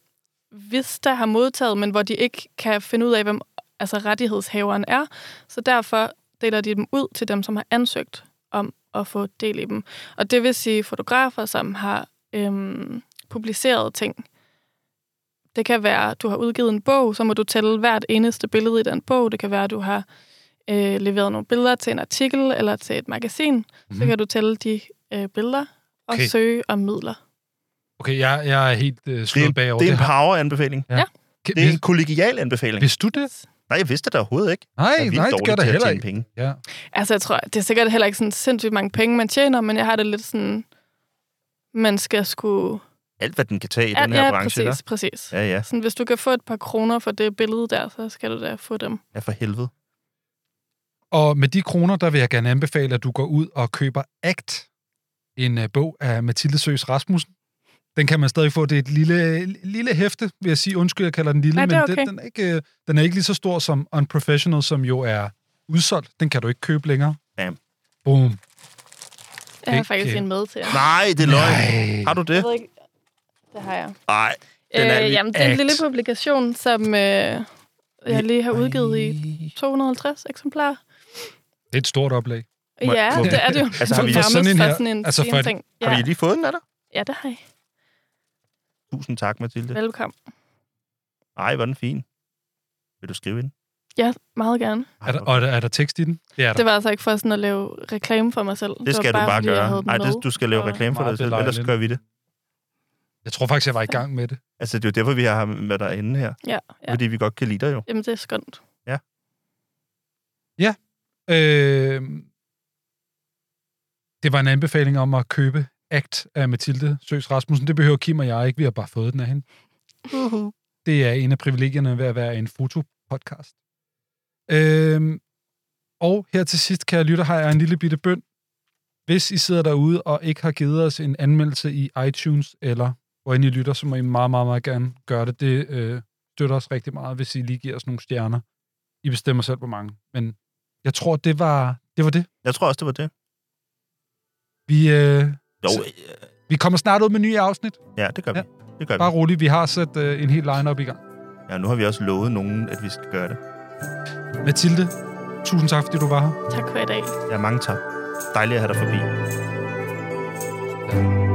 Speaker 1: Vista har modtaget, men hvor de ikke kan finde ud af, hvem altså rettighedshaveren er. Så derfor deler de dem ud til dem, som har ansøgt om at få del i dem. Og det vil sige fotografer, som har øhm, publiceret ting. Det kan være, at du har udgivet en bog, så må du tælle hvert eneste billede i den bog. Det kan være, at du har øh, leveret nogle billeder til en artikel eller til et magasin. Mm. Så
Speaker 2: Mhm.
Speaker 1: kan du tælle de øh, billeder og
Speaker 2: Okay.
Speaker 1: okay. søge om midler.
Speaker 2: Okay, jeg, jeg er helt øh,
Speaker 3: Det er,
Speaker 2: slået
Speaker 3: en-
Speaker 2: bagover.
Speaker 3: det er en
Speaker 2: her.
Speaker 3: power-anbefaling.
Speaker 2: Kan-
Speaker 3: Det er en
Speaker 2: vidste-
Speaker 3: kollegial anbefaling.
Speaker 2: Vidste du det?
Speaker 3: Nej, jeg vidste det da overhovedet ikke.
Speaker 2: Nej,
Speaker 3: Jeg er vildt
Speaker 2: nej, det
Speaker 3: dårlig
Speaker 2: gør der
Speaker 3: til at
Speaker 2: heller
Speaker 3: tjene
Speaker 2: ikke.
Speaker 3: Penge.
Speaker 2: Ja.
Speaker 1: Altså, jeg tror, det er sikkert heller ikke sådan sindssygt mange penge, man tjener, men jeg har det lidt sådan, man skal sgu...
Speaker 3: Alt, hvad den kan tage i
Speaker 1: Ja,
Speaker 3: den her
Speaker 1: ja,
Speaker 3: branche.
Speaker 1: præcis, præcis.
Speaker 3: Der. Ja, ja.
Speaker 1: Sådan, hvis du kan få et par kroner for det billede der, så skal du da få dem.
Speaker 3: Ja, for helvede.
Speaker 2: Og med de kroner, der vil jeg gerne anbefale, at du går ud og køber ACT, en øh, bog af Mathilde Søs Rasmussen. Den kan man stadig få. Det er et lille, lille hæfte, vil jeg sige. Undskyld, jeg kalder den lille,
Speaker 1: Ja, det er
Speaker 2: men
Speaker 1: okay.
Speaker 2: den, den, er ikke, øh, den er ikke lige så stor som Unprofessional, som jo er udsolgt. Den kan du ikke købe længere.
Speaker 3: Bam.
Speaker 2: Boom.
Speaker 1: Jeg har
Speaker 2: Okay.
Speaker 1: faktisk en med til jer.
Speaker 3: Nej, det er løgn.
Speaker 2: Nej.
Speaker 3: Har du det?
Speaker 1: Jeg ved ikke, det har jeg.
Speaker 3: Nej. Den er
Speaker 1: Øh,
Speaker 3: lidt
Speaker 1: jamen, det er en
Speaker 2: ægt.
Speaker 1: lille publikation, som øh, jeg lige har udgivet i 250 eksemplarer.
Speaker 2: Det er et stort oplag.
Speaker 3: Må-
Speaker 1: Ja,
Speaker 3: må-
Speaker 1: det er det jo.
Speaker 3: Altså, har vi-
Speaker 1: nærmest
Speaker 2: sådan en
Speaker 1: for
Speaker 2: her-
Speaker 1: sådan en
Speaker 2: altså, for et-
Speaker 1: ting.
Speaker 3: Har
Speaker 1: Ja,
Speaker 3: vi lige fået den af dig?
Speaker 1: ja, det har jeg.
Speaker 3: Tusind tak, Mathilde.
Speaker 1: Velkommen.
Speaker 3: Ej, hvor er den fin. Vil du skrive ind?
Speaker 1: Ja, meget gerne.
Speaker 2: Er der, og er der, er der tekst i den? Det er der.
Speaker 1: Det var altså ikke for sådan at lave reklame for mig selv.
Speaker 3: Det skal
Speaker 1: var
Speaker 3: du bare
Speaker 1: fordi, jeg havde
Speaker 3: gøre.
Speaker 1: den
Speaker 3: Nej,
Speaker 1: med.
Speaker 3: det, du skal lave
Speaker 1: Og-
Speaker 3: reklame for
Speaker 2: Meget
Speaker 3: dig selv, ellers
Speaker 2: belejligt.
Speaker 3: gør vi det.
Speaker 2: Jeg tror faktisk, jeg var i gang med det.
Speaker 3: Altså, det er jo derfor, vi har ham med dig inde her.
Speaker 1: Ja, ja.
Speaker 3: Fordi vi godt kan lide dig jo.
Speaker 1: Jamen, det er skønt.
Speaker 2: Øh, det var en anbefaling om at købe Act af Mathilde Søs Rasmussen. Det behøver Kim og jeg ikke. Vi har bare fået den af hende.
Speaker 1: Uh-huh.
Speaker 2: Det er en af privilegierne ved at være en fotopodcast. Øhm, og her til sidst, kære lytter, har jeg en lille bitte bøn. Hvis I sidder derude og ikke har givet os en anmeldelse i iTunes eller hvor end I lytter, så må I meget, meget, meget gerne gøre det. Det øh, støtter os rigtig meget, hvis I lige giver os nogle stjerner. I bestemmer selv, hvor mange. Men jeg tror, det var det. Var det.
Speaker 3: Jeg tror også, det var det.
Speaker 2: Vi, øh,
Speaker 3: Jo,
Speaker 2: Så-
Speaker 3: øh,
Speaker 2: vi kommer snart ud med nye afsnit.
Speaker 3: ja, det gør vi.
Speaker 2: Ja.
Speaker 3: Det gør
Speaker 2: Bare
Speaker 3: vi.
Speaker 2: roligt, vi har sat øh, en hel line-up i gang.
Speaker 3: Ja, nu har vi også lovet nogen, at vi skal gøre det.
Speaker 2: Mathilde, tusind tak, fordi du var her.
Speaker 1: Tak for i dag.
Speaker 3: Ja, mange tak. Dejligt at have dig forbi.